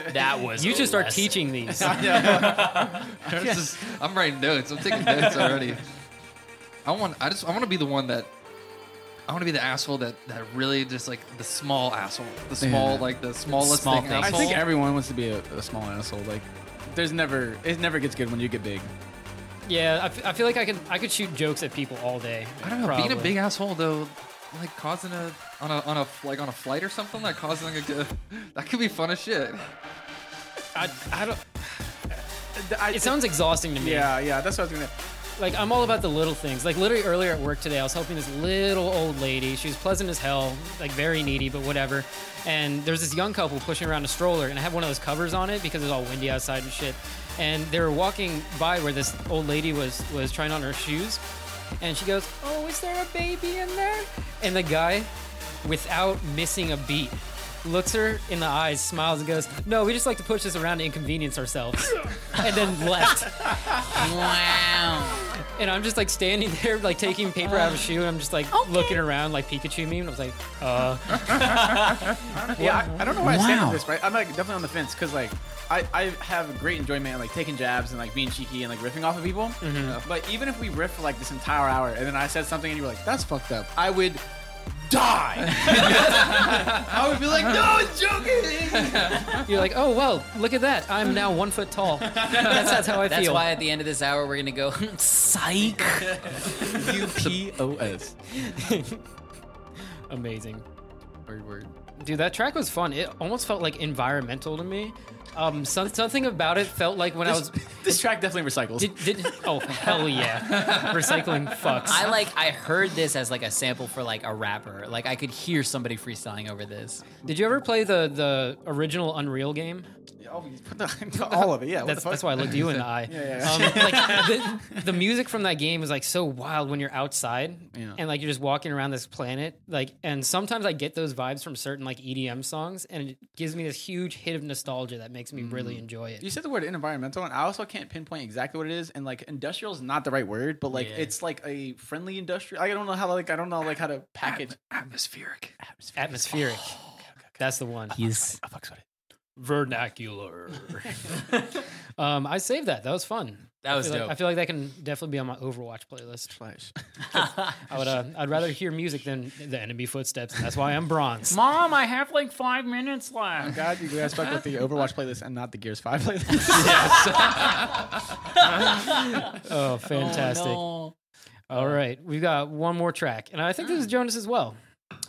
[SPEAKER 4] to. That was.
[SPEAKER 1] You
[SPEAKER 4] a
[SPEAKER 1] should start
[SPEAKER 4] lesson.
[SPEAKER 1] teaching these.
[SPEAKER 3] I'm, just- I'm writing notes. I'm taking notes already. I want. I just. I want to be the one that. I want to be the asshole that that really just like the small asshole, the small
[SPEAKER 2] Yeah.
[SPEAKER 3] like the smallest
[SPEAKER 4] Small
[SPEAKER 3] thing.
[SPEAKER 4] thing.
[SPEAKER 2] I
[SPEAKER 3] Asshole.
[SPEAKER 2] think everyone wants to be a, a small asshole. Like, there's never it never gets good when you get big.
[SPEAKER 1] yeah, I, f- I feel like I could I could shoot jokes at people all day.
[SPEAKER 3] I don't know. Being a
[SPEAKER 1] probably.
[SPEAKER 3] big asshole though, like causing a on a on a like on a flight or something, like causing like a that could be fun as shit.
[SPEAKER 1] I, I don't.
[SPEAKER 2] I,
[SPEAKER 1] It sounds exhausting to me.
[SPEAKER 2] Yeah, yeah. That's what I was gonna.
[SPEAKER 1] Like I'm all about the little things. Like literally earlier at work today, I was helping this little old lady. She was pleasant as hell, like very needy, but whatever. And there's this young couple pushing around a stroller, and I had one of those covers on it because it was all windy outside and shit. And they were walking by where this old lady was was trying on her shoes, and she goes, "Oh, is there a baby in there?" And the guy, without missing a beat, looks her in the eyes, smiles, and goes, "No, we just like to push this around to inconvenience ourselves," and then left.
[SPEAKER 4] Wow.
[SPEAKER 1] And I'm just like standing there, like taking paper out of a shoe, and I'm just like looking around, like Pikachu me, and I was like, uh,
[SPEAKER 2] Yeah, I, I don't know why I stand
[SPEAKER 4] Wow.
[SPEAKER 2] for this, right? I'm like definitely on the fence because like I, I have great enjoyment in like taking jabs and like being cheeky and like riffing off of people. Uh, But even if we riff for like this entire hour and then I said something and you were like, "That's fucked up," I would die. I would be like, "No, I was joking."
[SPEAKER 1] you're like, oh well, look at that, I'm now one foot tall. That's, that's how I
[SPEAKER 4] That's
[SPEAKER 1] feel.
[SPEAKER 4] why at the end of this hour we're gonna go psych.
[SPEAKER 2] U P O S.
[SPEAKER 1] Amazing,
[SPEAKER 3] Word word.
[SPEAKER 1] dude. That track was fun. It almost felt like environmental to me, Um, some, something about it felt like when I was.
[SPEAKER 2] this track definitely recycles.
[SPEAKER 1] Did, did, oh hell yeah! Recycling fucks.
[SPEAKER 5] I like I heard this as like a sample for like a rapper. Like I could hear somebody freestyling over this.
[SPEAKER 1] Did you ever play the the original Unreal game?
[SPEAKER 2] all of it, yeah. what
[SPEAKER 1] That's
[SPEAKER 2] the fuck?
[SPEAKER 1] that's why I looked you in the eye. Um, like the, the music from that game is like so wild when you're outside
[SPEAKER 2] Yeah.
[SPEAKER 1] and like you're just walking around this planet. Like, and sometimes I get those vibes from certain like EDM songs, and it gives me this huge hit of nostalgia that makes me really enjoy it.
[SPEAKER 2] Mm. You said the word environmental, and I also can't pinpoint exactly what it is. And like industrial is not the right word, but like
[SPEAKER 5] Yeah.
[SPEAKER 2] it's like a friendly industrial. I don't know how like I don't know like how to package.
[SPEAKER 3] Atmospheric.
[SPEAKER 1] Atmospheric. That's the one.
[SPEAKER 5] He's
[SPEAKER 2] I fucks with it.
[SPEAKER 1] Vernacular. um, I saved that. That was fun.
[SPEAKER 5] that
[SPEAKER 1] I
[SPEAKER 5] was
[SPEAKER 1] feel like-
[SPEAKER 5] dope.
[SPEAKER 1] I feel like that can definitely be on my Overwatch playlist.
[SPEAKER 2] Flash.
[SPEAKER 1] I would. Uh, I'd rather hear music than the enemy footsteps. And that's why I'm bronze.
[SPEAKER 5] Mom, I have like five minutes left.
[SPEAKER 2] God, you guys fuck with the Overwatch playlist and not the Gears Five playlist.
[SPEAKER 1] Oh, fantastic!
[SPEAKER 5] Oh,
[SPEAKER 1] All right, we've got one more track, and I think
[SPEAKER 5] Mm.
[SPEAKER 1] this is Jonas as well.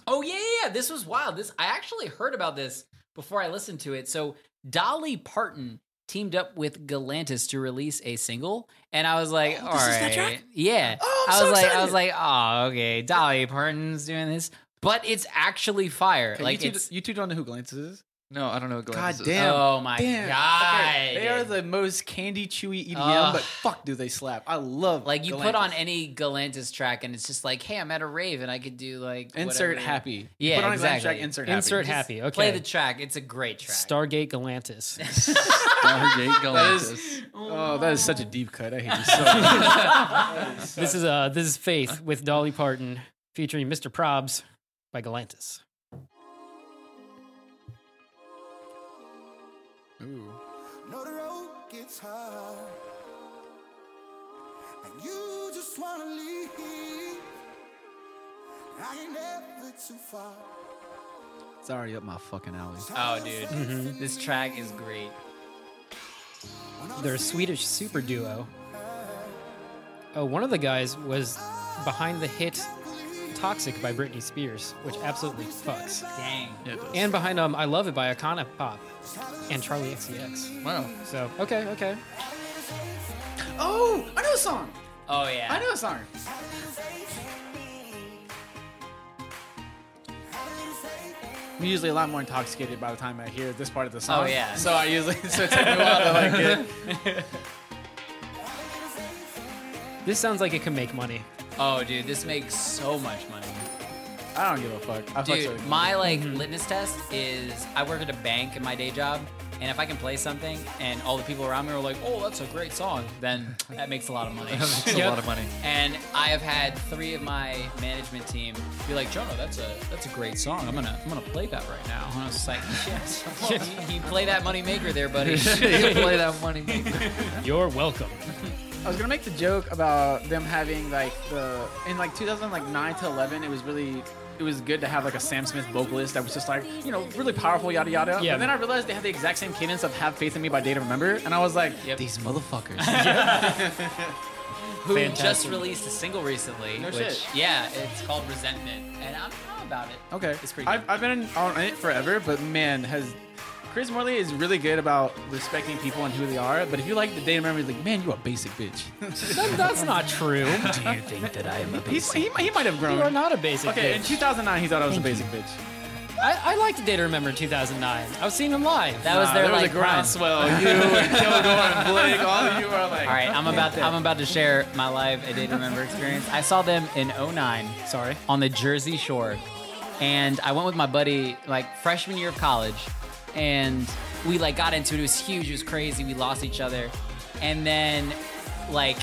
[SPEAKER 5] oh yeah, yeah, yeah, this was wild. This I actually heard about this before I listened to it. So Dolly Parton teamed up with Galantis to release a single, and I was like, all right, yeah. I was like, I was like, oh okay, Dolly Parton's doing this, but it's actually fire. like
[SPEAKER 2] you, two,
[SPEAKER 5] it's
[SPEAKER 2] you two don't know who Glances is.
[SPEAKER 3] No, I don't know. What
[SPEAKER 2] God
[SPEAKER 3] Galantis is.
[SPEAKER 2] damn.
[SPEAKER 5] oh my god,
[SPEAKER 2] Okay, they are the most candy chewy EDM,
[SPEAKER 5] Ugh.
[SPEAKER 2] but fuck, do they slap? I love
[SPEAKER 5] Like you
[SPEAKER 2] Galantis.
[SPEAKER 5] put on any Galantis track and it's just like, hey, I'm at a rave and I could do like
[SPEAKER 2] insert
[SPEAKER 5] whatever.
[SPEAKER 2] happy.
[SPEAKER 5] Yeah,
[SPEAKER 2] put on
[SPEAKER 5] exactly.
[SPEAKER 2] A Galantis track, insert happy.
[SPEAKER 1] Insert happy. Okay.
[SPEAKER 5] Play the track. It's a great track.
[SPEAKER 1] Stargate Galantis.
[SPEAKER 3] Stargate Galantis.
[SPEAKER 2] Oh, that is such a deep cut. I hate you so. much.
[SPEAKER 1] this is uh, this is Faith with Dolly Parton featuring Mr. Probs by Galantis.
[SPEAKER 6] Know the road gets hard, and you just wanna leave. I ain't ever too far.
[SPEAKER 2] it's already up my fucking alley.
[SPEAKER 5] Oh, dude,
[SPEAKER 2] Mm-hmm.
[SPEAKER 5] this track is great.
[SPEAKER 1] They're a Swedish super duo. Oh, one of the guys was behind the hit "Toxic" by Britney Spears, which absolutely fucks,
[SPEAKER 5] Dang.
[SPEAKER 1] and behind um, "I Love It" by Akana Pop and Charlie XCX.
[SPEAKER 3] Wow.
[SPEAKER 1] So okay, okay.
[SPEAKER 2] Oh, I know a song.
[SPEAKER 5] Oh yeah.
[SPEAKER 2] I know a song. I'm usually a lot more intoxicated by the time I hear this part of the song.
[SPEAKER 5] Oh, yeah.
[SPEAKER 2] So I usually so it took me a while to like get.
[SPEAKER 1] This sounds like it can make money.
[SPEAKER 5] Oh, dude, this makes so much money.
[SPEAKER 2] I don't give a fuck. I fuck
[SPEAKER 5] Dude,
[SPEAKER 2] so-
[SPEAKER 5] my like litmus test is I work at a bank in my day job, and if I can play something and all the people around me are like, "Oh, that's a great song," then that makes a lot of money.
[SPEAKER 3] It's a lot of money.
[SPEAKER 5] And I have had three of my management team be like, "Jono, that's a that's a great song. I'm gonna I'm gonna play that right now." And I was like, "Yes, you, you play that moneymaker there, buddy."
[SPEAKER 3] you play that money.
[SPEAKER 1] You're welcome.
[SPEAKER 2] I was gonna make the joke about them having like the in like 2009 to 11. It was really it was good to have like a Sam Smith vocalist that was just like you know really powerful yada yada.
[SPEAKER 1] Yeah.
[SPEAKER 2] And then I realized they had the exact same cadence of "Have Faith in Me" by Data Remember, and I was like,
[SPEAKER 5] Yep.
[SPEAKER 2] these motherfuckers.
[SPEAKER 5] who just
[SPEAKER 1] Fantastic.
[SPEAKER 5] released a single recently.
[SPEAKER 2] No
[SPEAKER 5] which,
[SPEAKER 2] shit.
[SPEAKER 5] Yeah, it's called Resentment, and I'm all about it.
[SPEAKER 2] Okay,
[SPEAKER 5] it's pretty.
[SPEAKER 2] I've,
[SPEAKER 5] Good.
[SPEAKER 2] I've been on it forever, but man, has Chris Morley is really good about respecting people and who they are. But if you like the day memory, like man, you a basic bitch.
[SPEAKER 1] That's not true.
[SPEAKER 5] Do you think that I am a
[SPEAKER 2] He's, he, he might have grown.
[SPEAKER 1] You are not a basic
[SPEAKER 2] okay, in
[SPEAKER 1] bitch.
[SPEAKER 2] 2009, he thought I was a basic bitch.
[SPEAKER 1] I, I liked Data Remember 2009. I've seen him live.
[SPEAKER 5] That was
[SPEAKER 2] Nah,
[SPEAKER 5] their
[SPEAKER 2] there was
[SPEAKER 5] like
[SPEAKER 2] a
[SPEAKER 5] prime.
[SPEAKER 2] groundswell.
[SPEAKER 1] Oh,
[SPEAKER 2] you and Kilgore and Blake, all of you are like.
[SPEAKER 5] All right, I'm about to, I'm about to share my live a date remember experience. I saw them in 09
[SPEAKER 1] Sorry.
[SPEAKER 5] on the Jersey Shore, and I went with my buddy like freshman year of college, and we like got into it. It was huge. It was crazy. We lost each other, and then like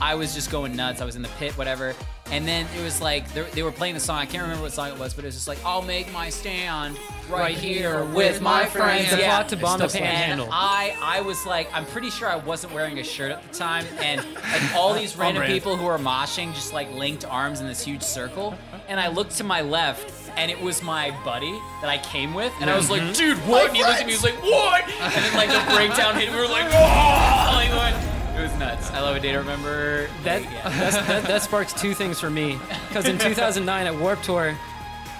[SPEAKER 5] I was just going nuts. I was in the pit, whatever. And then it was like they they were playing the song. I can't remember what song it was, but it was just like I'll make my stand right, here with my friends.
[SPEAKER 1] The
[SPEAKER 5] Yeah.
[SPEAKER 1] plot to bomb the panhandle.
[SPEAKER 5] And I, I was like, I'm pretty sure I wasn't wearing a shirt at the time, and like all these random
[SPEAKER 1] red.
[SPEAKER 5] people who were moshing just like linked arms in this huge circle, and I looked to my left, and it was my buddy that I came with, and I was
[SPEAKER 1] Mm-hmm.
[SPEAKER 5] like, dude, what? And he looked at me, he was like, what? And then like the breakdown hit, and we were like, oh, like what? It was nuts. I love a day to remember.
[SPEAKER 1] That,
[SPEAKER 5] Yeah.
[SPEAKER 1] that's, that, that sparks two things for me. Because in 2009 at Warp Tour,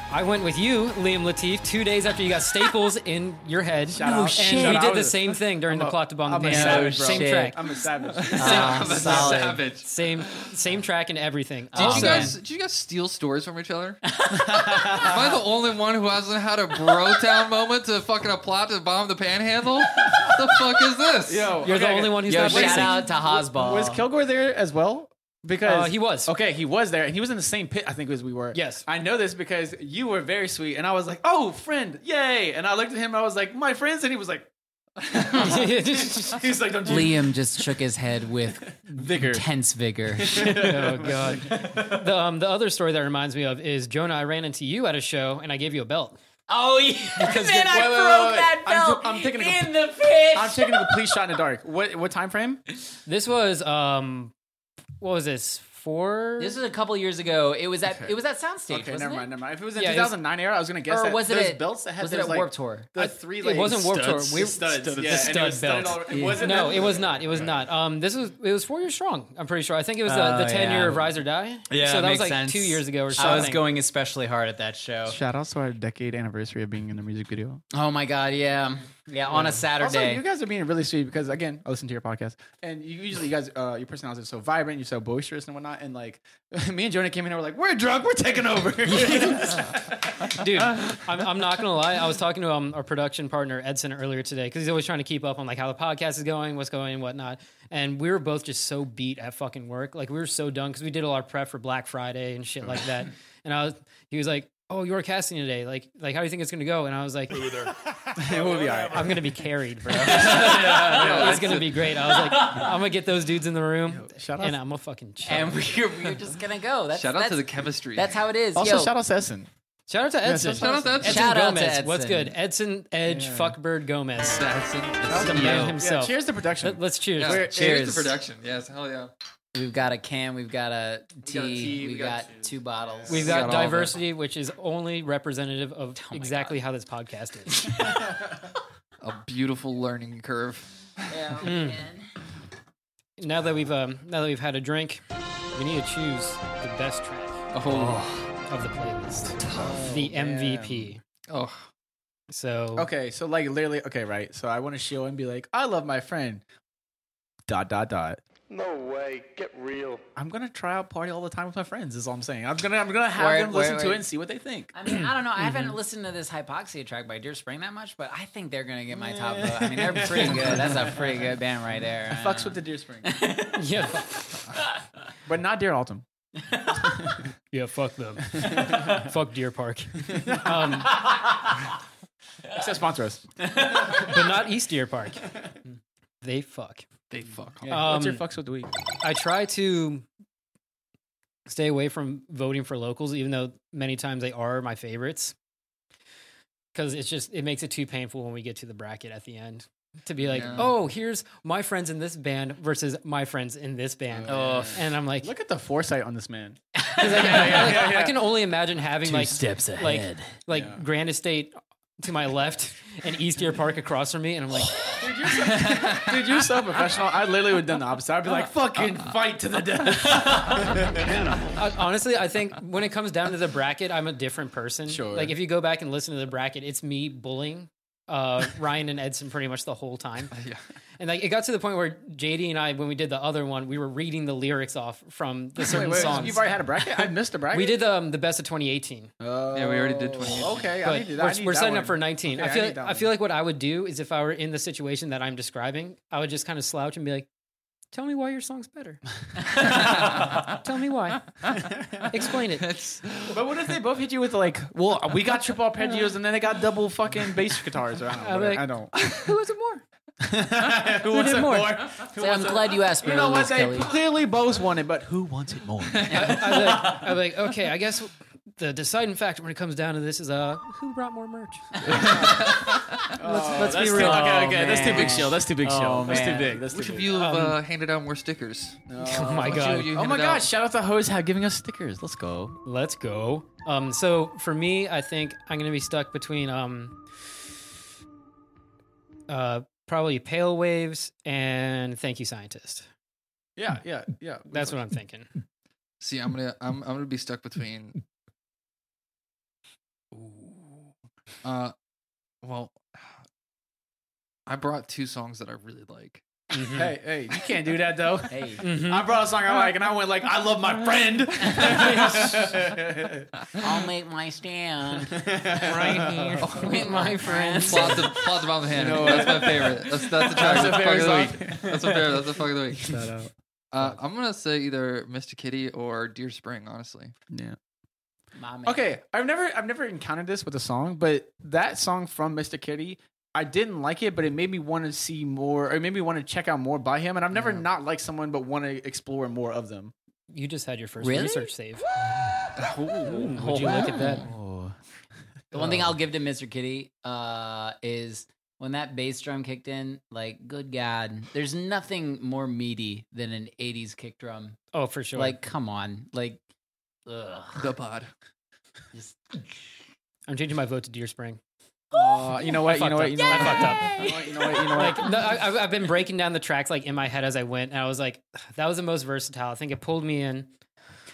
[SPEAKER 1] I went with you, Liam Latif, two days after you got staples in your head.
[SPEAKER 2] Shout out.
[SPEAKER 1] and
[SPEAKER 2] Shit.
[SPEAKER 1] we
[SPEAKER 2] Shout
[SPEAKER 1] did
[SPEAKER 2] out.
[SPEAKER 1] the same thing during the
[SPEAKER 2] a-
[SPEAKER 1] plot to bomb
[SPEAKER 2] I'm
[SPEAKER 1] the
[SPEAKER 2] a
[SPEAKER 1] band.
[SPEAKER 2] savage, bro.
[SPEAKER 1] same
[SPEAKER 4] Shit.
[SPEAKER 1] track,
[SPEAKER 2] I'm a savage.
[SPEAKER 4] Ah,
[SPEAKER 3] I'm a
[SPEAKER 4] solid.
[SPEAKER 3] savage.
[SPEAKER 1] same same track and everything.
[SPEAKER 3] Did
[SPEAKER 1] Oh,
[SPEAKER 3] you
[SPEAKER 1] man.
[SPEAKER 3] guys? Did you guys steal stories from each other? Am I the only one who hasn't had a bro town moment to fucking a plot to bomb the Panhandle? What the fuck is this?
[SPEAKER 2] Yo,
[SPEAKER 1] You're the
[SPEAKER 2] okay,
[SPEAKER 1] only one who's
[SPEAKER 4] Yo,
[SPEAKER 1] not
[SPEAKER 4] shout
[SPEAKER 1] racing.
[SPEAKER 4] out to Hosball.
[SPEAKER 2] Was Kilgore there as well? Because
[SPEAKER 1] Uh, he was.
[SPEAKER 2] Okay, he was there, and he was in the same pit. I think as we were.
[SPEAKER 1] Yes.
[SPEAKER 2] I know this because you were very sweet, and I was like, "Oh, friend, yay!" And I looked at him, I was like, "My friends," and he was like, "He's like, don't you
[SPEAKER 4] Liam just shook his head with
[SPEAKER 2] vigor."
[SPEAKER 4] tense vigor.
[SPEAKER 1] oh god. The, um, the other story that reminds me of is Jonah. I ran into you at a show and I gave you a belt.
[SPEAKER 5] Oh yeah,
[SPEAKER 1] Because
[SPEAKER 5] man,
[SPEAKER 1] the-
[SPEAKER 5] I
[SPEAKER 2] wait, wait,
[SPEAKER 5] broke
[SPEAKER 2] wait, wait.
[SPEAKER 5] that
[SPEAKER 2] I'm
[SPEAKER 5] belt
[SPEAKER 2] t- I'm taking a-
[SPEAKER 5] in the pitch.
[SPEAKER 2] I'm taking a complete shot in the dark. What what time frame?
[SPEAKER 1] This was um, what was this four?
[SPEAKER 5] this was a couple years ago. It was at it was at Soundstage,
[SPEAKER 2] Okay,
[SPEAKER 5] wasn't
[SPEAKER 2] never
[SPEAKER 5] it?
[SPEAKER 2] mind, never mind. If it was in
[SPEAKER 1] Yeah, it's-
[SPEAKER 2] 2009 era, I was gonna guess
[SPEAKER 5] Or
[SPEAKER 2] that
[SPEAKER 5] was it
[SPEAKER 2] those
[SPEAKER 5] at-
[SPEAKER 2] belts that had
[SPEAKER 5] was it
[SPEAKER 2] those,
[SPEAKER 5] at
[SPEAKER 2] like,
[SPEAKER 5] Warped Tour?
[SPEAKER 2] The three,
[SPEAKER 1] it wasn't Warped Tour. We-
[SPEAKER 2] studs,
[SPEAKER 1] the
[SPEAKER 2] yeah, and it
[SPEAKER 1] stud
[SPEAKER 2] was studded
[SPEAKER 1] belt.
[SPEAKER 2] all- it wasn't
[SPEAKER 1] no,
[SPEAKER 2] that-
[SPEAKER 1] it was not. It was not. Um, this was it was four years strong. I'm pretty sure. I think it was the,
[SPEAKER 4] Oh,
[SPEAKER 1] the ten
[SPEAKER 4] yeah.
[SPEAKER 1] year of Rise or Die.
[SPEAKER 5] Yeah,
[SPEAKER 1] so that was like
[SPEAKER 5] makes sense.
[SPEAKER 1] two years ago or something.
[SPEAKER 5] I was going especially hard at that show.
[SPEAKER 2] Shout out to our decade anniversary of being in the music video.
[SPEAKER 4] oh my god, yeah, yeah. On a
[SPEAKER 2] Also,
[SPEAKER 4] Saturday,
[SPEAKER 2] you guys are being really sweet because again, I listen to your podcast, and you usually you guys, uh, your personalities are so vibrant, you're so boisterous and whatnot. And like, me and Jonah came in and we're like, we're drunk, we're taking over.
[SPEAKER 1] dude.
[SPEAKER 2] Uh,
[SPEAKER 1] I'm, I'm not gonna lie. I was talking to um, our production partner Edson earlier today because he's always trying to keep up on like how the podcast is going, what's going, and whatnot. And we were both just so beat at fucking work. Like we were so done because we did all our prep for Black Friday and shit like that. And I was, he was like, "Oh, you're casting today. Like, like how do you think it's gonna go?" And I was like,
[SPEAKER 2] we'll be all right.
[SPEAKER 1] I'm gonna be carried, bro. it's gonna be great. I was like, I'm gonna get those dudes in the room,
[SPEAKER 2] shout out-
[SPEAKER 1] and I'm gonna fucking chill.
[SPEAKER 4] and we're, we're just gonna go. That's,
[SPEAKER 3] Shout out
[SPEAKER 4] that's,
[SPEAKER 3] to the chemistry.
[SPEAKER 4] That's how it is.
[SPEAKER 2] Also,
[SPEAKER 4] Yo,
[SPEAKER 2] shout out to Essen.
[SPEAKER 1] shout out to Edson.
[SPEAKER 2] shout out to
[SPEAKER 1] Edson
[SPEAKER 4] Edson. Shout out to
[SPEAKER 1] Gomez. What's
[SPEAKER 4] Edson.
[SPEAKER 1] good, Edson Edge Fuckbird Gomez,
[SPEAKER 3] That's in-
[SPEAKER 1] the
[SPEAKER 3] Yeah.
[SPEAKER 1] man
[SPEAKER 2] Yeah,
[SPEAKER 1] himself.
[SPEAKER 2] cheers to production.
[SPEAKER 1] Let, us cheers.
[SPEAKER 3] Yeah.
[SPEAKER 2] We're-
[SPEAKER 3] Cheers.
[SPEAKER 4] cheers.
[SPEAKER 3] to production. Yes, hell yeah.
[SPEAKER 4] we've got a can, we've got a tea, we got,
[SPEAKER 3] tea, we got
[SPEAKER 4] two bottles.
[SPEAKER 1] We've
[SPEAKER 3] got
[SPEAKER 1] got,
[SPEAKER 3] all Oh of them.
[SPEAKER 1] diversity, which is only representative of exactly how this podcast is.
[SPEAKER 3] A beautiful learning curve.
[SPEAKER 5] Mm.
[SPEAKER 1] now that we've um, now that we've had a drink, we need to choose the best track
[SPEAKER 3] Oh,
[SPEAKER 1] of the playlist, the MVP.
[SPEAKER 3] oh.
[SPEAKER 1] So
[SPEAKER 2] Okay, so like literally, okay, right. So I want to show and be like, I love my friend. Dot dot dot.
[SPEAKER 8] No way. Get real.
[SPEAKER 2] I'm gonna try out party all the time with my friends. Is all I'm saying. I'm gonna I'm gonna have
[SPEAKER 4] Word,
[SPEAKER 2] them listen
[SPEAKER 4] word,
[SPEAKER 2] to
[SPEAKER 4] word.
[SPEAKER 2] it and see what they think.
[SPEAKER 4] I mean, I don't know. I haven't
[SPEAKER 2] Mm-hmm.
[SPEAKER 4] listened to this Hypoxia track by Deer Spring that much, but I think they're gonna get my top vote. I mean, they're pretty good. That's a pretty good band right there. Uh,
[SPEAKER 2] Fucks with the Deer Spring,
[SPEAKER 1] yeah,
[SPEAKER 2] but not Deer Altum.
[SPEAKER 1] yeah, fuck them, fuck Deer Park, um,
[SPEAKER 2] Except sponsor us.
[SPEAKER 1] but not East Deer Park. They fuck.
[SPEAKER 3] They fuck.
[SPEAKER 2] What's your
[SPEAKER 1] Um,
[SPEAKER 2] fucks with the week?
[SPEAKER 1] I try to stay away from voting for locals, even though many times they are my favorites. Because it's just it makes it too painful when we get to the bracket at the end to be like,
[SPEAKER 3] Yeah.
[SPEAKER 1] oh, here's my friends in this band versus my friends in this band,
[SPEAKER 3] Oh, yeah.
[SPEAKER 1] and I'm like,
[SPEAKER 2] Look at the foresight on this man.
[SPEAKER 1] 'cause I, like, I can only imagine having like
[SPEAKER 4] steps
[SPEAKER 1] like like Grand Estate to my left and East Deer Park across from me, and I'm like,
[SPEAKER 2] Dude, you're so, dude, you're so professional. I literally would have done the opposite. I'd be like, fucking fight to the death.
[SPEAKER 1] I, honestly, I think when it comes down to the bracket, I'm a different person.
[SPEAKER 2] Sure.
[SPEAKER 1] Like if you go back and listen to the bracket, it's me bullying uh, Ryan and Edson pretty much the whole time.
[SPEAKER 3] Yeah.
[SPEAKER 1] And like it got to the point where JD and I, when we did the other one, we were reading the lyrics off from the certain songs.
[SPEAKER 2] You've already had a bracket? I missed a bracket. Oh.
[SPEAKER 1] we did the, um, the best of 2018,
[SPEAKER 3] Yeah, we already did 20.
[SPEAKER 2] Okay, I
[SPEAKER 1] but
[SPEAKER 2] need to,
[SPEAKER 1] we're,
[SPEAKER 2] I need
[SPEAKER 1] we're
[SPEAKER 2] that
[SPEAKER 1] setting
[SPEAKER 2] one.
[SPEAKER 1] up for 19.
[SPEAKER 2] Okay,
[SPEAKER 1] I feel
[SPEAKER 2] need
[SPEAKER 1] like,
[SPEAKER 2] that
[SPEAKER 1] I
[SPEAKER 2] one.
[SPEAKER 1] feel like what I would do is if I were in the situation that I'm describing, I would just kind of slouch and be like, "Tell me why your song's better. Tell me why. Explain it."
[SPEAKER 2] But what if they both hit you with like, well, we got triple arpeggios and then they got double fucking bass guitars? Or I don't.
[SPEAKER 1] I'll
[SPEAKER 2] Know,
[SPEAKER 1] be
[SPEAKER 2] whatever.
[SPEAKER 1] like-
[SPEAKER 2] I don't.
[SPEAKER 1] Who was it more?
[SPEAKER 2] who wants it more?
[SPEAKER 1] more?
[SPEAKER 2] Who
[SPEAKER 4] I'm
[SPEAKER 2] wants it-
[SPEAKER 4] glad you asked me.
[SPEAKER 2] You know what?
[SPEAKER 4] Liz
[SPEAKER 2] They
[SPEAKER 4] Kelly.
[SPEAKER 2] clearly both want it, but who wants it more?
[SPEAKER 1] I'm like, I'm like, okay, I guess the deciding factor when it comes down to this is uh, Oh who brought more merch? let's let's be real.
[SPEAKER 2] okay, okay, that's too
[SPEAKER 4] man.
[SPEAKER 2] big shill. That's too big shill. that's too big. That's
[SPEAKER 3] Which
[SPEAKER 2] too
[SPEAKER 3] of
[SPEAKER 2] big.
[SPEAKER 3] you have uh, handed out more stickers?
[SPEAKER 1] Oh my
[SPEAKER 3] Which of
[SPEAKER 1] god,
[SPEAKER 3] you
[SPEAKER 2] Oh my
[SPEAKER 3] handed out-
[SPEAKER 2] gosh! Shout out to Hose Hat giving us stickers. Let's go.
[SPEAKER 1] let's go. Um, so for me, I think I'm gonna be stuck between um, uh, probably Pale Waves and Thank You Scientist.
[SPEAKER 2] Yeah, yeah, yeah.
[SPEAKER 1] That's what I'm thinking.
[SPEAKER 3] See, I'm gonna I'm I'm gonna be stuck between Uh, well, I brought two songs that I really like.
[SPEAKER 2] Hey, hey, you can't do that though.
[SPEAKER 5] Hey,
[SPEAKER 2] I brought a song I like, and I went like, "I love my friend."
[SPEAKER 5] I'll make my stand
[SPEAKER 2] right
[SPEAKER 5] with my friends.
[SPEAKER 3] Plot the plot the bottom hand.
[SPEAKER 2] You know what?
[SPEAKER 3] that's my favorite. That's that's the track.
[SPEAKER 2] That's a
[SPEAKER 3] That's,
[SPEAKER 2] favorite
[SPEAKER 3] the fuck of
[SPEAKER 2] song.
[SPEAKER 3] the week. That's my favorite. That's the fuck of the week. Uh, I'm gonna say either Mr. Kitty or Deer Spring. Honestly,
[SPEAKER 2] Yeah.
[SPEAKER 5] My man.
[SPEAKER 2] Okay, I've never I've never encountered this with a song, but that song from Mr. Kitty, I didn't like it, but it made me want to see more, or it made me want to check out more by him. And I've never
[SPEAKER 3] Yeah.
[SPEAKER 2] not liked someone, but want to explore more of them.
[SPEAKER 1] You just had your first
[SPEAKER 5] Really?
[SPEAKER 1] research save.
[SPEAKER 2] Would
[SPEAKER 1] Would you look at that?
[SPEAKER 5] The one thing I'll give to Mr. Kitty uh, is when that bass drum kicked in, like, good God, there's nothing more meaty than an 80s kick drum.
[SPEAKER 1] Oh, for sure.
[SPEAKER 5] Like, come on. Like, ugh.
[SPEAKER 3] the pod.
[SPEAKER 5] Just-
[SPEAKER 1] I'm changing my vote to Deer Spring.
[SPEAKER 2] Uh, you know what? You know what? You know
[SPEAKER 1] I
[SPEAKER 2] what?
[SPEAKER 1] fucked up.
[SPEAKER 2] You know what? You know what? You know
[SPEAKER 1] Like
[SPEAKER 2] what?
[SPEAKER 1] no, I, I've- I've been breaking down the tracks like in my head as I went, and I was like, "That was the most versatile." I think it pulled me in.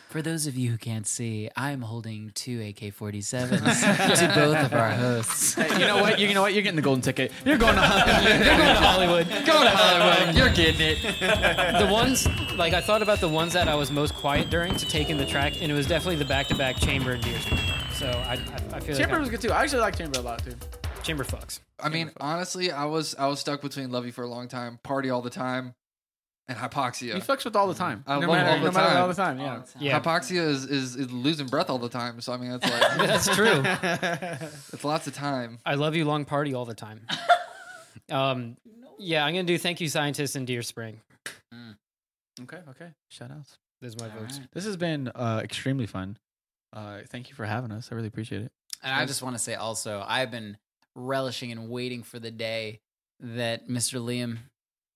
[SPEAKER 5] For those of you who can't see, I'm holding two AK 47s to both of our hosts.
[SPEAKER 2] Hey, You know what? You you know what? You're getting the golden ticket. You're going to.
[SPEAKER 1] Go to Hollywood.
[SPEAKER 3] Go to Hollywood. You're getting it.
[SPEAKER 1] the ones like I thought about the ones that I was most quiet during to take in the track, and it was definitely the back-to-back Chamber and Deer Spring. So I, I, I feel
[SPEAKER 2] Chamber was
[SPEAKER 1] like
[SPEAKER 2] good too. I actually like Chamber a lot too.
[SPEAKER 1] I'm, Chamber fucks.
[SPEAKER 3] I mean, honestly, I was I was stuck between Love You for a long time, Party all the time, and Hypoxia.
[SPEAKER 2] He fucks with all the time.
[SPEAKER 3] I
[SPEAKER 2] no
[SPEAKER 3] love
[SPEAKER 2] matter,
[SPEAKER 3] all the
[SPEAKER 2] no matter
[SPEAKER 3] time.
[SPEAKER 2] all the time. Yeah.
[SPEAKER 1] Yeah,
[SPEAKER 3] Hypoxia is, is is losing breath all the time. So I mean, it's like
[SPEAKER 1] that's true.
[SPEAKER 3] it's lots of time.
[SPEAKER 1] I love you, long party all the time. um, yeah, I'm gonna do thank you, scientists and Deer Spring.
[SPEAKER 2] Okay. Okay. Shout outs.
[SPEAKER 1] Those are my votes.
[SPEAKER 2] This has been uh, extremely fun. Uh, thank you for having us. I really appreciate it.
[SPEAKER 5] And I just want to say also, I've been relishing and waiting for the day that Mr. Liam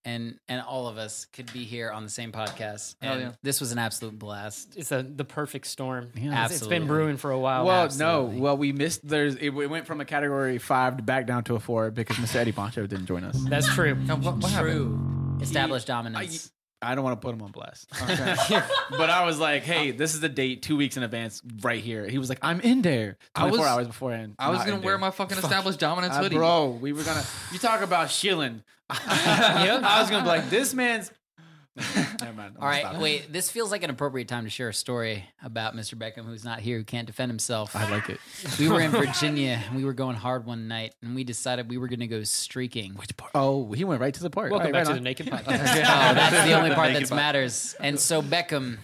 [SPEAKER 5] and and all of us could be here on the same podcast.
[SPEAKER 3] Hell
[SPEAKER 5] And
[SPEAKER 3] yeah.
[SPEAKER 5] this was an absolute blast.
[SPEAKER 1] It's a, the perfect storm.
[SPEAKER 2] Yeah.
[SPEAKER 1] It's- It's
[SPEAKER 5] Absolutely.
[SPEAKER 1] been brewing for a
[SPEAKER 3] Oh,
[SPEAKER 1] while.
[SPEAKER 2] well,
[SPEAKER 5] absolutely.
[SPEAKER 2] no. Well, we missed. There's. It, it went from a category five to back down to a four because Mr. Eddie Poncho didn't join us.
[SPEAKER 1] That's true.
[SPEAKER 5] True. Established
[SPEAKER 2] I,
[SPEAKER 5] dominance.
[SPEAKER 2] I don't want to put him on blast.
[SPEAKER 3] Okay.
[SPEAKER 2] but I was like, hey, this is the date two weeks in advance, right here. He was like, I'm in there.
[SPEAKER 3] I
[SPEAKER 2] 24
[SPEAKER 3] was-
[SPEAKER 2] hours beforehand.
[SPEAKER 3] I was
[SPEAKER 2] not
[SPEAKER 3] gonna
[SPEAKER 2] in
[SPEAKER 3] wear
[SPEAKER 2] there.
[SPEAKER 3] my fucking established dominance
[SPEAKER 2] Uh,
[SPEAKER 3] hoodie.
[SPEAKER 2] bro, we were gonna. You talk about shilling.
[SPEAKER 1] Yeah.
[SPEAKER 2] I was gonna be like, this man's. Never mind. I'm
[SPEAKER 5] All right,
[SPEAKER 2] gonna stop.
[SPEAKER 5] wait. This feels like an appropriate time to share a story about Mr. Beckham, who's not here, who can't defend himself.
[SPEAKER 2] I like it.
[SPEAKER 5] we were in Virginia, and we were going hard one night, and we decided we were going to go streaking.
[SPEAKER 2] Oh, he went right to the part.
[SPEAKER 1] Welcome
[SPEAKER 2] All
[SPEAKER 1] back
[SPEAKER 2] right,
[SPEAKER 1] to the
[SPEAKER 2] right
[SPEAKER 1] Naked Podcast.
[SPEAKER 5] Oh, that's the only part that matters. And so Beckham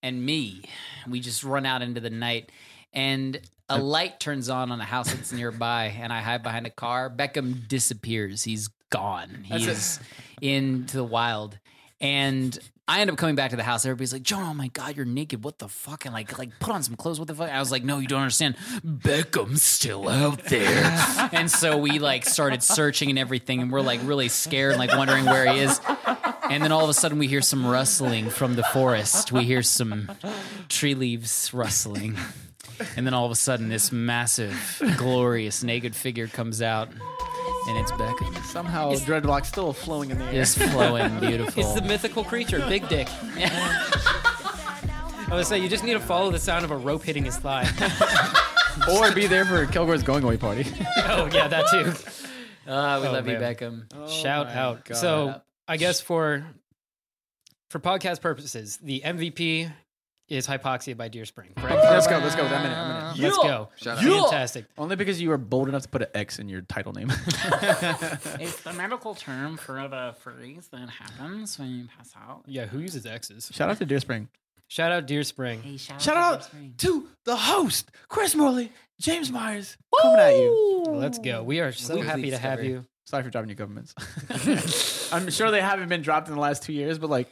[SPEAKER 5] and me, we just run out into the night, and a light turns on on a house that's nearby, and I hide behind a car. Beckham disappears. He's gone. He is into the wild, and. I end up coming back to the house. Everybody's like, "John, oh my god, you're naked. What the fuck?" And like, like, put on some clothes. What the fuck? I was like, "No, you don't understand. Beckham's still out there." and so we like started searching and everything, and we're like really scared, and like wondering where he is. And then all of a sudden, we hear some rustling from the forest. We hear some tree leaves rustling. And then all of a sudden, this massive, glorious, naked figure comes out, and it's Beckham.
[SPEAKER 2] now. Somehow dreadlocks still flowing in the air.
[SPEAKER 5] It's flowing, beautiful.
[SPEAKER 1] It's the mythical creature, Big Dick. I would say you just need to follow the sound of a rope hitting his thigh.
[SPEAKER 2] or be there for Kilgore's going away party.
[SPEAKER 1] oh yeah, that too.
[SPEAKER 5] Ah, we
[SPEAKER 1] Oh,
[SPEAKER 5] love you,
[SPEAKER 1] man.
[SPEAKER 5] Beckham.
[SPEAKER 1] Shout
[SPEAKER 2] my
[SPEAKER 1] out.
[SPEAKER 2] God.
[SPEAKER 1] So I guess for for podcast purposes, the MVP is Hypoxia by Deer Spring. Correct?
[SPEAKER 2] let's go. Let's go. That minute. That minute.
[SPEAKER 1] Let's go.
[SPEAKER 3] Shout out.
[SPEAKER 1] Fantastic.
[SPEAKER 2] Only because you were bold enough to put an X in your title name.
[SPEAKER 5] It's the medical term for the freeze that happens when you pass out.
[SPEAKER 1] Yeah, who uses X's?
[SPEAKER 2] Shout out to Deer Spring.
[SPEAKER 1] Shout out Deer Spring.
[SPEAKER 5] shout,
[SPEAKER 2] Shout out to the host, Chris Morley, James Myers, coming at you.
[SPEAKER 1] Let's go. We are so
[SPEAKER 5] Weekly
[SPEAKER 1] happy to have
[SPEAKER 5] discovery.
[SPEAKER 1] you.
[SPEAKER 2] Sorry for dropping your governments. I'm sure they haven't been dropped in the last two years, but like,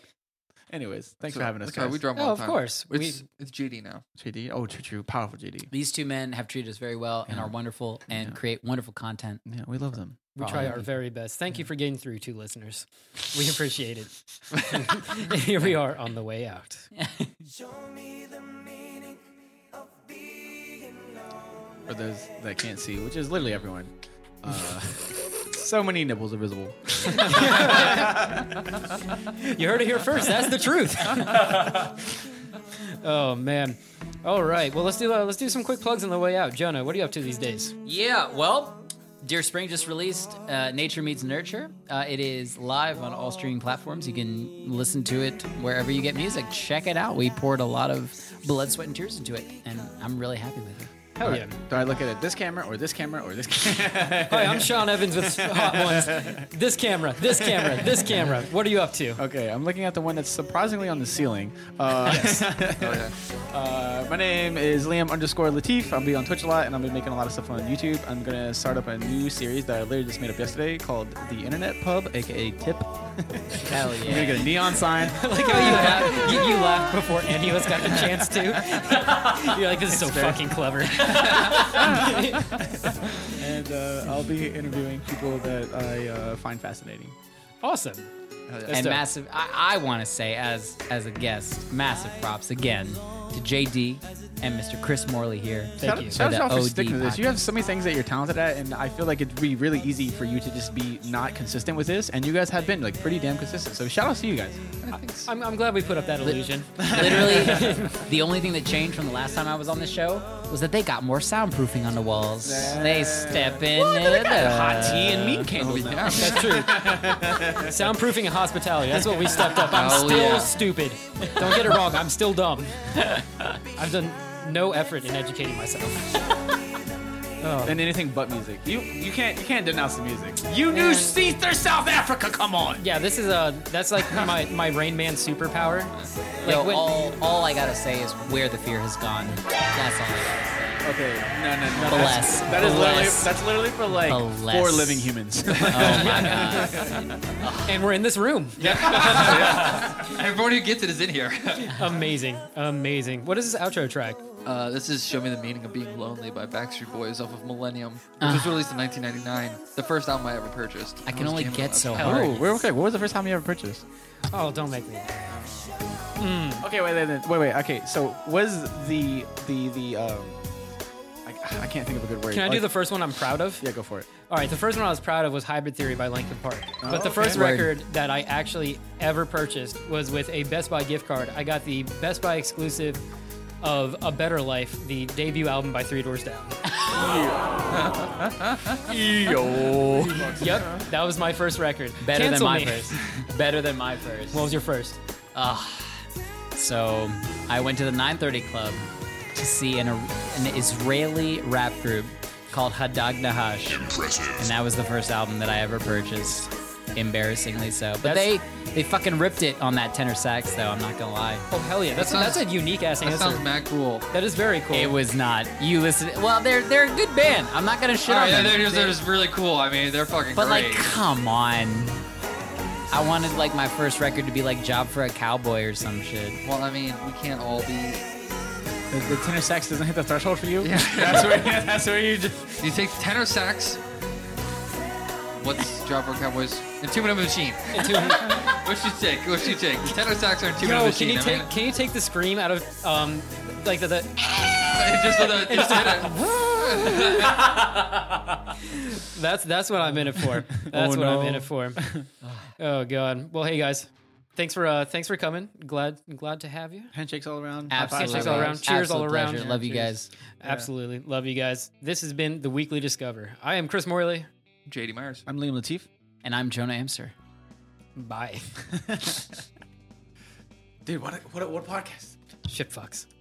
[SPEAKER 2] anyways, thanks for having us,
[SPEAKER 3] That's why
[SPEAKER 2] guys.
[SPEAKER 3] we drum all
[SPEAKER 1] Oh,
[SPEAKER 3] the
[SPEAKER 1] of
[SPEAKER 3] time.
[SPEAKER 1] course. We,
[SPEAKER 3] It's, it's GD now.
[SPEAKER 2] JD, oh, true, true, powerful JD.
[SPEAKER 5] These two men have treated us very well and are wonderful and create wonderful content.
[SPEAKER 2] Yeah, we love them.
[SPEAKER 1] we try our very best. Thank you for getting through to listeners. We appreciate it. And Here we are on the way out.
[SPEAKER 6] Show me the meaning of being lonely.
[SPEAKER 2] For those that can't see, which is literally everyone. Uh, so many nipples are visible.
[SPEAKER 1] You heard it here first. That's the truth. oh man. All right. Well, let's do uh, let's do some quick plugs on the way out. Jonah, what are you up to these days?
[SPEAKER 5] Yeah, well, Dear Spring just released uh, Nature Meets Nurture. Uh, it is live on all streaming platforms. You can listen to it wherever you get music. Check it out. We poured a lot of blood, sweat, and tears into it, and I'm really happy with it.
[SPEAKER 1] Hell yeah.
[SPEAKER 2] Do I look at it this camera or this camera or this camera?
[SPEAKER 1] Hi, I'm Sean Evans with Hot Ones. This camera, this camera, this camera. What are you up to?
[SPEAKER 2] okay, I'm looking at the one that's surprisingly on the ceiling. Uh,
[SPEAKER 3] Oh, yeah.
[SPEAKER 2] Uh, my name is Liam underscore Latif. I'll be on Twitch a lot, and I'll be making a lot of stuff on YouTube. I'm gonna start up a new series that I literally just made up yesterday called The Internet Pub, aka TIP.
[SPEAKER 5] Hell
[SPEAKER 2] I'm gonna
[SPEAKER 5] yeah.
[SPEAKER 2] get a neon sign.
[SPEAKER 1] Like how you laugh, you, you laughed before any of us got the chance to. You're like, this is so fucking clever.
[SPEAKER 2] and uh, I'll be interviewing people that I uh, find fascinating.
[SPEAKER 1] awesome.
[SPEAKER 5] and
[SPEAKER 1] dope.
[SPEAKER 5] massive, I, I want to say, as as a guest, massive props again to JD and Mr. Chris Morley here.
[SPEAKER 1] Thank you.
[SPEAKER 2] Shout
[SPEAKER 5] For the
[SPEAKER 2] out to y'all for
[SPEAKER 5] OD
[SPEAKER 2] sticking to this. You have
[SPEAKER 5] podcast.
[SPEAKER 2] so many things that you're talented at, and I feel like it'd be really easy for you to just be not consistent with this. And you guys have been like pretty damn consistent. So shout outs to you guys.
[SPEAKER 1] I'm, I'm glad we put up that illusion.
[SPEAKER 5] Literally, the only thing that changed from the last time I was on this show was that they got more soundproofing on the walls. They step in. it up.
[SPEAKER 2] and meat
[SPEAKER 3] Oh,
[SPEAKER 2] candles.
[SPEAKER 3] yeah.
[SPEAKER 1] That's true. Soundproofing and hospitality. That's what we stepped up. I'm
[SPEAKER 5] Oh,
[SPEAKER 1] still
[SPEAKER 5] yeah.
[SPEAKER 1] stupid. Don't get it wrong. I'm still dumb. I've done no effort in educating myself.
[SPEAKER 2] and anything but music. You you can't you can't denounce the music. You knew Caesar South Africa. Come on.
[SPEAKER 1] Yeah, this is a that's like my my Rain Man superpower. Like
[SPEAKER 5] Yo,
[SPEAKER 1] when-
[SPEAKER 5] all, all I gotta say is where the fear has gone. That's all. I gotta say.
[SPEAKER 2] Okay. No no no.
[SPEAKER 5] Bless.
[SPEAKER 2] That's, that is literally
[SPEAKER 5] Bless.
[SPEAKER 2] that's literally for like
[SPEAKER 5] Bless.
[SPEAKER 2] four living humans.
[SPEAKER 5] Oh my god.
[SPEAKER 1] and we're in this room.
[SPEAKER 9] Everyone who gets it is in here.
[SPEAKER 1] Amazing, amazing. What is this outro track?
[SPEAKER 9] Uh, this is Show Me the Meaning of Being Lonely by Backstreet Boys off of Millennium, which was released in 1999, the first album I ever purchased.
[SPEAKER 5] I can
[SPEAKER 9] was
[SPEAKER 5] only
[SPEAKER 9] jamming
[SPEAKER 5] get
[SPEAKER 9] out.
[SPEAKER 5] so
[SPEAKER 9] Hell,
[SPEAKER 5] hard.
[SPEAKER 2] Oh, we're okay. What was the first time you ever purchased?
[SPEAKER 1] Oh, don't make me.
[SPEAKER 2] Okay, wait, wait, wait, wait, wait. Okay, so was the the the um, I, I can't think of a good word.
[SPEAKER 1] Can I do
[SPEAKER 2] Like-
[SPEAKER 1] the first one I'm proud of?
[SPEAKER 2] Yeah, go for it.
[SPEAKER 1] All right, the first one I was proud of was Hybrid Theory by Linkin Park. but the
[SPEAKER 2] okay.
[SPEAKER 1] first
[SPEAKER 5] Word.
[SPEAKER 1] record that I actually ever purchased was with a Best Buy gift card. I got the Best Buy exclusive of A Better Life, the debut album by Three Doors Down. yep, that was my first record.
[SPEAKER 5] Better
[SPEAKER 1] Cancel
[SPEAKER 5] than my
[SPEAKER 1] me.
[SPEAKER 5] first. Better than my first.
[SPEAKER 1] What was your first?
[SPEAKER 5] So I went to the 930 Club to see an, an Israeli rap group called Hadag Nahash. Impressive. And that was the first album that I ever purchased. Embarrassingly so. But
[SPEAKER 1] That's-
[SPEAKER 5] they they fucking ripped it on that tenor sax though, I'm not gonna lie.
[SPEAKER 1] Oh hell yeah, that's
[SPEAKER 9] sounds-
[SPEAKER 1] that's a unique ass
[SPEAKER 9] That
[SPEAKER 1] answer.
[SPEAKER 9] sounds mad cool.
[SPEAKER 1] that is very cool.
[SPEAKER 5] It was not. You listen well, they're they're a good band. I'm not gonna shit
[SPEAKER 3] Oh,
[SPEAKER 9] All
[SPEAKER 5] on
[SPEAKER 9] right, yeah,
[SPEAKER 5] them.
[SPEAKER 9] they're just, they're just really cool. I mean, they're fucking
[SPEAKER 5] But like,
[SPEAKER 9] great.
[SPEAKER 5] come on. I wanted like my first record to be like Job for a Cowboy or some shit.
[SPEAKER 9] well, I mean, we can't all be.
[SPEAKER 2] The, the tenor sax doesn't hit the threshold for you. that's where that's where you just.
[SPEAKER 9] You take tenor sax. What's Job for Cowboys? And Two Minute Machine. What'd you take? What'd you take? Tenor sax or Two Minute
[SPEAKER 1] Yo,
[SPEAKER 9] Machine?
[SPEAKER 1] can you
[SPEAKER 9] I
[SPEAKER 1] take
[SPEAKER 9] mean,
[SPEAKER 1] can you take the scream out of um like the, the
[SPEAKER 9] it's just with a- just hit it.
[SPEAKER 1] that's that's what I'm in it for. That's what I'm in it for. oh god. Well, hey guys. Thanks for uh thanks for coming. Glad glad to have you.
[SPEAKER 2] Handshakes all around.
[SPEAKER 1] Handshakes all around. Cheers all
[SPEAKER 5] Absolute
[SPEAKER 1] around.
[SPEAKER 5] pleasure. Love you guys.
[SPEAKER 1] Absolutely. Love you guys. This has been The Weekly Discover. I am Chris Morley.
[SPEAKER 9] JD Myers.
[SPEAKER 2] I'm Liam Latif.
[SPEAKER 5] And I'm Jonah Amster.
[SPEAKER 1] Bye.
[SPEAKER 2] Dude, what a, what a, what a podcast.
[SPEAKER 1] Shit fucks.